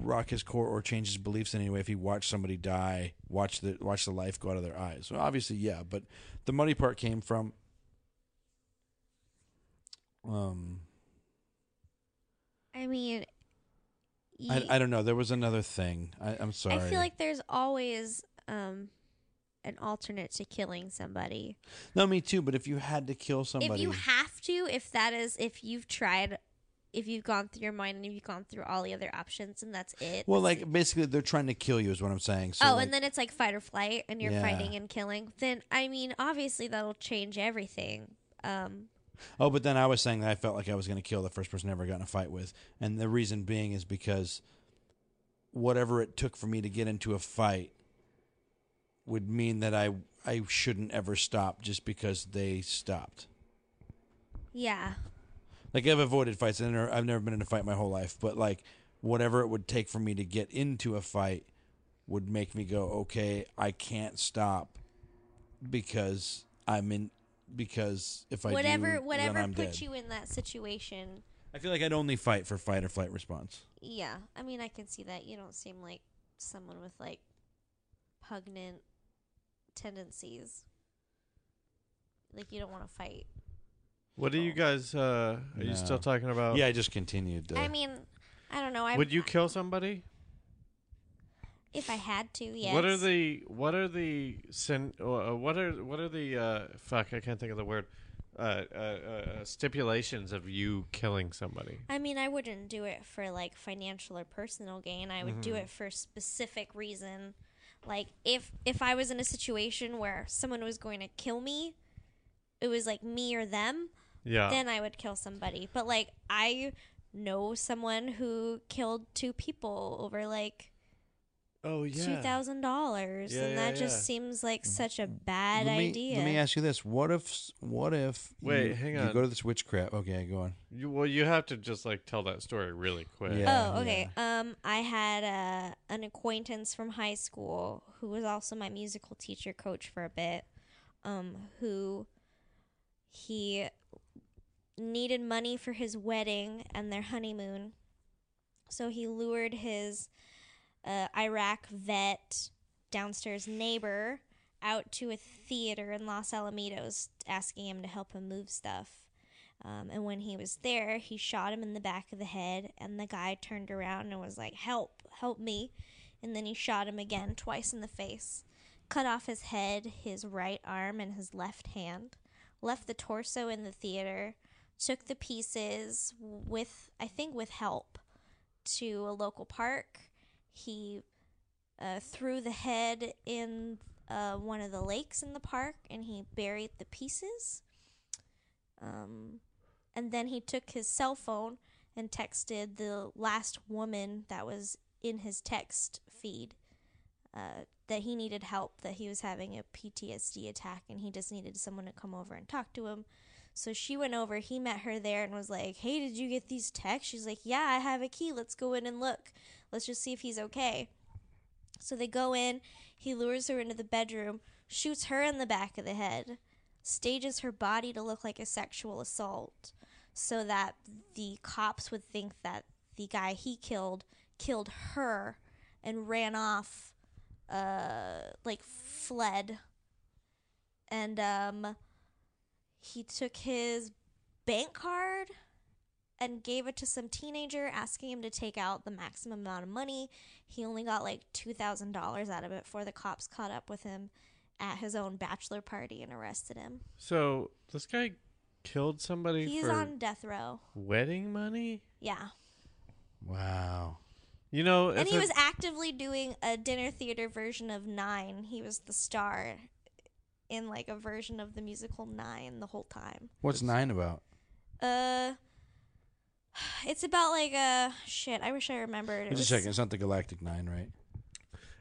L: rock his core or change his beliefs in any way if he watched somebody die, watch the watch the life go out of their eyes. So obviously, yeah, but the money part came from um
D: I mean, Ye-
B: I, I don't know. There was another thing. I, I'm sorry.
D: I feel like there's always um, an alternate to killing somebody.
B: no, me too. But if you had to kill somebody,
D: If you have to, if that is, if you've tried, if you've gone through your mind and if you've gone through all the other options and that's it.
B: well, like basically they're trying to kill you, is what I'm saying. So
D: oh,
B: like,
D: and then it's like fight or flight and you're
B: Yeah.
D: fighting and killing. Then, I mean, obviously that'll change everything. Um,
B: Oh, but then I was saying that I felt like I was going to kill the first person I ever got in a fight with. And the reason being is because whatever it took for me to get into a fight would mean that I I shouldn't ever stop just because they stopped.
D: yeah.
B: Like I've avoided fights and I've never- I've never been in a fight my whole life, but like whatever it would take for me to get into a fight would make me go, "Okay, I can't stop because I'm in because if I do,
D: whatever,
B: then
D: whatever
B: I'm
D: puts
B: dead.
D: you in that situation.
B: I feel like I'd only fight for fight or flight response.
D: Yeah, I mean, I can see that. You don't seem like someone with like pugnant tendencies. Like you don't want to fight.
A: What do you guys? Uh, are
B: No.
A: you still talking about?
B: Yeah, I just continued. To,
D: I mean, I don't know. I
A: Would you kill somebody?
D: if I had to? Yes.
A: What are the what are the sin, uh, what are what are the uh, fuck I can't think of the word uh, uh, uh, stipulations of you killing somebody.
D: I mean, I wouldn't do it for like financial or personal gain. I would do it for specific reason. Like if if I was in a situation where someone was going to kill me, it was like me or them.
A: Yeah.
D: then I would kill somebody. But like I know someone who killed two people over like
A: oh
D: two thousand dollars,
A: Yeah,
D: and that
A: yeah, yeah.
D: just seems like such a bad
B: let me,
D: idea.
B: Let me ask you this: What if? What if?
A: Wait,
B: you,
A: hang
B: You
A: on.
B: go to this witchcraft. Okay, go on.
A: You, well, you have to just like tell that story really quick.
B: Yeah,
D: oh, okay. Um, I had uh, an acquaintance from high school who was also my musical teacher coach for a bit. Um, who he needed money for his wedding and their honeymoon, so he lured his uh, Iraq vet downstairs neighbor out to a theater in Los Alamitos, asking him to help him move stuff. Um, and when he was there, he shot him in the back of the head, and the guy turned around and was like, Help, help me. And then he shot him again, twice in the face, cut off his head, his right arm, and his left hand, left the torso in the theater, took the pieces with, I think, with help to a local park. He uh, threw the head in uh, one of the lakes in the park and he buried the pieces. Um, and then he took his cell phone and texted the last woman that was in his text feed uh, that he needed help, that he was having a PTSD attack, and he just needed someone to come over and talk to him. So she went over, he met her there and was like, Hey, did you get these texts? She's like, Yeah, I have a key. Let's go in and look. Let's just see if he's okay. So they go in, he lures her into the bedroom, shoots her in the back of the head, stages her body to look like a sexual assault so that the cops would think that the guy he killed killed her and ran off uh like fled and um he took his bank card and gave it to some teenager asking him to take out the maximum amount of money he only got like $2000 out of it before the cops caught up with him at his own bachelor party and arrested him
A: So this guy killed somebody
D: He's
A: for
D: on death row.
A: wedding money.
D: Yeah.
B: Wow.
A: You know,
D: and
A: if
D: he
A: it-
D: was actively doing a dinner theater version of Nine. He was the star in like a version of the musical Nine the whole time.
B: What's nine about?
D: Uh it's about like a shit, I wish I remembered. It
B: Just
D: was-
B: checking. It's not the Galactic Nine, right?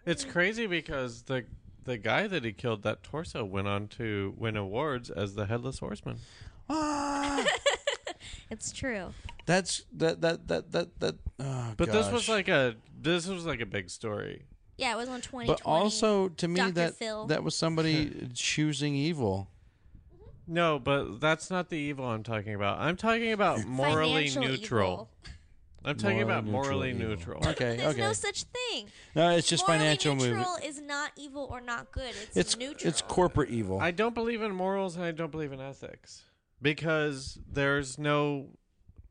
A: it's crazy because the the guy that he killed, that torso, went on to win awards as the headless horseman.
B: Ah,
D: It's true.
B: that's that that that that that. Oh,
A: But this was
B: gosh.
A: like a this was like a big story.
D: Yeah, it was on 2020.
B: But also to me
D: Dr.
B: that
D: Phil.
B: that was somebody choosing evil.
A: No, but that's not the evil I'm talking about. I'm talking about morally
D: Financial
A: neutral.
D: evil.
A: I'm talking
B: Morally
A: about
B: neutral
A: morally
B: evil.
A: neutral.
B: Okay,
D: There's
B: okay.
D: no such thing.
B: No, it's just
D: Morally
B: financial
D: neutral
B: movie.
D: is not evil or not good. It's,
B: It's
D: neutral.
B: it's corporate evil.
A: I don't believe in morals and I don't believe in ethics because there's no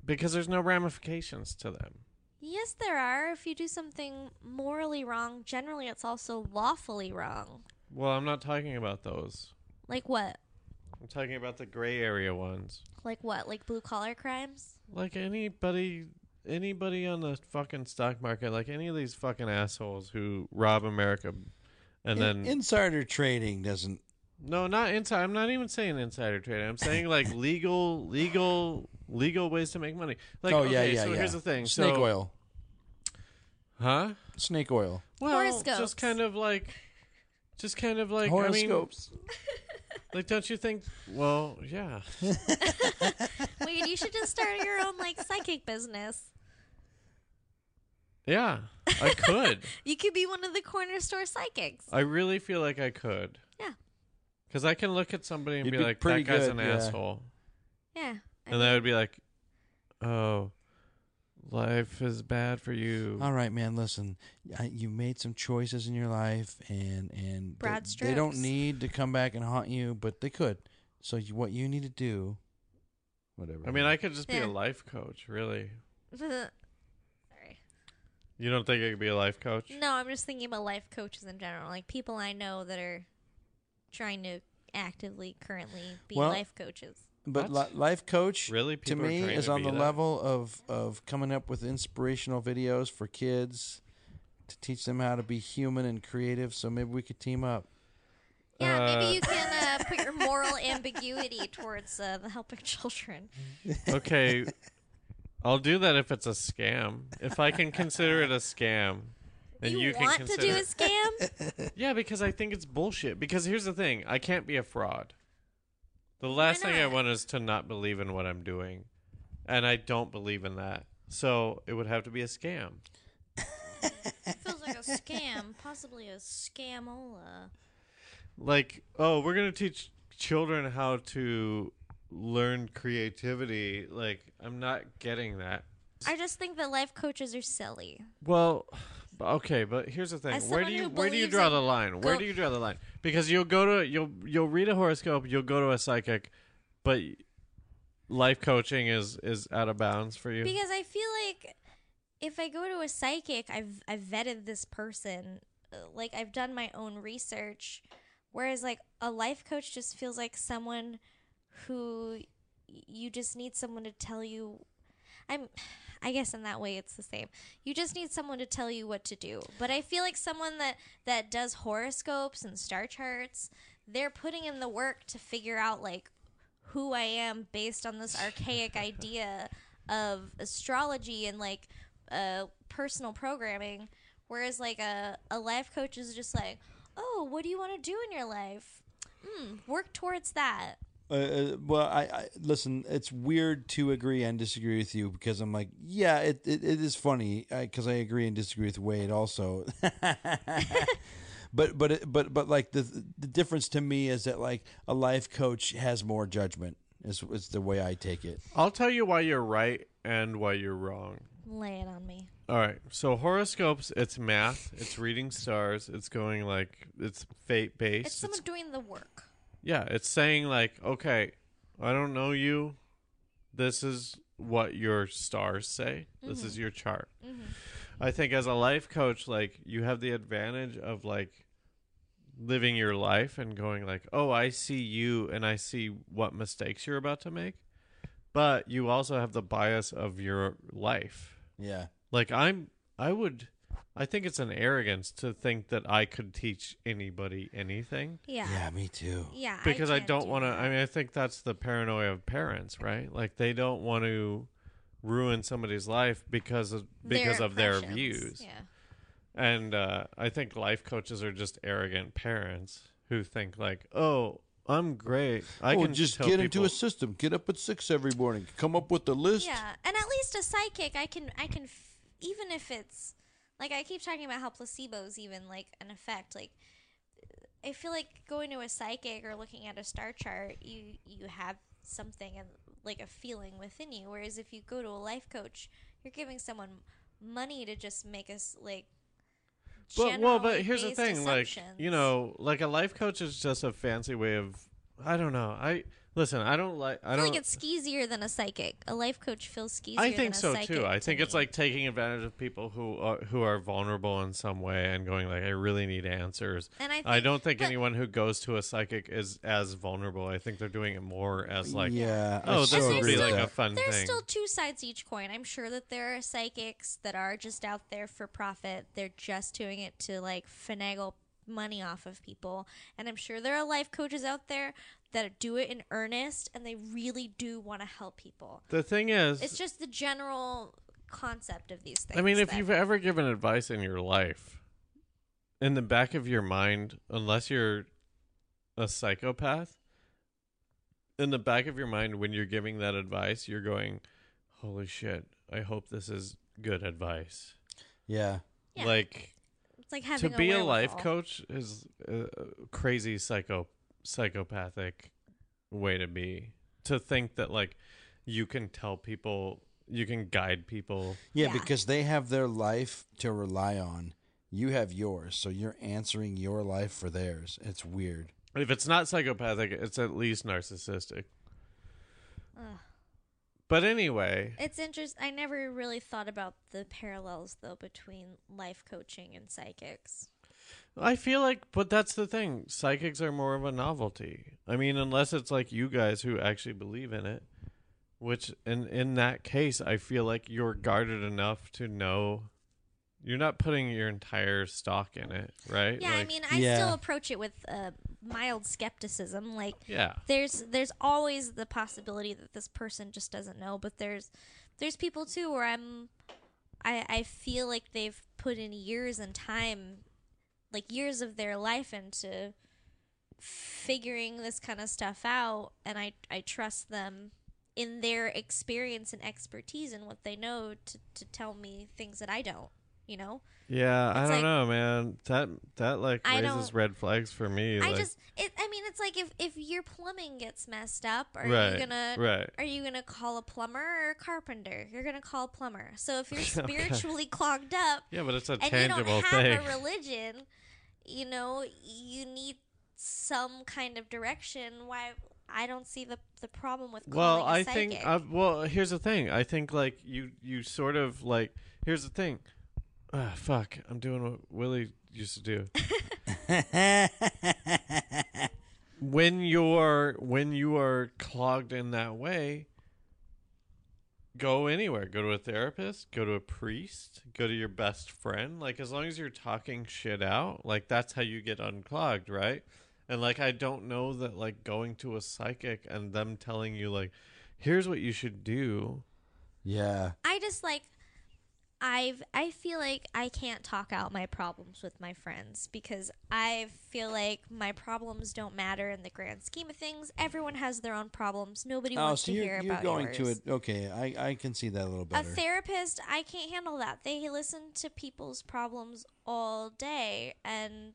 A: because there's no ramifications to them.
D: Yes, there are. If you do something morally wrong, generally it's also lawfully wrong.
A: Well, I'm not talking about those.
D: Like what?
A: I'm talking about the gray area ones.
D: Like what? Like blue collar crimes?
A: Like anybody anybody on the fucking stock market, like any of these fucking assholes who rob America and then
B: insider trading doesn't.
A: No, not inside. I'm not even saying insider trading. I'm saying like legal, legal, legal ways to make money. Like,
B: oh
A: okay,
B: yeah, yeah,
A: so
B: yeah.
A: here's the thing.
B: Snake
A: so,
B: oil.
A: huh?
B: Snake oil.
A: Well,
D: Horoscopes.
A: just kind of like, just kind of like. I mean,
B: Horoscopes.
A: like, don't you think? Well, yeah.
D: Wait, you should just start your own like psychic business.
A: Yeah, I could.
D: You could be one of the corner store psychics.
A: I really feel like I could.
D: Yeah.
A: Because I can look at somebody and
B: You'd
A: be,
B: be
A: like,
B: pretty
A: that guy's an
B: good, yeah.
A: asshole.
D: Yeah. I
A: And I would be like, oh, life is bad for you.
B: All right, man. Listen, I, you made some choices in your life, and and they-
D: Broad
B: they, don't
D: strokes.
B: need to come back and haunt you, but they could. So you, what you need to do, whatever.
A: I mean, I could just be a
D: Yeah.
A: life coach, really.
D: Sorry.
A: You don't think I could be a life coach?
D: No, I'm just thinking about life coaches in general, like people I know that are trying to actively currently be
B: Well-
D: life coaches.
B: but li-
A: What?
B: life coach
A: Really?
B: to
A: are
B: me
A: trying
B: is on
A: be
B: the
A: that?
B: level of of coming up with inspirational videos for kids to teach them how to be human and creative. So maybe we could team up.
D: Yeah,
A: Uh,
D: maybe you can uh, put your moral ambiguity towards uh, the helping children.
A: okay. I'll do that if it's a scam. If I can consider it a scam, then
D: you,
A: you, can
D: want to
A: consider
D: do a
A: it.
D: scam?
A: Yeah, because I think it's bullshit. Because here's the thing I can't be a fraud. The last thing I
D: not?
A: want is to not believe in what I'm doing. And I don't believe in that. So it would have to be a scam.
D: Feels like a scam, possibly a scamola.
A: like oh we're gonna teach children how to learn creativity like i'm not getting that
D: I just think that life coaches are silly.
A: well okay but here's the thing
D: As
A: where do
D: someone
A: you
D: who
A: where do you
D: believes
A: draw
D: in-
A: the line where
D: go-
A: do you draw the line because you'll go to you'll you'll read a horoscope you'll go to a psychic but life coaching is is out of bounds for you
D: Because I feel like if I go to a psychic, I've I've vetted this person, uh, like I've done my own research. Whereas like a life coach just feels like someone who y- you just need someone to tell you. I'm, I guess in that way it's the same. You just need someone to tell you what to do. But I feel like someone that that does horoscopes and star charts, they're putting in the work to figure out like who I am based on this archaic idea of astrology and like uh, personal programming. Whereas like a, a life coach is just like, oh, what do you want to do in your life? Mm, work towards that.
B: Uh, uh, well, I, I listen. It's weird to agree and disagree with you because I'm like, yeah, it it, it is funny because I agree and disagree with Wade also. but but it, but but like the the difference to me is that like a life coach has more judgment. Is is the way I take it.
A: i'll tell you why you're right and why you're wrong
D: Lay it on me.
A: All right. So horoscopes, it's math, it's reading stars, it's going like it's fate based.
D: It's someone doing the work.
A: yeah, it's saying like, okay, I don't know you. This is what your stars say. This is your chart. I think as a life coach, like you have the advantage of like living your life and going like, "Oh, I see you and I see what mistakes you're about to make." But you also have the bias of your life.
B: Yeah.
A: Like I'm I would I think it's an arrogance to think that I could teach anybody anything
D: Yeah.
B: Yeah, me too.
D: Yeah,
A: because I,
D: can't
A: don't
D: do
A: want to
D: that.
A: I mean I think that's the paranoia of parents, right? Like they don't want to ruin somebody's life because of because of their
D: impressions.
A: views.
D: Yeah.
A: And uh, I think life coaches are just arrogant parents who think like, "Oh, I'm great. I
B: oh,
A: can
B: just
A: tell
B: get into
A: people-
B: a system. Get up at six every morning. Come up with a list.
D: Yeah, and at least a psychic, I can, I can, f- even if it's like I keep talking about how placebos even like an effect. Like, I feel like going to a psychic or looking at a star chart, you you have something and like a feeling within you. Whereas if you go to a life coach, you're giving someone money to just make us like.
A: But well, but
D: generally
A: here's the
D: based
A: thing, like you
D: assumptions.
A: know, like a life coach is just a fancy way of I don't know. I Listen, I don't like. I
D: I feel
A: don't.
D: like it's skeezier than a psychic. A life coach feels skeezier.
A: I
D: than
A: think
D: a
A: so
D: psychic
A: too. I
D: to
A: think it's
D: me.
A: like taking advantage of people who are, who are vulnerable in some way and going like, I really need answers.
D: And I
A: I
D: think-
A: don't think
D: but-
A: anyone who goes to a psychic is as vulnerable. I think they're doing it more as like,
B: yeah. I
A: oh,
B: so
A: this
D: And
A: would
D: there's
A: be
D: still-
A: like a fun
D: There's
A: thing.
D: still two sides to each coin. I'm sure that there are psychics that are just out there for profit. They're just doing it to like finagle money off of people. And I'm sure there are life coaches out there that do it in earnest and they really do want to help people.
A: the thing is,
D: It's just the general concept of these things.
A: I mean, if
D: that-
A: you've ever given advice in your life, in the back of your mind, unless you're a psychopath, in the back of your mind, when you're giving that advice, you're going, "Holy shit! I hope this is good advice."
B: yeah.
D: Yeah.
A: Like
D: it's like
A: to
D: having
A: be a life
D: wherewithal.
A: coach is a crazy psycho psychopathic way to be. To think that like you can tell people, you can guide people.
B: Yeah,
D: Yeah.
B: because they have their life to rely on. You have yours, so you're answering your life for theirs. It's weird.
A: If it's not psychopathic, it's at least narcissistic.
D: Ugh.
A: But anyway,
D: It's interesting. I never really thought about the parallels though between life coaching and psychics.
A: I feel like, but that's the thing. Psychics are more of a novelty. I mean, unless it's like you guys who actually believe in it, which in in that case, I feel like you're guarded enough to know you're not putting your entire stock in it, right?
D: Yeah, I
A: Like,
D: mean, I
B: Yeah.
D: still approach it with uh, mild skepticism. Like,
A: yeah.
D: there's there's always the possibility that this person just doesn't know, but there's there's people too where I'm I I feel like they've put in years and time, like years of their life into figuring this kind of stuff out, and I I trust them in their experience and expertise and what they know to to tell me things that I don't, you know.
A: Yeah, I
D: It's
A: don't
D: like-
A: know, man. That that like
D: I
A: raises
D: don't-
A: red flags for me.
D: I
A: like,
D: just, it, I mean, it's like if if your plumbing gets messed up, are
A: right,
D: you gonna
A: right.
D: are you gonna call a plumber or a carpenter? You're gonna call a plumber. So if you're spiritually clogged up
A: Yeah, but it's a
D: and you don't
A: tangible
D: have
A: thing.
D: a religion, you know, you need some kind of direction. Why I don't see the the problem with calling
A: well
D: a
A: i
D: psychic.
A: think uh, well here's the thing i think like you you sort of like here's the thing Ah, fuck i'm doing what willie used to do when you're when you are clogged in that way go anywhere go to a therapist go to a priest go to your best friend like as long as you're talking shit out like that's how you get unclogged right and like i don't know that like going to a psychic and them telling you like here's what you should do
B: Yeah.
D: I just like I've I feel like I can't talk out my problems with my friends because I feel like my problems don't matter in the grand scheme of things. Everyone has their own problems. Nobody
B: oh,
D: wants
B: so
D: to
B: you're,
D: hear
B: you're
D: about
B: going
D: yours.
B: to it. Okay, I, I can see that a little
D: a
B: better.
D: therapist, I can't handle that. They listen to people's problems all day and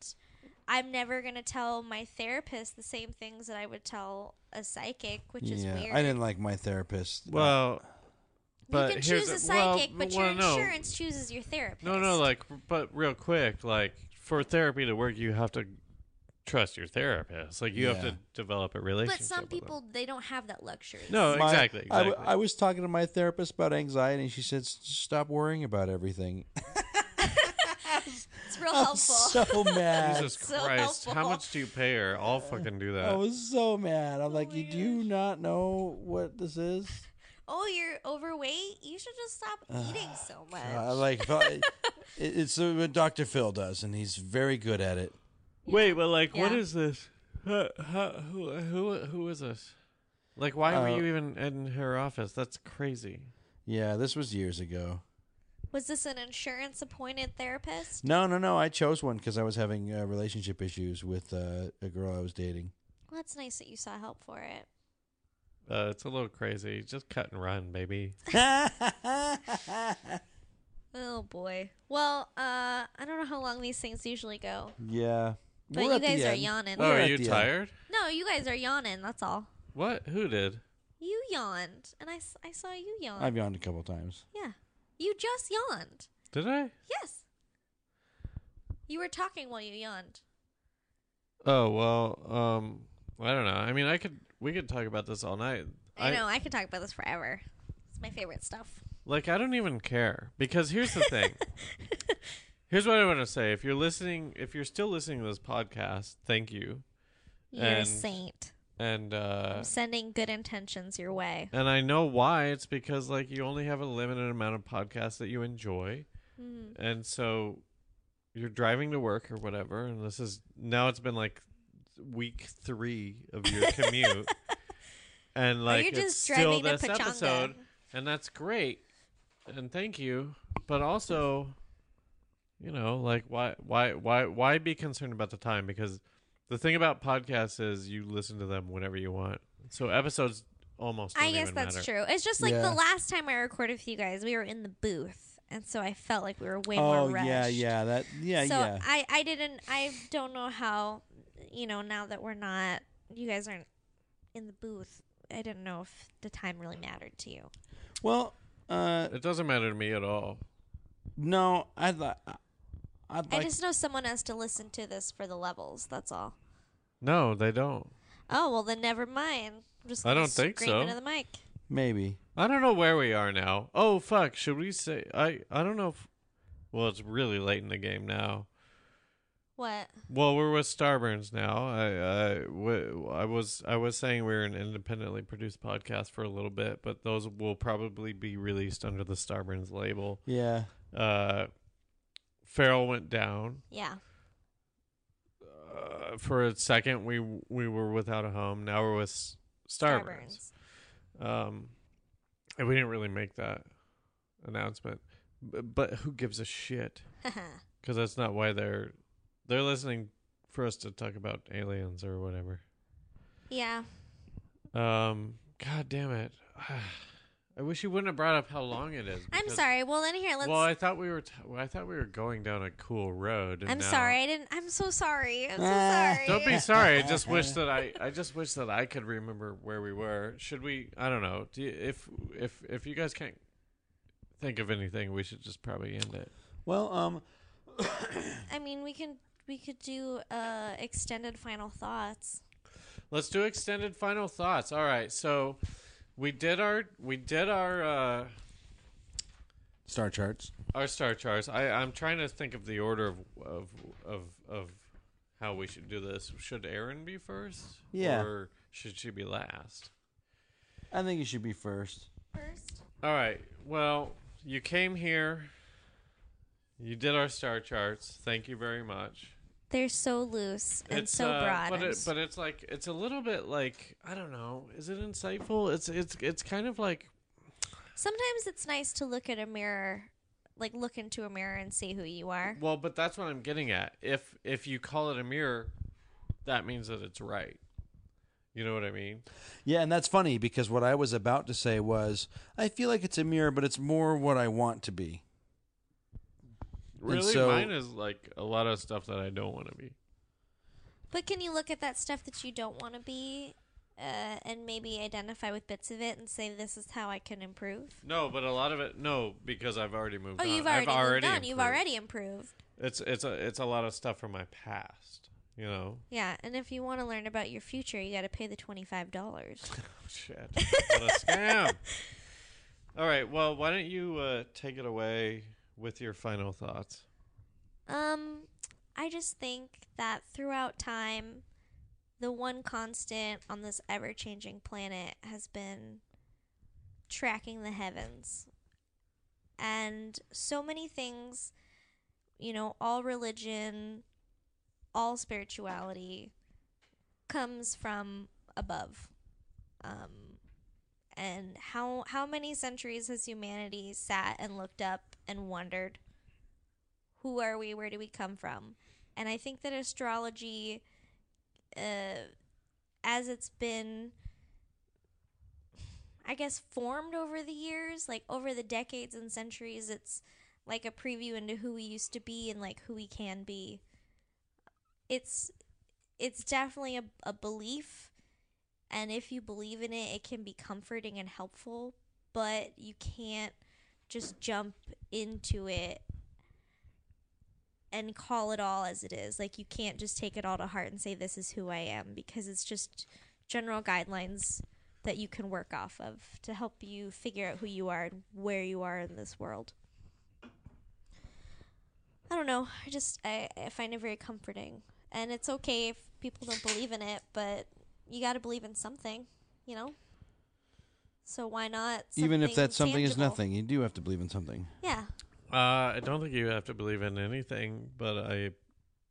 D: I'm never going to tell my therapist the same things that I would tell a psychic, which is
B: yeah,
D: weird.
B: I didn't like my therapist.
A: well but
D: you can
A: here's
D: choose a
A: the- well,
D: psychic, but your
A: well, no.
D: insurance chooses your therapist.
A: No, no, like, but real quick, like, for therapy to work, you have to trust your therapist. Like, you have
B: Yeah.
A: to develop a relationship.
D: But some
A: with them.
D: people they don't have that luxury.
A: No,
B: My-
A: exactly.
B: I w-
A: exactly.
B: I was talking to my therapist about anxiety, and she said, "S- "Stop worrying about everything."
D: it's real
B: I'm
D: helpful.
B: so mad.
A: Jesus
D: so
A: Christ, how
D: helpful.
A: much do you pay her? I'll fucking do
B: I
A: that.
B: was so mad. I'm like, "You do not know what this is."
D: oh, you're overweight. You should just stop eating so much.
B: I like felt- it, it's uh, what Dr. Phil does, and he's very good at it.
A: Wait, but like, what
D: Yeah.
A: is this? Huh, huh, who, who, who is this? Like, why were
B: Uh,
A: you even in her office? That's crazy.
B: Yeah, this was years ago.
D: Was this an insurance appointed therapist?
B: No, no, no. I chose one because I was having uh, relationship issues with uh, a girl I was dating.
D: Well, that's nice that you saw help for it.
A: Uh, it's a little crazy. Just cut and run, baby.
D: Oh boy. Well, uh, I don't know how long these things usually go,
B: Yeah,
D: but
B: We're
D: you
B: at the
D: guys are
B: end.
D: yawning.
A: Oh,
B: We're
A: are
B: at
A: you
B: the end.
A: tired?
D: No, you guys are yawning. That's all.
A: What? Who did?
D: You yawned, and I, s- I saw you yawn.
B: I've yawned a couple times.
D: yeah, you just yawned.
A: Did I?
D: Yes. You were talking while you yawned.
A: Oh well, um, I don't know. I mean, I could we could talk about this all night.
D: I, know. I could talk about this forever. It's my favorite stuff.
A: Like I don't even care because here's the thing. here's what I want to say. If you're listening, if you're still listening to this podcast, thank you.
D: You're a
A: And-
D: saint.
A: And uh
D: I'm sending good intentions your way.
A: and I know why. It's because like you only have a limited amount of podcasts that you enjoy.
D: Mhm.
A: And so you're driving to work or whatever, and this is now it's been like week three of your commute. and
D: Or
A: like
D: you're
A: it's
D: just
A: still
D: driving to
A: this
D: Pachanga.
A: episode. And that's great. And thank you. But also, you know, like why why why why be concerned about the time? Because the thing about podcasts is you listen to them whenever you want. So episodes almost
D: I
A: don't
D: guess
A: even
D: that's
A: matter.
D: true. It's just like
B: Yeah.
D: the last time I recorded with you guys, we were in the booth, and so I felt like we were way
B: oh
D: more rushed.
B: yeah, yeah. That yeah,
D: so
B: yeah.
D: I I didn't I don't know how you know now that we're not you guys aren't in the booth. I didn't know if the time really mattered to you.
B: well, uh,
A: It doesn't matter to me at all.
B: no, I'd like. I'd
D: I
B: like.
D: just know someone has to listen to this for the levels. That's all.
A: No, they don't.
D: Oh well, then never mind. I'm just
A: I
D: gonna
A: don't think
D: scream
A: so.
D: Into the mic.
B: Maybe.
A: I don't know where we are now. Oh fuck, should we say I I don't know if well, it's really late in the game now.
D: What?
A: Well, we're with Starburns now. I I, w- I was I was saying we are an independently produced podcast for a little bit, but those will probably be released under the Starburns label.
B: Yeah.
A: Uh, Farrell went down
D: Yeah.
A: uh, for a second. We we were without a home. Now we're with S- Starburns.
D: Starburns.
A: Um, and we didn't really make that announcement, but, but who gives a shit? Because that's not why they're they're listening for us to talk about aliens or whatever.
D: yeah.
A: Um, God damn it! I wish you wouldn't have brought up how long it is.
D: I'm
A: because-
D: sorry. Well, then here, let's.
A: Well, I thought we were t- well, I thought we were going down a cool road. and
D: I'm
A: now-
D: sorry. I didn't. I'm so sorry. I'm so
B: Ah.
D: sorry.
A: Don't be sorry. I just wish that I I just wish that I could remember where we were. Should we? I don't know. Do you, if if if you guys can't think of anything, we should just probably end it.
B: Well, um,
D: I mean, we can we could do uh extended final thoughts.
A: Let's do extended final thoughts. All right. So we did our we did our. uh
B: star charts.
A: our star charts. I, I'm trying to think of the order of of of of how we should do this. Should Erin be first?
B: Yeah.
A: Or should she be last?
B: I think you should be first.
D: First.
A: All right. Well, you came here. You did our star charts. Thank you very much.
D: They're so loose and
A: it's
D: so
A: uh,
D: broad.
A: But,
D: I'm
A: it,
D: s-
A: but it's like it's a little bit like I don't know. Is it insightful? It's it's it's kind of like
D: Sometimes it's nice to look at a mirror, like look into a mirror and see who you are.
A: well, but that's what I'm getting at. If if you call it a mirror, that means that it's right. You know what I mean?
B: Yeah, and that's funny because what I was about to say was I feel like it's a mirror, but it's more what I want to be. And
A: Really,
B: so-
A: mine is like a lot of stuff that I don't want to be.
D: But can you look at that stuff that you don't want to be, uh, and maybe identify with bits of it and say, "This is how I can improve."
A: No, but a lot of it, no, because I've already moved.
D: Oh,
A: on.
D: you've
A: Uh, I've
D: already, moved on. You've
A: improved.
D: already improved.
A: It's it's a it's a lot of stuff from my past. You know,
D: Yeah, and if you want to learn about your future, you got to pay the twenty five dollars.
A: shit, what a scam! All right, well, why don't you uh, take it away with your final thoughts?
D: Um, I just think that throughout time, the one constant on this ever changing planet has been tracking the heavens. And so many things, you know, all religion, all spirituality comes from above. Um, and how how many centuries has humanity sat and looked up and wondered who are we where do we come from and i think that astrology uh, as it's been i guess formed over the years like over the decades and centuries it's like a preview into who we used to be and like who we can be it's it's definitely a, a belief and if you believe in it it can be comforting and helpful but you can't just jump into it and call it all as it is. Like you can't just take it all to heart and say this is who I am because it's just general guidelines that you can work off of to help you figure out who you are and where you are in this world. I don't know. I just I, I find it very comforting, and it's okay if people don't believe in it, but you got to believe in something, you know. So why not?
B: Even if that something is
D: tangible?
B: nothing, you do have to believe in something.
D: Yeah.
A: Uh, I don't think you have to believe in anything, but I,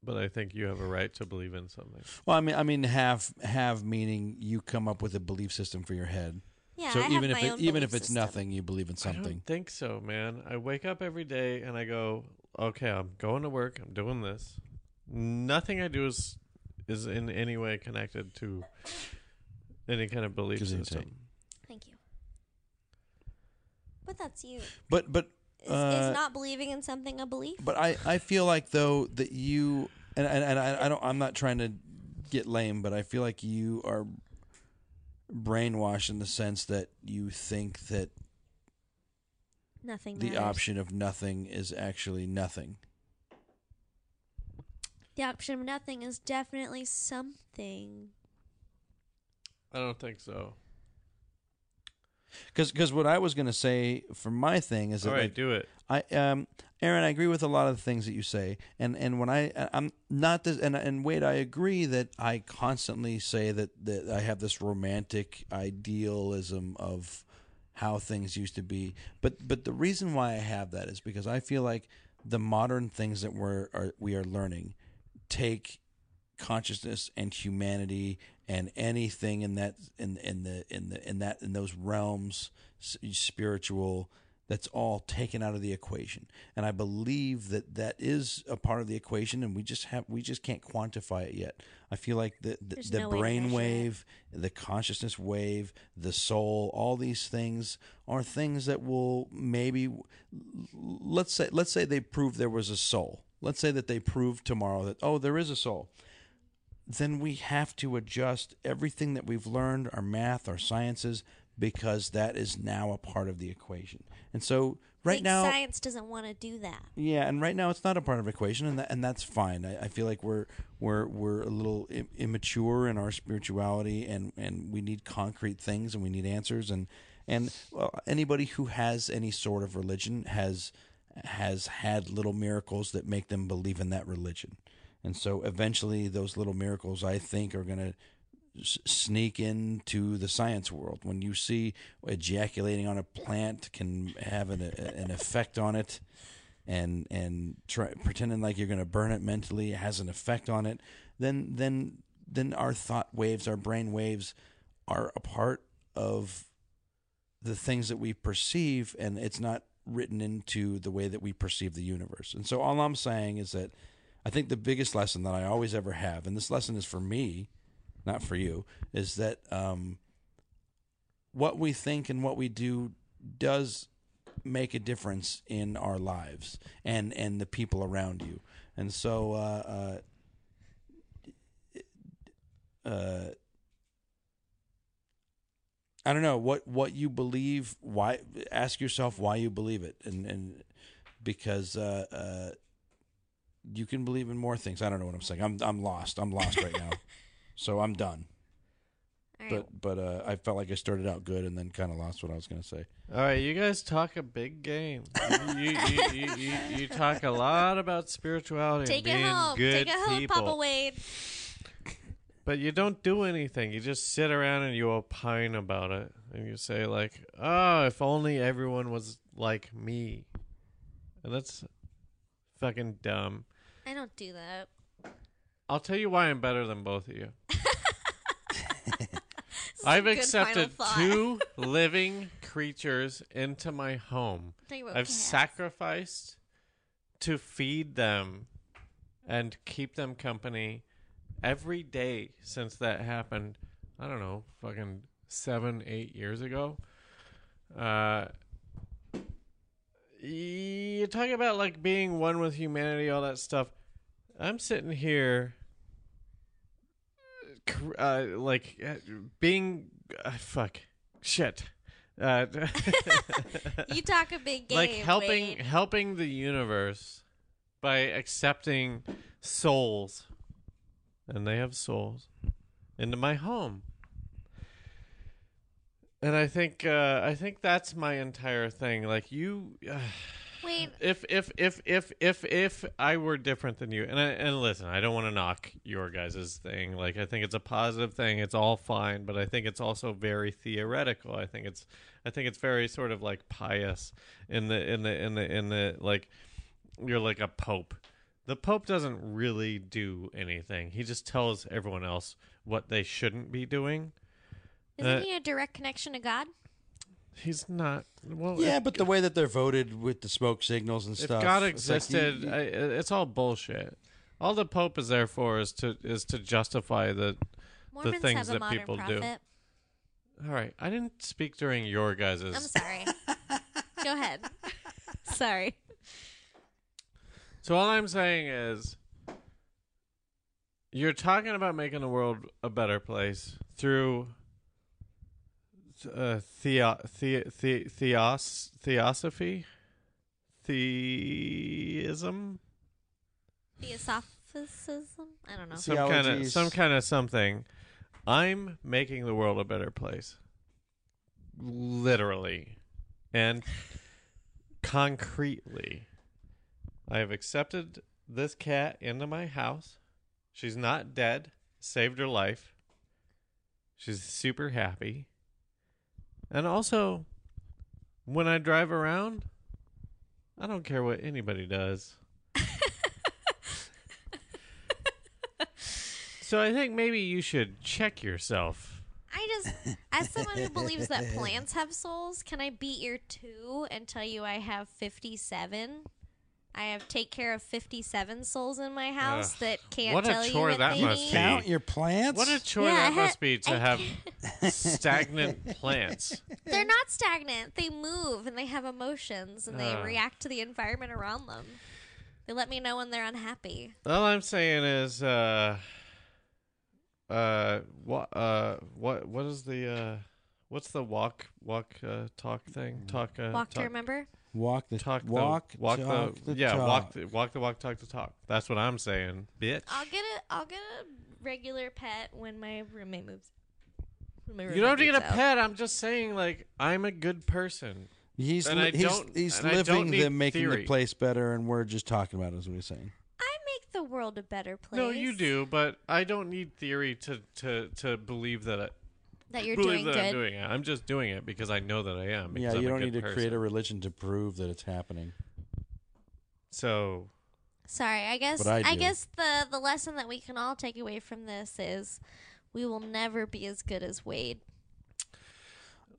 A: but I think you have a right to believe in something.
B: Well, I mean, I mean, have have meaning you come up with a belief system for your head.
D: Yeah.
B: so
D: I have
B: even if
D: my own
B: it, even
D: belief
B: if it's
D: system.
B: nothing, you believe in
A: I
B: something.
A: don't think so, man. I wake up every day and I go, okay, I'm going to work. I'm doing this. Nothing I do is is in any way connected to any kind of belief
B: Gives me
A: system.
B: insight.
D: Thank you. But that's you.
B: But but
D: Is,
B: Uh,
D: is not believing in something a belief?
B: but I, I feel like though that you and and, and I, I don't I'm not trying to get lame, but I feel like you are brainwashed in the sense that you think that
D: Nothing.
B: the
D: matters.
B: option of nothing is actually nothing.
D: The option of nothing is definitely something.
A: I don't think so.
B: Because what I was gonna say for my thing is that
A: All right,
B: like,
A: do it.
B: I um Aaron, I agree with a lot of the things that you say, and and when I I'm not this, and and wait, I agree that I constantly say that that I have this romantic idealism of how things used to be, but but the reason why I have that is because I feel like the modern things that we're are, we are learning take consciousness and humanity and anything in that in in the in the in that in those realms s- spiritual that's all taken out of the equation and i believe that that is a part of the equation and we just have we just can't quantify it yet i feel like the the,
D: There's
B: the
D: no way to
B: brain
D: measure it.
B: wave the consciousness wave the soul all these things are things that will maybe let's say let's say they prove there was a soul. Let's say that they prove tomorrow that oh there is a soul. Then we have to adjust everything that we've learned, our math, our sciences, because that is now a part of the equation. And so right
D: Big
B: now,
D: science doesn't want to do that.
B: yeah, and right now it's not a part of equation, and that, and that's fine. I, I feel like we're we're we're a little I- immature in our spirituality, and and we need concrete things, and we need answers, and and well, anybody who has any sort of religion has has had little miracles that make them believe in that religion, and so eventually those little miracles, I think, are going to s- sneak into the science world. When you see ejaculating on a plant can have an, a, an effect on it, and and try, pretending like you're going to burn it mentally has an effect on it, then then then our thought waves, our brain waves, are a part of the things that we perceive, and it's not written into the way that we perceive the universe. And so all I'm saying is that. I think the biggest lesson that I always ever have, and this lesson is for me, not for you, is that um, what we think and what we do does make a difference in our lives and and the people around you. And so, uh, uh, uh, I don't know what what you believe. Why ask yourself why you believe it, and and because. Uh, uh, you can believe in more things. I don't know what I'm saying. I'm I'm lost. I'm lost right now. So I'm done.
D: All right.
B: But but uh, I felt like I started out good and then kind of lost what I was going to say.
A: All right, you guys talk a big game. you, you, you, you, you talk a lot about spirituality
D: Take
A: and
D: it
A: being
D: home.
A: good
D: Take it home,
A: people,
D: Papa Wade.
A: but you don't do anything. You just sit around and you opine about it, and you say like, "Oh, if only everyone was like me," and that's fucking dumb.
D: I don't do that.
A: I'll tell you why I'm better than both of you.
D: This is a
A: I've
D: good
A: accepted
D: final thought.
A: two living creatures into my home.
D: Think about
A: I've
D: cats.
A: sacrificed to feed them and keep them company every day since that happened. I don't know, fucking seven, eight years ago. Uh, you talk about like being one with humanity, all that stuff. I'm sitting here, cr- uh, like uh, being uh, fuck shit. Uh,
D: You talk a big game.
A: like helping
D: Wade.
A: helping the universe by accepting souls and they have souls into my home And I think uh, I think that's my entire thing. Like you, uh,
D: Wait,
A: if if if if if if I were different than you, and I, and listen, I don't want to knock your guys' thing. Like I think it's a positive thing. It's all fine, but I think it's also very theoretical. I think it's I think it's very sort of like pious in the in the in the in the like you're like a pope. The pope doesn't really do anything. He just tells everyone else what they shouldn't be doing.
D: isn't
A: Uh,
D: he a direct connection to God?
A: He's not. Well,
B: Yeah,
A: if-
B: but the way that they're voted with the smoke signals and
A: if
B: stuff.
A: God
B: it's like you-
A: existed,
B: you-
A: I, it's all bullshit. All the Pope is there for is to is to justify the.
D: Mormons
A: things
D: have a
A: that
D: modern
A: people do.
D: prophet.
A: All right, I didn't speak during your
D: I'm
A: guys's.
D: sorry. Go ahead. sorry.
A: So all I'm saying is, you're talking about making the world a better place through uh, theo, the, the, theos, theosophy, theism.
D: Theosophicism? I don't know.
A: some kind of
B: Theologies.
A: some kind of something. I'm making the world a better place, literally and concretely. I have accepted this cat into my house. She's not dead. Saved her life. She's super happy. And also, when I drive around, I don't care what anybody does. So I think maybe you should check yourself.
D: I just, as someone who believes that plants have souls, can I beat your two and tell you I have 57? I have take care of 57 souls in my house
A: Ugh,
D: that can't
A: what a
D: tell you
A: chore
D: what
A: that
D: they
A: must
D: need.
A: be.
B: count your plants.
A: What a chore
D: Yeah, I
A: that
D: had-
A: must be to
D: I
A: have stagnant plants.
D: They're not stagnant. They move and they have emotions and they
A: Ah.
D: react to the environment around them. They let me know when they're unhappy.
A: All I'm saying is, uh, uh, what, uh, what, what is the, uh, what's the walk, walk, uh, talk thing? Talk, uh,
D: Walk to
A: talk,
D: remember?
B: walk the
A: talk, the-
B: walk,
A: walk
B: talk
A: the,
B: the,
A: yeah,
B: talk.
A: walk, the, walk the walk, talk the talk. That's what I'm saying, bitch.
D: I'll get a I'll get a regular pet when my roommate moves. When my
A: You don't have to
D: roommate
A: get a
D: moves out.
A: pet. I'm just saying, like, I'm a good person.
B: He's
A: And
B: li-
A: I
B: he's,
A: don't-
B: he's
A: and I don't
B: living the
A: need
B: making
A: theory.
B: the place better, and we're just talking about it. Is what he's saying.
D: I make the world a better place.
A: No, you do, but I don't need theory to to to believe that I,
D: That you're
A: believe
D: doing
A: that I'm
D: good.
A: doing it. I'm just doing it because I know that I am.
B: Yeah,
A: Because I'm
B: you
A: a
B: don't
A: good
B: need to
A: person.
B: create a religion to prove that it's happening.
A: So
D: Sorry, I guess
B: But I
D: I,
B: do.
D: guess the the lesson that we can all take away from this is we will never be as good as Wade.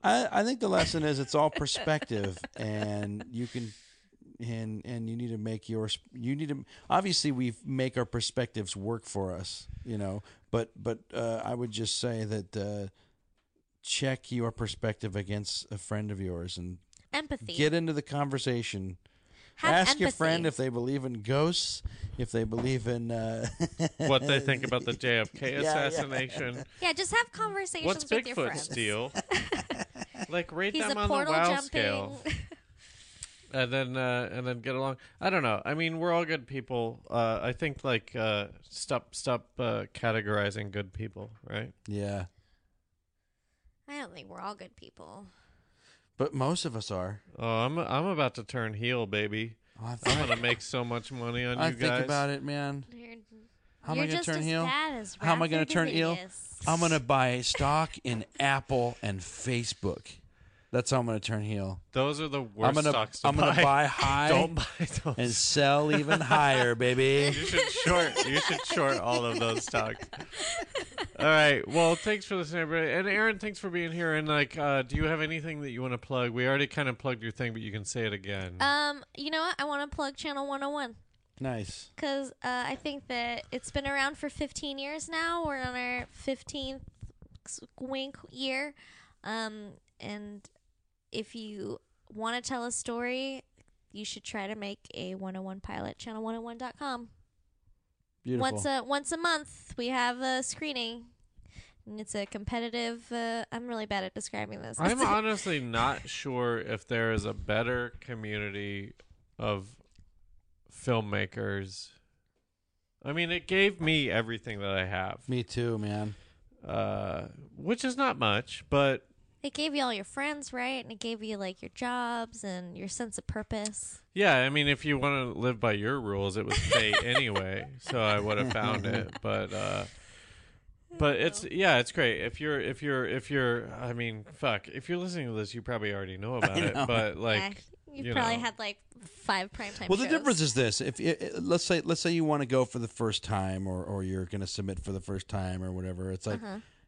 B: I, I think the lesson is it's all perspective, and you can, and and you need to make your you need to obviously we make our perspectives work for us, you know. But but uh, I would just say that uh, check your perspective against a friend of yours and
D: Empathy.
B: get into the conversation.
D: Have
B: Ask
D: empathy.
B: your friend if they believe in ghosts, if they believe in uh,
A: what they think about the
B: Yeah,
A: JFK
B: yeah.
A: assassination?
D: Yeah, just have conversations
A: What's
D: with your
A: Bigfoot
D: friends.
A: steal? like rate
D: He's a
A: them on the
D: portal
A: WoW
D: jumping.
A: scale, and then uh, and then get along. I don't know. I mean, we're all good people. Uh, I think like uh, stop stop uh, categorizing good people, right?
B: yeah.
D: I don't think we're all good people.
B: But most of us are.
A: Oh, I'm I'm about to turn heel, baby.
B: I,
A: I'm gonna make so much money on
B: I
A: you
B: think
A: guys.
B: about it, man.
D: You're,
B: How am
D: you're
B: I going
D: just
B: to turn
D: as
B: heel?
D: bad as
B: How am I
D: going
B: gonna
D: to
B: turn heel? I'm going to buy stock in Apple and Facebook. That's how I'm going to turn heel.
A: Those are the worst
B: I'm going to
A: stocks to
B: I'm
A: buy.
B: going to buy high
A: Don't buy those.
B: and sell even higher, baby.
A: You should short. You should short all of those stocks. All right. Well, thanks for listening, everybody. And Aaron, thanks for being here. And like, uh, do you have anything that you want to plug? We already kind of plugged your thing, but you can say it again.
D: Um, you know what? I want to plug Channel 101
B: Nice.
D: because uh, I think that it's been around for 15 years now. We're on our 15th wink year. Um, and if you want to tell a story, you should try to make a 101 pilot, channel101.com.
B: Beautiful.
D: Once a once a month, we have a screening, and it's a competitive. Uh, I'm really bad at describing this.
A: I'm honestly not sure if there is a better community of filmmakers. I mean, it gave me everything that I have.
B: Me too, man.
A: uh, which is not much, but
D: It gave you all your friends, right? And it gave you like your jobs and your sense of purpose.
A: Yeah, I mean, if you want to live by your rules, it was fate anyway, so I would have found it. But uh, but it's yeah, it's great. If you're if you're if you're, I mean, fuck, if you're listening to this, you probably already know about it. But like,
D: yeah, you,
A: you
D: probably
A: know.
D: had like five primetime.
B: Well, the
D: shows.
B: difference is this: if i i- let's say let's say you want to go for the first time, or or you're going to submit for the first time, or whatever, it's like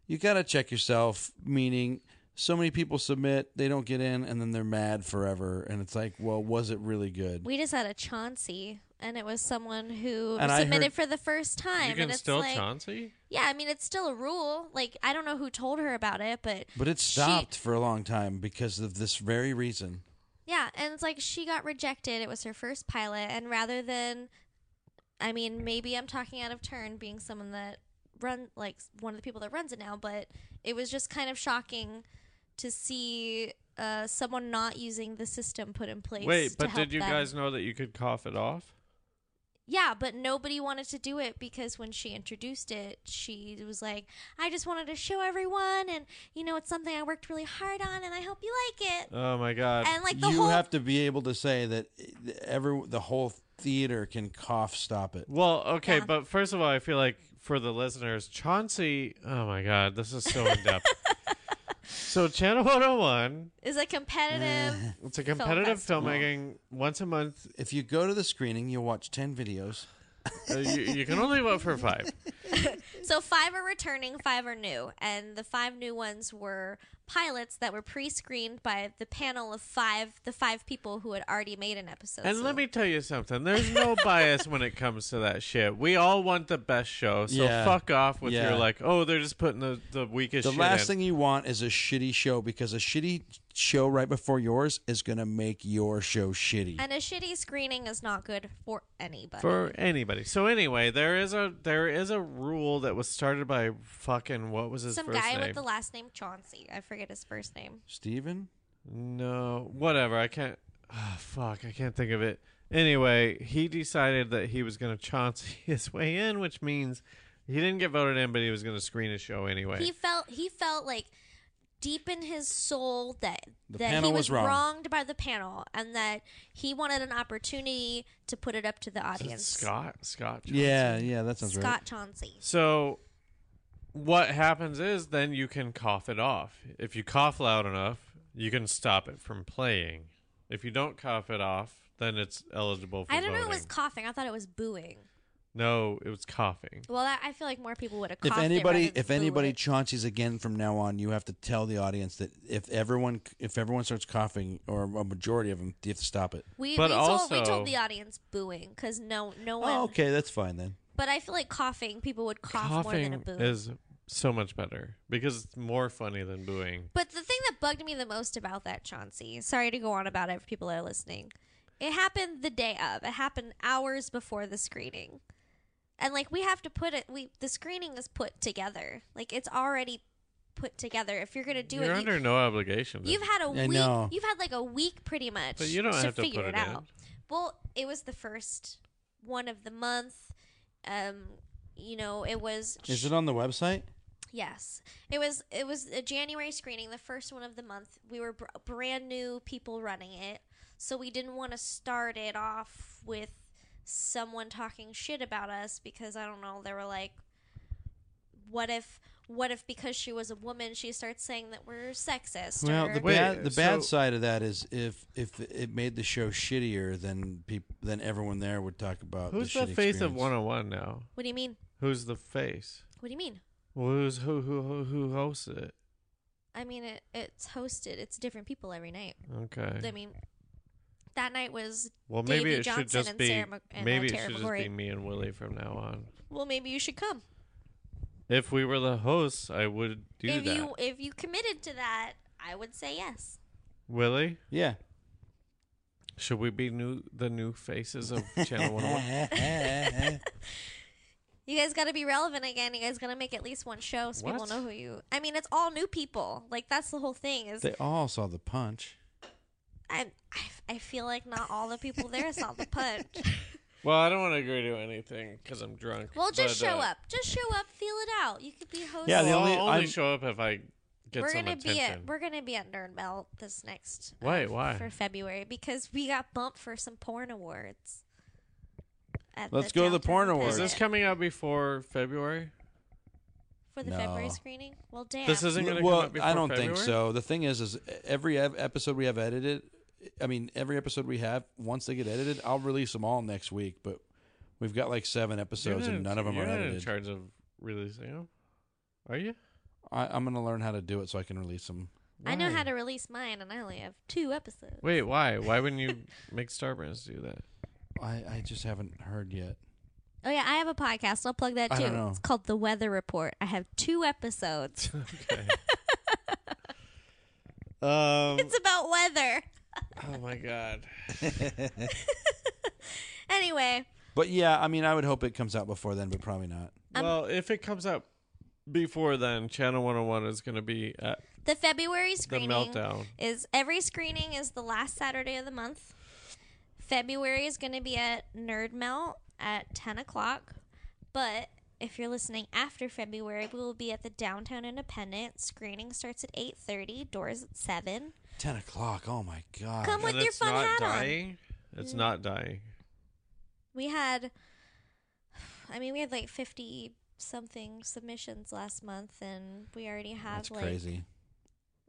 B: you got to check yourself. Meaning, so many people submit, they don't get in, and then they're mad forever. And it's like, well, was it really good?
D: we just had a Chauncey, and it was someone who
B: And I
D: submitted
B: heard-
D: for the first time,
A: you
D: and
A: can
D: it's
A: still
D: like,
A: Chauncey.
D: yeah, I mean, it's still a rule. Like, I don't know who told her about it, but
B: But it
D: she-
B: stopped for a long time because of this very reason.
D: Yeah, and it's like she got rejected. It was her first pilot, and rather than, I mean, maybe I'm talking out of turn, being someone that run like one of the people that runs it now, but it was just kind of shocking to see uh, someone not using the system put in place.
A: Wait,
D: to
A: but
D: help
A: did you
D: them.
A: guys know that you could cough it off?
D: Yeah, but nobody wanted to do it because when she introduced it, she was like, "I just wanted to show everyone, and you know, it's something I worked really hard on, and I hope you like it."
A: Oh my god!
D: And like the
B: you
D: whole
B: have to be able to say that every the whole theater can cough stop it.
A: Well, okay,
D: Yeah.
A: but first of all, I feel like for the listeners, Chauncey, oh my God, this is so in depth. so, Channel 101,
D: is a competitive.
A: it's a
D: Film
A: competitive
D: festival.
A: filmmaking once a month.
B: If you go to the screening, you'll watch ten videos.
A: Uh, you, you can only vote for five.
D: So five are returning, five are new, and the five new ones were pilots that were pre-screened by the panel of five, the five people who had already made an episode.
A: And
D: So-
A: let me tell you something there's no bias when it comes to that shit. We all want the best show, so
B: Yeah.
A: fuck off with
B: Yeah.
A: your, like, oh, they're just putting the, the weakest
B: The
A: shit
B: last
A: in.
B: thing you want is a shitty show because a shitty show right before yours is going to make your show shitty.
D: And a shitty screening is not good for anybody.
A: for anybody. So anyway, there is a there is a rule that was started by fucking what was his
D: Some
A: first
D: guy
A: name?
D: with the last name Chauncey. I forget his first name.
B: Steven?
A: No, whatever. I can't. ah, fuck, I can't think of it. Anyway, he decided that he was going to Chauncey his way in, which means he didn't get voted in, but he was going to screen his show anyway.
D: He felt he felt like deep in his soul that that
B: panel
D: he
B: was
D: was
B: wrong.
D: wronged by the panel and that he wanted an opportunity to put it up to the
A: Is it
D: audience.
A: Scott, Scott. Chauncey?
B: Yeah, yeah, that sounds
D: Scott Chauncey.
A: So what happens is then you can cough it off. If you cough loud enough, you can stop it from playing. If you don't cough it off, then it's eligible for
D: I don't know. It
A: voting.
D: was coughing. I thought it was booing.
A: no, it was coughing.
D: Well, that, I feel like more people would have.
B: right. If
D: coughed it
B: anybody
D: rather than
B: if
D: boo
B: anybody
D: it.
B: chaunches again from now on, you have to tell the audience that if everyone if everyone starts coughing or a majority of them, you have to stop it.
D: we,
A: But
D: we told we
A: also-
D: told the audience booing because no no one.
B: Oh, okay, that's fine then.
D: But I feel like coughing. People would cough more than a
A: coughing
D: boo.
A: is so much better because it's more funny than booing.
D: but the thing that bugged me the most about that Chauncey. Sorry to go on about it. If people are listening, it happened the day of. It happened hours before the screening, and like we have to put it. We the screening is put together. Like it's already put together. If you're gonna do
A: You're
D: it, you-
A: under no obligation. to-
D: You've had a
B: I
D: week.
B: know.
D: You've had like a week, pretty much.
A: But you don't
D: to
A: have to
D: figure
A: put
D: it,
A: it in.
D: out. Well, it was the first one of the month. Um, you know, it was.
B: Is it on the website?
D: Yes, it was. It was a January screening, the first one of the month. We were br- brand new people running it, so we didn't want to start it off with someone talking shit about us because I don't know. They were like, "What if? What if because she was a woman, she starts saying that we're sexist?"
B: Well,
D: or-
B: the
A: Wait,
B: bad the bad
A: so-
B: side of that is if if it made the show shittier, then people then everyone there would talk about
A: who's
B: the,
A: the
B: shitty
A: face of
B: experience.
A: 101 now?
D: what do you mean?
A: Who's the face?
D: What do you mean?
A: Well, who's who who who, who hosts it?
D: I mean, it, it's hosted. It's different people every night.
A: Okay.
D: I mean, that night was
A: well, maybe
D: Davey
A: it
D: Johnson
A: should just
D: and
A: be
D: Sarah Mc- and, uh,
A: maybe it
D: Tara
A: should just
D: McGrory.
A: be me and Willie from now on.
D: well. Maybe you should come
A: If we were the hosts, I would do
D: if
A: that.
D: you if you committed to that. I would say yes.
A: Willie,
B: Yeah.
A: should we be new the new faces of Channel 101?
D: You guys got to be relevant again. You guys got to make at least one show so people
A: What?
D: know who you. I mean, it's all new people. Like that's the whole thing. Is
B: They all saw the punch.
D: I, I I feel like not all the people there saw the punch.
A: well, I don't want to agree to anything because I'm drunk.
D: Well, just
A: but,
D: show
A: uh,
D: up. Just show up. Feel it out. You could be host.
B: Yeah, the
A: Well,
B: only-
A: I'll only
B: I'm-
A: show up if I Get
D: we're
A: some
D: gonna be
A: attention.
D: at we're gonna be at Nerdmelt this next uh,
A: Wait, why?
D: for February because we got bumped for some porn awards. at
B: Let's go to the
D: Downtown
B: porn
D: Pivot
B: awards.
A: Is this coming out before February?
D: for the February
B: No.
D: screening? Well, damn.
A: This isn't going to
B: well,
A: come out before
B: I don't
A: February?
B: think so. The thing is, is every ev- episode we have edited, I mean, every episode we have, once they get edited, I'll release them all next week. But we've got like seven
A: You're not
B: episodes, and
A: in-
B: none of them
A: you're
B: are
A: not in
B: edited.
A: charge of releasing them, are you?
B: I, I'm gonna learn how to do it so I can release them.
D: I know
A: Why?
D: how to release mine, and I only have two episodes.
A: Wait, why? Why wouldn't you make Starburns do that?
B: I, I just haven't heard yet.
D: Oh yeah, I have a podcast. I'll plug that
B: I
D: too.
B: don't know.
D: It's called The Weather Report. I have two episodes.
A: Okay. um.
D: it's about weather.
A: Oh my god.
D: Anyway,
B: But yeah, I mean, I would hope it comes out before then, but probably not.
D: Um,
A: well, if it comes out before then, Channel 101 is going to be at
D: the February
A: the
D: screening
A: meltdown.
D: is every screening is the last Saturday of the month. February is going to be at Nerd Melt at ten o'clock, but if you're listening after February, we will be at the Downtown Independent. Screening starts at eight thirty. Doors at seven.
B: Ten o'clock. Oh my god.
D: Come with
A: and
D: your
A: it's
D: fun
A: not
D: hat on. Mm.
A: dying. It's not dying.
D: we had i mean we had like 50 something submissions last month and we already have
B: That's
D: like
B: crazy.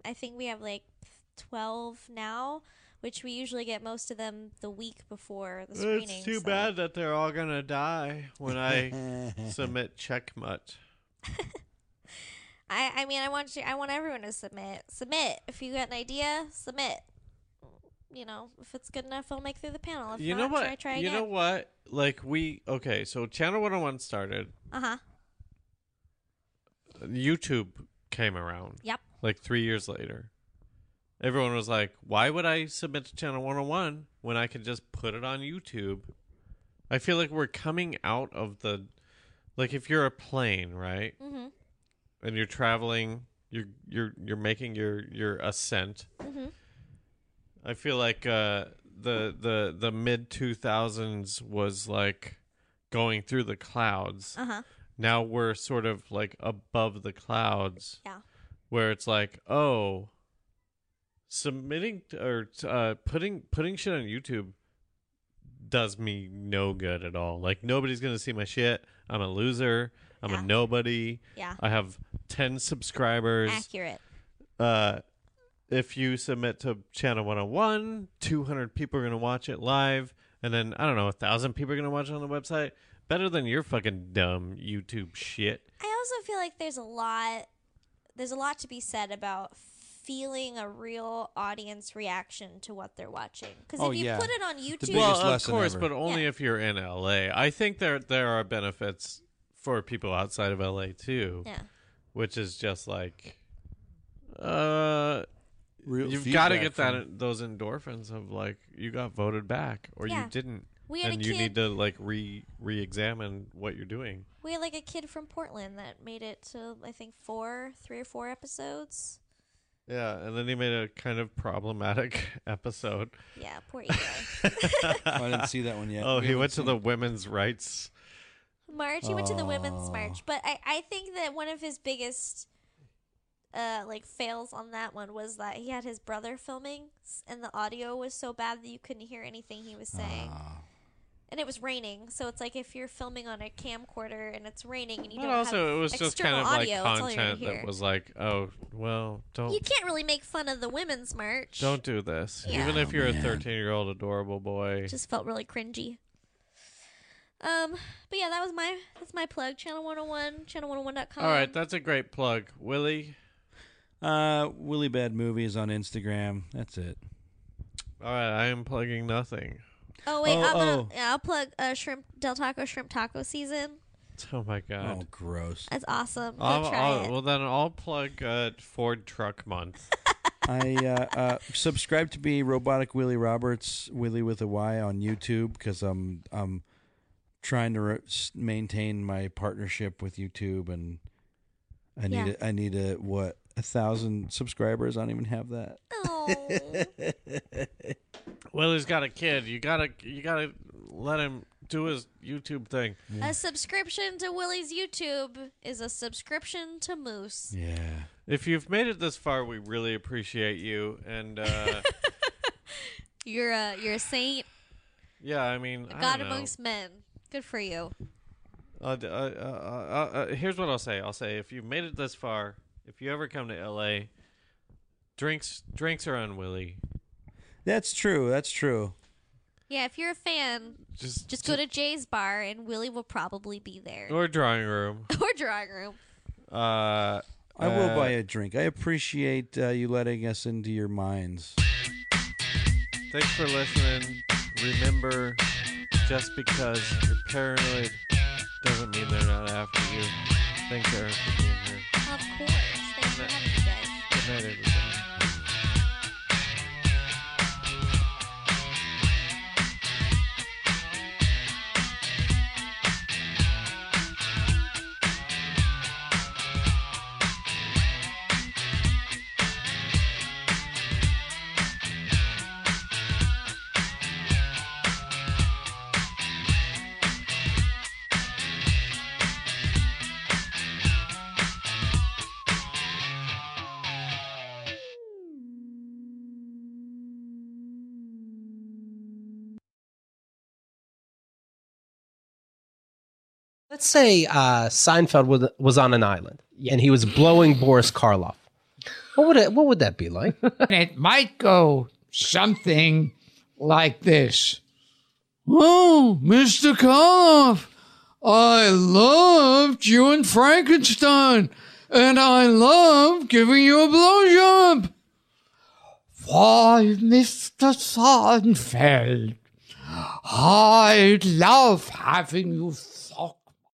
D: i think we have like 12 now which we usually get most of them the week before the screening
A: It's too
D: so-
A: bad that they're all going to die when I submit Checkmut.
D: i i mean i want you i want everyone to submit submit if you got an idea submit you know if it's good enough i'll make through the panel if
A: you
D: not,
A: know what?
D: try, try
A: you
D: again
A: know what? Like we okay, so Channel 101 started.
D: uh-huh
A: YouTube came around.
D: Yep.
A: Like 3 years later. Everyone was like, "Why would I submit to Channel 101 when I could just put it on YouTube?" I feel like we're coming out of the like if you're a plane, right?
D: mm-hmm
A: and you're traveling you're you're you're making your your ascent
D: Mhm.
A: i feel like uh the the the mid 2000s was like going through the clouds
D: uh-huh
A: now we're sort of like above the clouds
D: Yeah.
A: where it's like oh submitting t- or t- uh putting putting shit on youtube does me no good at all like nobody's gonna see my shit i'm a loser i'm
D: Yeah.
A: a nobody
D: yeah
A: I have 10 subscribers.
D: accurate
A: Uh, if you submit to Channel 101, 200 people are going to watch it live. And then, I don't know, 1,000 people are going to watch it on the website. Better than your fucking dumb YouTube shit.
D: I also feel like there's a lot there's a lot to be said about feeling a real audience reaction to what they're watching because
B: Oh,
D: if you
B: yeah.
D: put it on YouTube,
B: biggest
A: well, of
B: lesson
A: course,
B: ever.
A: but only
D: Yeah.
A: if you're in LA. I think there there are benefits for people outside of LA too,
D: yeah,
A: which is just like uh
B: Real
A: you've got to
B: feedback
A: get that
B: from-
A: those endorphins of like you got voted back or
D: Yeah.
A: you didn't
D: we had
A: and
D: a
A: you
D: kid.
A: need to like re re-examine what you're doing
D: we had like a kid from Portland that made it to I think four, three or four episodes.
A: yeah and then he made a kind of problematic episode
D: Yeah, poor Eli.
B: I didn't see that one yet.
A: oh
B: We
A: he
B: haven't
A: went to
B: seen
A: the women's rights
D: March. He went to the women's
B: Oh.
D: march, but I, I think that one of his biggest uh like fails on that one was that he had his brother filming s- and the audio was so bad that you couldn't hear anything he was saying.
B: Ah.
D: And it was raining, so it's like if you're filming on a camcorder and it's raining and you
A: but
D: don't
A: also
D: have
A: it was just kind
D: external
A: of
D: audio,
A: like
D: it's all you're gonna
A: content that
D: hear.
A: was like oh well don't
D: you can't really make fun of the women's march.
A: don't do this
D: Yeah.
A: even if you're a
B: Oh, man.
A: 13 year old adorable boy
D: just felt really cringy. Um, but yeah, that was my that's my plug. Channel 101, channel101.com.
A: all right that's a great plug willie
B: Uh, Willy Bad Movies on Instagram. That's it.
A: all right i am plugging nothing
D: Oh wait,
B: Oh,
D: I'm
B: oh.
D: Gonna, yeah, I'll plug uh, shrimp Del Taco shrimp taco season.
A: oh my god
B: Oh, gross.
D: That's awesome. Go
A: I'll,
D: try
A: I'll-
D: it.
A: Well, then I'll plug uh, Ford Truck Month.
B: I uh, uh, subscribe to be Robotic Willie Roberts, Willie with a Y on YouTube because I'm I'm trying to re- s- maintain my partnership with YouTube, and I need
D: Yeah.
B: a, I need a what a thousand subscribers. I don't even have that.
D: Oh. Aw.
A: well, he's got a kid. You gotta, you gotta let him do his YouTube thing.
D: a subscription to Willie's YouTube is a subscription to Moose.
B: Yeah,
A: If you've made it this far, we really appreciate you. And uh,
D: You're a you're a saint,
A: yeah, I mean,
D: a
A: I
D: god
A: don't know.
D: amongst men. Good for you.
A: Uh, d- uh, uh, uh, uh, here's what I'll say. I'll say if you made it this far, if you ever come to LA, drinks drinks are on Willie.
B: That's true. That's true.
D: Yeah, if you're a fan,
A: Just
D: just go to Jay's bar and Willie will probably be there
A: or drawing room.
D: or drawing room.
A: Uh,
B: I will
A: uh,
B: buy a drink. I appreciate uh, you letting us into your minds.
A: Thanks for listening. Remember, just because you're paranoid doesn't mean they're not after you. Thanks, Aaron, for being here.
D: Of course, thanks for having me, guys.
A: Good night, everybody.
M: Let's say uh, Seinfeld was, was on an island and he was blowing Boris Karloff. What would it, what would that be like?
N: And it might go something like this. Oh, Mr. Koloff, I loved you and Frankenstein, and I love giving you a blowjob. Why, Mr. Seinfeld, I love having you suck